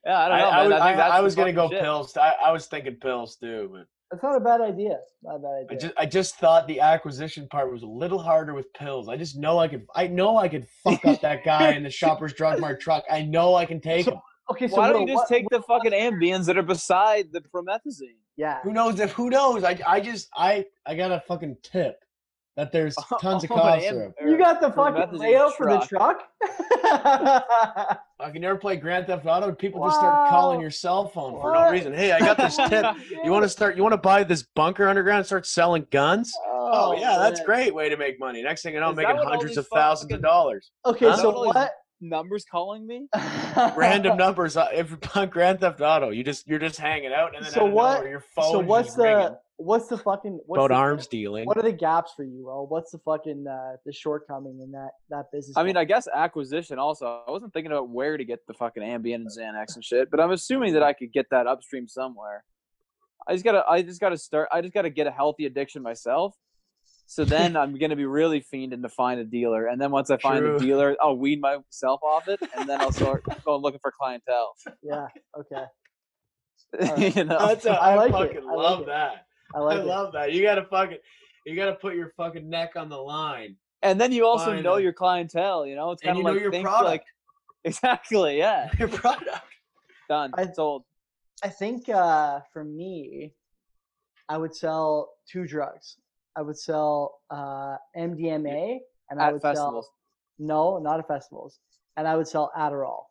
i don't know
I, I,
man.
was,
I
I,
think that's
I
some
was gonna
fucking
go
shit.
pills. I, I was thinking pills too, but
That's not a bad idea. Not a bad
I
idea.
just I just thought the acquisition part was a little harder with pills. I just know I could I know I could fuck up that guy in the Shoppers Drug Mart truck. I know I can take him.
okay, so
why
Will,
don't you just
what-
take the fucking ambiens that are beside the promethazine
Yeah.
Who knows if who knows? I I just I I got a fucking tip that there's tons of
Oh, an
cough
am-
syrup.
You got the
For
fucking
methazine
layout for the truck?
I can never play Grand Theft Auto. People just start calling
Wow.
your cell phone for
What?
no reason. Hey, I got this tip. You want to start? You want to buy this bunker underground? And start selling guns? Oh, yeah, that's
man.
great way to make money. Next thing you know, I'm
Is that
making
what all
hundreds
these
of thousands
fucking-
of dollars.
Okay,
Huh?
so
Totally.
what
numbers calling me?
Random numbers uh, if on Grand Theft Auto. You just you're just hanging out and then
So
out of
what-
nowhere, your phone.
so what's
just
the
ringing.
what's the fucking what's
about
the,
arms dealing?
What are the gaps for you? Well, what's the fucking uh, the shortcoming in that that business?
I mean, I guess acquisition also. I wasn't thinking about where to get the fucking Ambien and Xanax and shit, but I'm assuming that I could get that upstream somewhere. I just gotta, I just gotta start. I just gotta get a healthy addiction myself. So then I'm gonna be really fiending to find a dealer, and then once I find
True.
a dealer, I'll weed myself off it, and then I'll start going looking for clientele.
yeah, okay,
you know,
That's a,
I
I,
like it.
fucking
I like
love
it.
that.
I
I,
like it.
love that. You gotta fucking you gotta put your fucking neck on the line.
and then you also
Fine,
know
then.
your clientele. You know, it's
And
kind
you
of
know
like
your
think
product.
like exactly, yeah,
Your product.
done,
I-
sold.
I think uh, for me, I would sell two drugs. I would sell uh, MDMA and I
At
would
festivals.
sell no, not at festivals, and I would sell Adderall.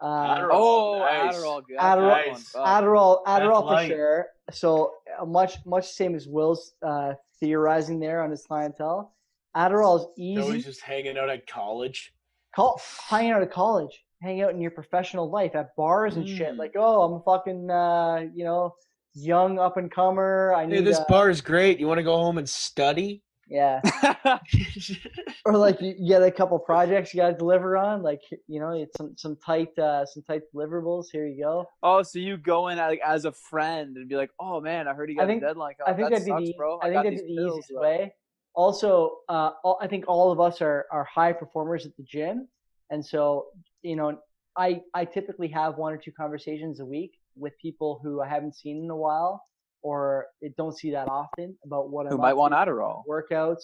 Uh,
Adderall.
Oh,
Nice.
Adderall, good.
Adderall-
Nice.
Oh.
Adderall,
That's
Adderall for
light.
sure. So uh, much, much same as Will's uh, theorizing there on his clientele. Adderall is
You're
easy.
Always just hanging out at college.
Call, hanging out of college, hanging out in your professional life at bars and shit.
Mm.
Like, oh, I'm a fucking, uh, you know, young up and comer. I need
Hey, this
uh,
bar is great. You want to go home and study?
yeah. or like you you get a couple projects you got to deliver on, like you know, it's some some tight uh, some tight deliverables. Here you go.
Oh, so you go in like as a friend and be like, "Oh man, I heard you
I
got
think-
a deadline.
I think
that
that'd
sucks,
be the
bro.
I
got
think
these
that'd be the
pills,
easiest
bro."
way. Also, uh, all, I think all of us are are high performers at the gym, and so you know, I I typically have one or two conversations a week with people who I haven't seen in a while or it don't see that often about what
Who
I'm
might
up
want
to,
Adderall?
workouts,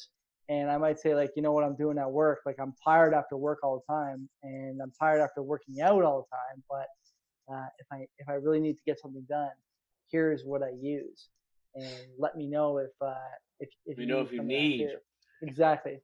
and I might say like, you know what I'm doing at work, like I'm tired after work all the time, and I'm tired after working out all the time, but uh, if I if I really need to get something done, here's what I use, and let me know if uh, if if
Let me know if you
something I
need.
do. Exactly.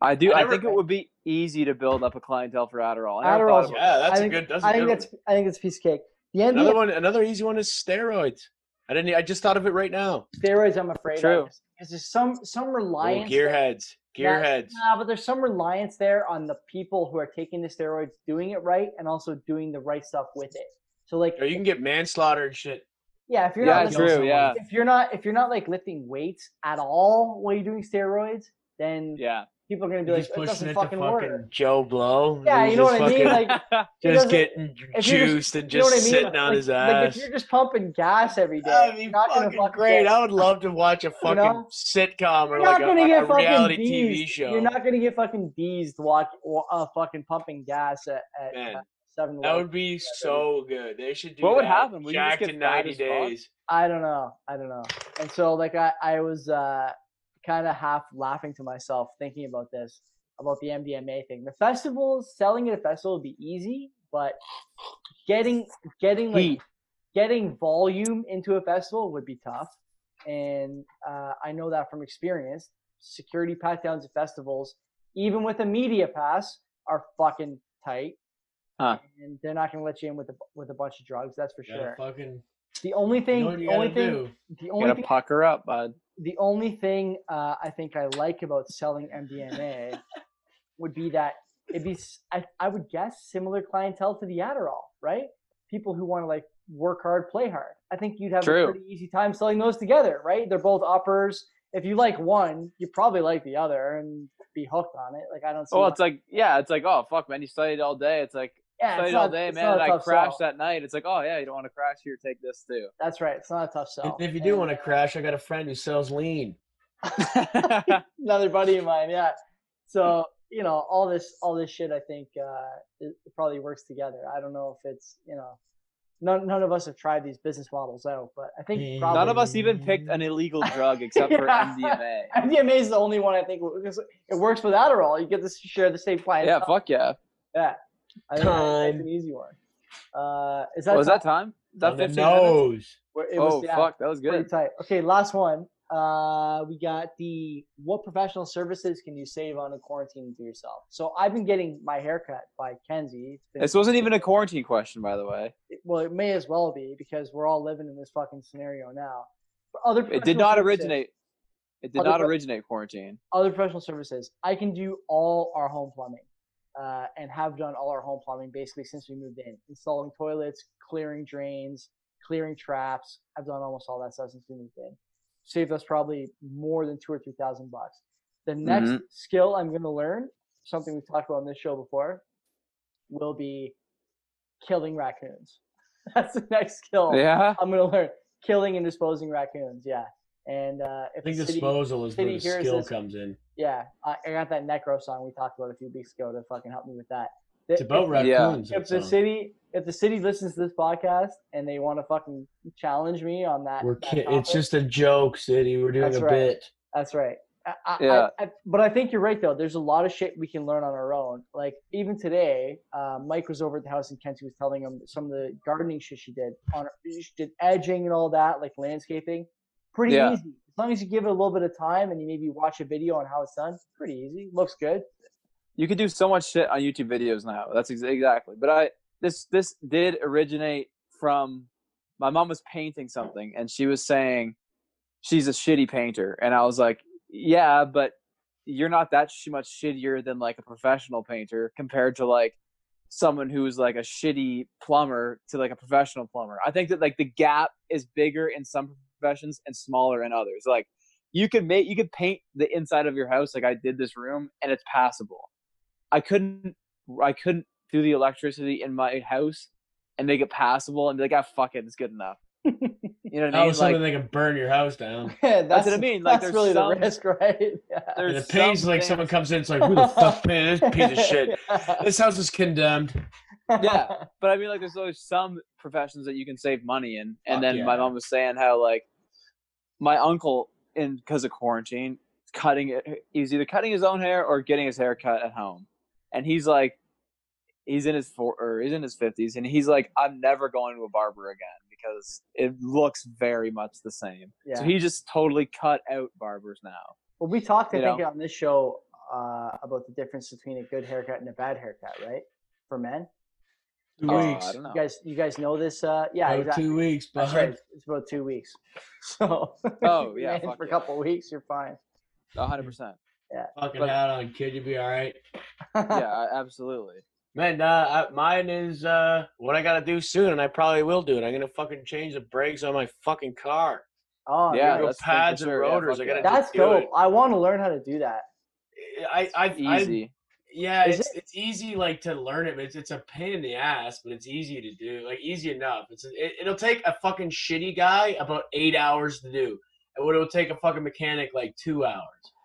I do. I,
I never-
think it would be easy to build up a clientele for Adderall. I never
Adderall's-
thought about
Yeah, that's
I
a
think-
good. That's a
I think
good
that's I think it's a piece of cake. The
one. another
NDMA
one. Another easy one is steroids. I didn't. e, I just thought of it right now.
steroids, I'm afraid,
True.
because there's some some
Oh,
reliance.
gearheads. Gearheads.
Nah, but there's some reliance there on the people who are taking the steroids, doing it right, and also doing the right stuff with it. So like,
Yo, you can get manslaughter and shit.
yeah, if you're
Yeah,
not
true,
lifting-
yeah.
if you're not if you're not like lifting weights at all while you're doing steroids, then
it. Yeah.
people are gonna be
You're
like,
just
it
pushing
doesn't
it to
fucking
fucking
work.
Joe Blow.
Yeah,
He's
you know
just
what I mean.
fucking
Like, it
just
doesn't-
getting
if you're
juiced and
you know
just
what I mean?
sitting on
Like-
his
like,
ass.
if you're just pumping gas every day,
That'd be
you're not gonna
fucking
fucking
great.
Get,
I would love to watch a fucking
know?
sitcom or
you're
like
not
a,
gonna get
a
fucking
reality
beezed.
TV show.
You're not gonna get fucking beezed walk, wa- uh, fucking pumping gas at, at
Man,
uh, seven.
that
Eleven.
would be so good. They should do
What would
that.
happen? Would you just
Jacked
get
in
fat
90
as fuck?
days.
I don't know. I don't know. And so like I, I was uh, kind of half laughing to myself thinking about this, about the MDMA thing. The festivals, selling at a festival would be easy, but getting getting like
Heat.
getting volume into a festival would be tough. And uh, I know that from experience. Security pat downs at festivals, even with a media pass, are fucking tight.
Huh.
And they're not gonna let you in with a bu- with a bunch of drugs. That's for sure.
Fucking,
The only thing, the only thing, the
You
only
gotta
thing,
pucker up, bud.
the only thing uh, I think I like about selling MDMA would be that it'd be s- I, I would guess similar clientele to the Adderall, right? People who want to like work hard, play hard. I think you'd have a
True.
pretty easy time selling those together, right? They're both uppers. If you like one, you probably like the other and be hooked on it. Like I don't see.
Well,
why-
it's like yeah, it's like oh fuck, man, you studied all day. It's like
yeah,
studied
it's
all
not,
day,
it's not
man.
a
I
tough
crashed
sell.
that night. It's like oh yeah, you don't want to crash here. Take this too.
That's right. It's not a tough sell.
If you
And,
do want
uh,
to crash, I got a friend who sells lean.
another buddy of mine yeah so you know all this all this shit i think uh it, it probably works together i don't know if it's you know none, none of us have tried these business models out but i think
Mm.
probably
None of us even picked an illegal drug except for
Yeah.
MDMA.
MDMA is the only one I think w- because it works with Adderall. You get to share the same client.
Yeah, fuck yeah.
I think that- that's
Time.
an easy one. Uh, is that
Was that time? Oh, Is that
On the
15 minutes?
nose.
where it was,
Oh
yeah,
fuck, that was good.
Pretty tight. Okay, last one. Uh, we got the what professional services can you save on a quarantine for yourself? So I've been getting my haircut by Kenzie. It's been,
This wasn't even a quarantine question, by the way.
well, it may as well be because we're all living in this fucking scenario now. But other
It did
professional
not
services-
originate. It did
Other
not
pro-
originate quarantine.
Other professional services. I can do all our home plumbing. uh, and have done all our home plumbing basically since we moved in, installing toilets, clearing drains, clearing traps. I've done almost all that stuff since we moved in. Saved us probably more than two or three thousand bucks. The next
Mhm.
skill I'm going to learn, something we've talked about on this show before, will be killing raccoons. That's the next skill
Yeah.
I'm going to learn killing and disposing raccoons. Yeah, and uh,
I
if
think
the city-
disposal is where
City
the
hears
skill
this-
comes in.
yeah, I, I got that necro song we talked about a few weeks ago to fucking help me with that.
It's about
if,
Yeah.
raccoons. that
if the
song.
city if the city listens to this podcast and they want to fucking challenge me on that,
We're
that
ki- it's
topic,
just a joke, City. We're doing
That's
a
right.
bit.
that's right. I, I,
Yeah.
I, I, but I think you're right though. There's a lot of shit we can learn on our own. Like even today, uh, Mike was over at the house and Kenzie was telling him some of the gardening shit she did on she did edging and all that, like landscaping. Pretty
Yeah.
easy as long as you give it a little bit of time and you maybe watch a video on how it's done. Pretty easy. Looks good.
You could do so much shit on YouTube videos now. That's ex- exactly. But I this this did originate from my mom was painting something and she was saying she's a shitty painter and I was like, "Yeah, but you're not that sh- much shittier than like a professional painter compared to like someone who's like a shitty plumber to like a professional plumber." I think that like the gap is bigger in some professions and smaller in others. Like you could make you could paint the inside of your house like I did this room and it's passable. I couldn't I couldn't do the electricity in my house and make it passable and be like, ah, fuck it, it's good enough. You know what I
All of a
mean?
sudden,
Like,
they can burn your house down.
that's,
what I mean, like,
that's
there's
really
some-
the risk, right? Yeah.
there's
And it pays
some
like
things-
someone comes in, it's like, who the fuck painted this piece of shit? This house is condemned.
Yeah. But I mean, like, there's always some professions that you can save money in. And
Fuck
then
yeah.
my mom was saying how like my uncle, in because of quarantine, cutting it. He was either cutting his own hair or getting his hair cut at home. And he's like, he's in his four or he's in his fifties, and he's like, I'm never going to a barber again because it looks very much the same.
Yeah.
So he just totally cut out barbers now.
well, we talked, I
you
think,
know.
on this show uh, about the difference between a good haircut and a bad haircut, right? For men,
Two
Uh, I
weeks.
don't know.
you guys, you guys know this. Uh, yeah,
About
exactly.
Two weeks,
That's
but
right. It's- It's about two weeks. So,
Oh, yeah,
man,
fuck
for a
yeah.
couple weeks, you're fine.
hundred percent.
fucking
But-
hat on, kid. You'll be all right.
Yeah, I- absolutely.
Man, uh, I- mine is uh, what I gotta do soon, and I probably will do it. I'm gonna fucking change the brakes on my fucking car.
Oh,
Yeah,
yeah.
Go
that's for
pads and
sure. Yeah,
rotors.
fuck
I gotta
yeah.
That's
just do
dope.
it.
I want to learn how to do that.
I, I, I,
Easy.
Yeah,
Is
it's, it's easy like to learn it, but it's, it's a pain in the ass, but it's easy to do. Like easy enough. It's it, it'll take a fucking shitty guy about eight hours to do, and what it'll take a fucking mechanic like two hours.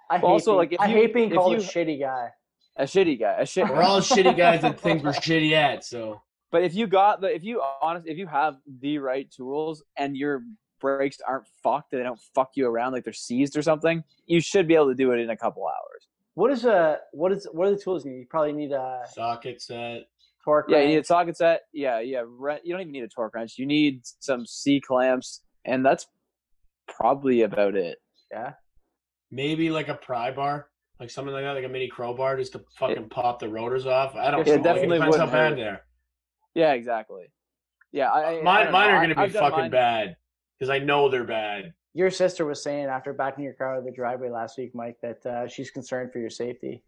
I hate
Well, also,
being,
like, if
I
you-
hate being
if
called a
you-
shitty guy.
a shitty guy. A shit.
We're all shitty guys that think we're shitty at. So
But if you got the, if you honest, if you have the right tools and your brakes aren't fucked, and they don't fuck you around like they're seized or something, you should be able to do it in a couple hours.
What is a what is what are the tools you need? You probably need a
socket set.
torque.
Yeah, you
wrench.
need a socket set. Yeah, yeah. Re- you don't even need a torque wrench. You need some C clamps, and that's probably about it.
Maybe like a pry bar, like something like that, like a mini crowbar, just to fucking pop the rotors off. I don't
It
know. like,
definitely
depends how
wouldn't
bad
hurt.
they're.
Yeah, exactly. Yeah, I, I- I
Mine,
don't
mine
know.
are
I-
gonna be
I've done
fucking
mine.
bad because I know they're bad.
Your sister was saying after backing your car out of the driveway last week, Mike, that uh, she's concerned for your safety.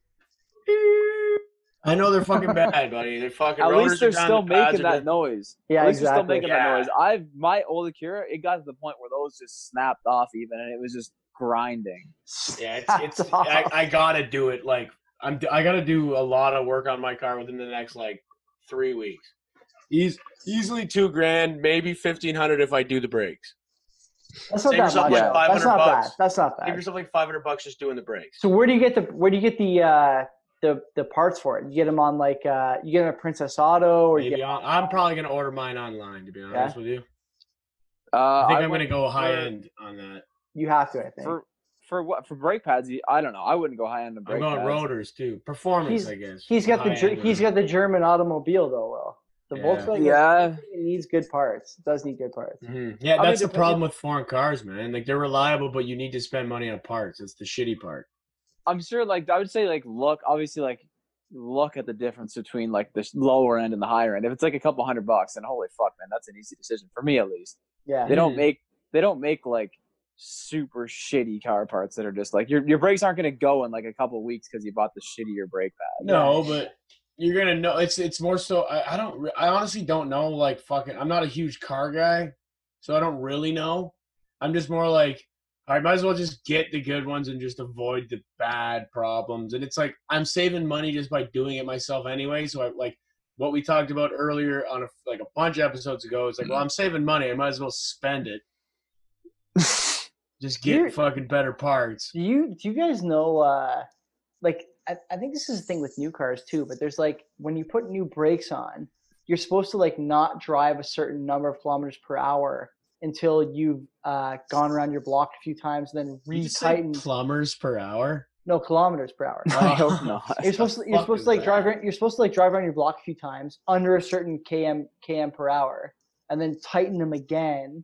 I know they're fucking bad, buddy. They're fucking.
At
rotors
least they're
are down,
still
the pads
making
are
that noise.
Yeah,
At least they're
exactly.
still making that
Yeah.
noise. I've my old Acura, it got to the point where those just snapped off even, and it was just grinding.
Yeah, it's, it's I, I gotta do it. Like I'm, d- I gotta do a lot of work on my car within the next like three weeks. Eas- easily two grand, maybe fifteen hundred if I do the brakes.
That's not
Save
that
yourself
much.
like
though. That's
500
not bad.
bucks.
That's not
Give
bad.
yourself like five hundred bucks just doing the brakes.
So where do you get the where do you get the uh, the the parts for it? You get them on like uh, you get them at Princess Auto or you
Maybe
get,
on- I'm probably gonna order mine online. To be honest with you,
Uh,
I think I am
went
gonna go high
for-
end on that.
you have to. I think
for for what for brake pads. you- I don't know. I wouldn't go high end on
I'm
brake
going
pads.
rotors too. Performance,
He's-
I guess.
he's got the Ger-
High-end
he's got the German automobile though. Well, the
Yeah.
Volkswagen
Yeah,
it needs good parts. It does need good parts.
Mhm. Yeah,
mean,
that's the
depending-
problem with foreign cars, man. Like they're reliable, but you need to spend money on parts. That's the shitty part.
I'm sure. Like I would say, like look, obviously, like look at the difference between like the lower end and the higher end. If it's like a couple hundred bucks, then holy fuck, man, that's an easy decision for me at least.
Yeah.
They don't
Mhm.
make they don't make like super shitty car parts that are just like your your brakes aren't gonna go in like a couple weeks because you bought the shittier brake pad.
No, but you're gonna know it's it's more so I, I don't re- I honestly don't know like fucking I'm not a huge car guy, so I don't really know. I'm just more like I might as well just get the good ones and just avoid the bad problems. And it's like I'm saving money just by doing it myself anyway. So I like what we talked about earlier on a, like a bunch of episodes ago. It's like well I'm saving money, I might as well spend it. just get
You're-
fucking better parts.
Do you do you guys know uh like I, I think this is the thing with new cars too, but there's like when you put new brakes on, you're supposed to like not drive a certain number of kilometers per hour until you've uh, gone around your block a few times and then
You just say
retighten
plumbers per hour.
no kilometers per hour.
I hope not.
You're supposed to, you're
fuck
supposed
is
to like
that?
drive around, you're supposed to like drive around your block a few times under a certain km km per hour, and then tighten them again,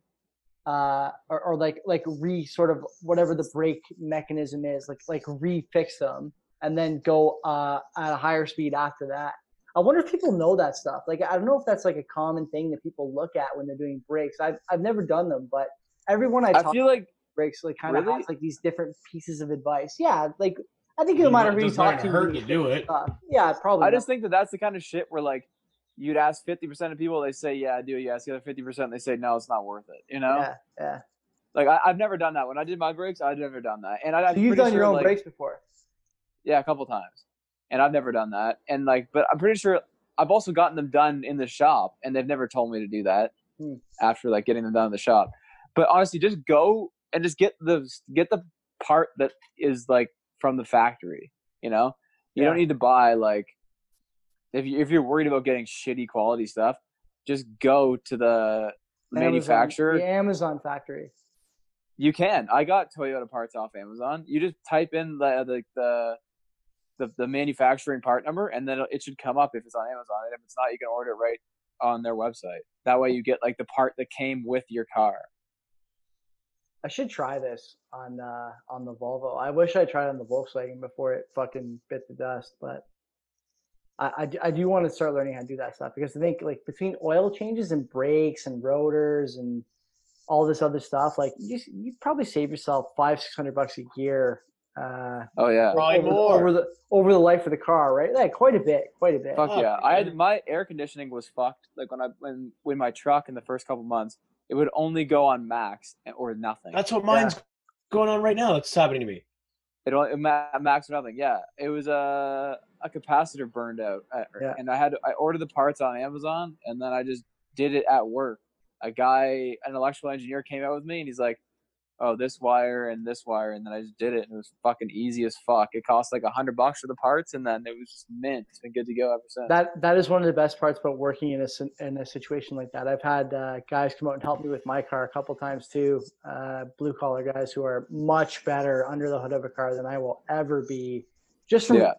uh, or, or like like re sort of whatever the brake mechanism is, like like refix them, and then go uh, at a higher speed after that. I wonder if people know that stuff. Like I don't know if that's like a common thing that people look at when they're doing brakes. I've I've never done them, but everyone I
I
talk
feel like
breaks like kind of
Really?
has like these different pieces of advice. Yeah, like I think it might have really
Doesn't
talked to
hurt
you.
to do it.
Uh, yeah, probably.
I
not.
just think that that's the kind of shit where like you'd ask fifty percent of people, they say yeah, I do. it." You ask the other fifty percent, they say no, it's not worth it. You know,
Yeah, yeah.
like I, I've never done that. When I did my breaks, I've never done that, and I, I'm
So you've
pretty
done your
sure,
own
like,
breaks before.
Yeah, a couple times, and I've never done that. And like, but I'm pretty sure I've also gotten them done in the shop, and they've never told me to do that
Hmm.
after like getting them done in the shop. But honestly, just go and just get the get the part that is like from the factory. You know, you don't
Yeah.
need to buy like if you if you're worried about getting shitty quality stuff, just go to the
Amazon-
manufacturer
um, the Amazon factory.
you can. I got Toyota parts off Amazon. You just type in the the the the, the manufacturing part number, and then it should come up if it's on Amazon. And if it's not, you can order it right on their website. That way, you get like the part that came with your car.
I should try this on uh, on the Volvo. I wish I tried on the Volkswagen before it fucking bit the dust, but. I, I d- I do want to start learning how to do that stuff because I think like between oil changes and brakes and rotors and all this other stuff, like you just, you probably save yourself five six hundred bucks a year uh,
Oh yeah,
over, the-
Probably more.
over the over the life of the car, right? Like quite a bit, quite a bit.
fuck
fuck,
yeah. I had
man.
my air conditioning was fucked. Like when I when when my truck in the first couple months, it would only go on max eh, or nothing.
That's what mine's going on right now. That's happening to me.
It only it ma- max nothing. Yeah, it was a a capacitor burned out, uh,
Yeah.
and I had I ordered the parts on Amazon, and then I just did it at work. A guy, an electrical engineer, came out with me, and he's like, "Oh, this wire and this wire," and then I just did it, and it was fucking easy as fuck. It cost like a hundred bucks for the parts, and then it was just mint. It's been good to go ever since.
That that is one of the best parts about working in a sin- in a situation like that. I've had uh, guys come out and help me with my car a couple times too. Uh, Blue collar guys who are much better under the hood of a car than I will ever be, just from
yeah,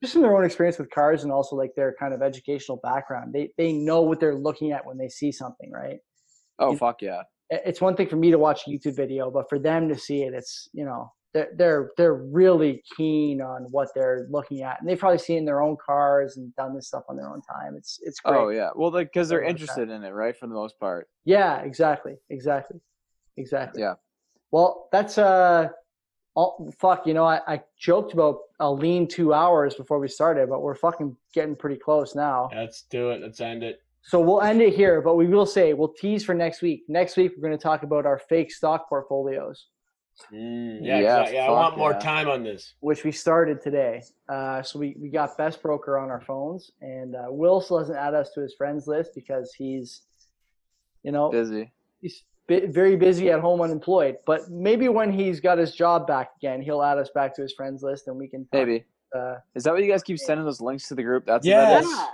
just from their own experience with cars and also like their kind of educational background. They they know what they're looking at when they see something, right?
oh
you-
fuck yeah,
it- it's one thing for me to watch a YouTube video, but for them to see it, it's you know they're they're they're really keen on what they're looking at, and they've probably seen their own cars and done this stuff on their own time. It's it's great.
oh yeah. Well, like because they're
Something like that.
interested in it, right? For the most part.
yeah. exactly, exactly, exactly.
Yeah.
Well, that's uh, all, fuck. You know, I, I joked about a lean two hours before we started, but we're fucking getting pretty close now.
Let's do it. Let's end it.
So we'll end it here, but we will say we'll tease for next week. Next week we're going to talk about our fake stock portfolios.
Mm,
Yeah,
yeah, exactly. I
fuck
want more
yeah.
time on this.
which we started today. Uh, so we, we got Best Broker on our phones, and uh, Will still hasn't added us to his friends list because he's, you know,
Busy.
he's bi- very busy at home, unemployed. But maybe when he's got his job back again, he'll add us back to his friends list, and we can talk,
Maybe.
Uh,
Is that what you guys keep sending those links to the group? That's what that
Yes.
is?
yeah,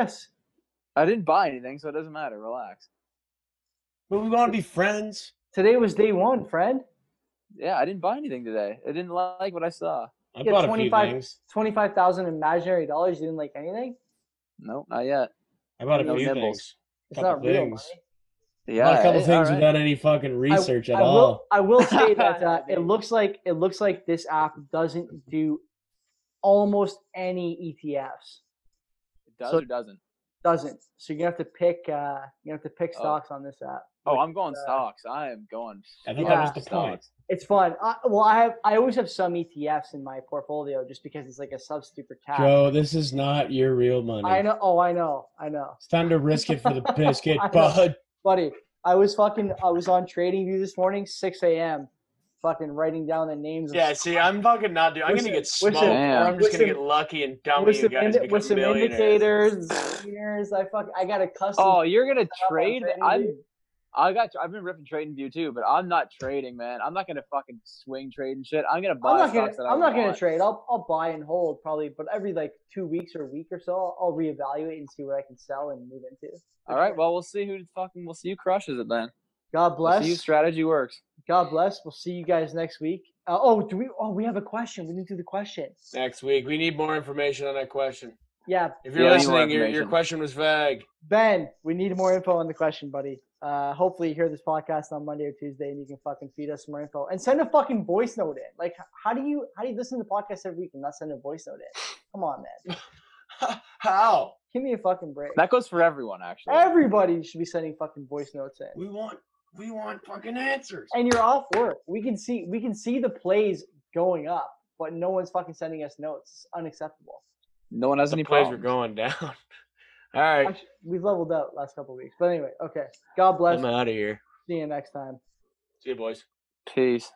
yes.
I didn't buy anything, so it doesn't matter. Relax.
But we want to be friends.
Today was day one, friend.
Yeah, I didn't buy anything today. I didn't like what I saw.
I
Yeah,
bought a few
25
things.
Twenty-five thousand imaginary dollars. You didn't like anything.
No, not yet.
I bought a
No
few
nibbles.
things.
It's
Couple
not real money.
things.
Yeah,
bought a couple
eh,
things
alright.
without any fucking research at
I
all.
Will, I will say that
Yeah,
uh, it looks like it looks like this app doesn't do almost any E ETFs.
It does
So-
or doesn't.
doesn't. So you're gonna have to pick. Uh, you have to pick
Oh.
stocks on this app.
Oh, I'm going
uh,
stocks. I am going.
I think
Yeah.
that was the point.
It's fun. I, well, I have. I always have some ETFs in my portfolio just because it's like a substitute for cash.
Joe, this is not your real money.
I know. Oh, I know. I know.
It's time to risk it for the biscuit,
I know.
bud.
buddy. I was fucking. I was on TradingView this morning, 6 a.m. Fucking writing down the names.
Yeah,
Of,
see, I'm fucking not doing. I'm
Listen,
gonna get
listen,
smoked, or I'm just
listen,
gonna get lucky and
with
dumb with you
some,
guys
indi-
and
with
become
some
millionaires.
indicators, indicators. I fuck. I got a custom.
Oh, you're gonna
on
trade?
trading
I'm.
view.
I got. I've been ripping trading view too, but I'm not trading, man. I'm not gonna fucking swing trade and shit. I'm gonna buy
I'm not gonna.
stocks that I
I'm not gonna
want.
trade. I'll I'll buy and hold probably, but every like two weeks or a week or so, I'll, I'll reevaluate and see what I can sell and move into.
All right. Well, we'll see who fucking. We'll see who crushes it then.
God
We'll
bless.
see who strategy works.
God bless. We'll see you guys next week. Uh, oh, do we? Oh, we have a question. We didn't do the question.
Next week, we need more information on that question.
Yeah,
If you're
Yeah, we need more
listening, your, your
information.
question was vague.
Ben, we need more info on the question, buddy. Uh, hopefully, you hear this podcast on Monday or Tuesday, and you can fucking feed us some more info and send a fucking voice note in. Like, h- how do you how do you listen to the podcast every week and not send a voice note in? Come on, man,
How?
give me a fucking break.
That goes for everyone, actually.
Everybody should be sending fucking voice notes in.
We want we want fucking answers.
And you're off work. We can see we can see the plays going up, but no one's fucking sending us notes. It's unacceptable.
no one has
The
any
plays were
problems.
going down. All right,
Actually, we've leveled out last couple of weeks, but anyway, okay. God bless.
I'm out of here.
See you next time.
See you, boys.
Peace.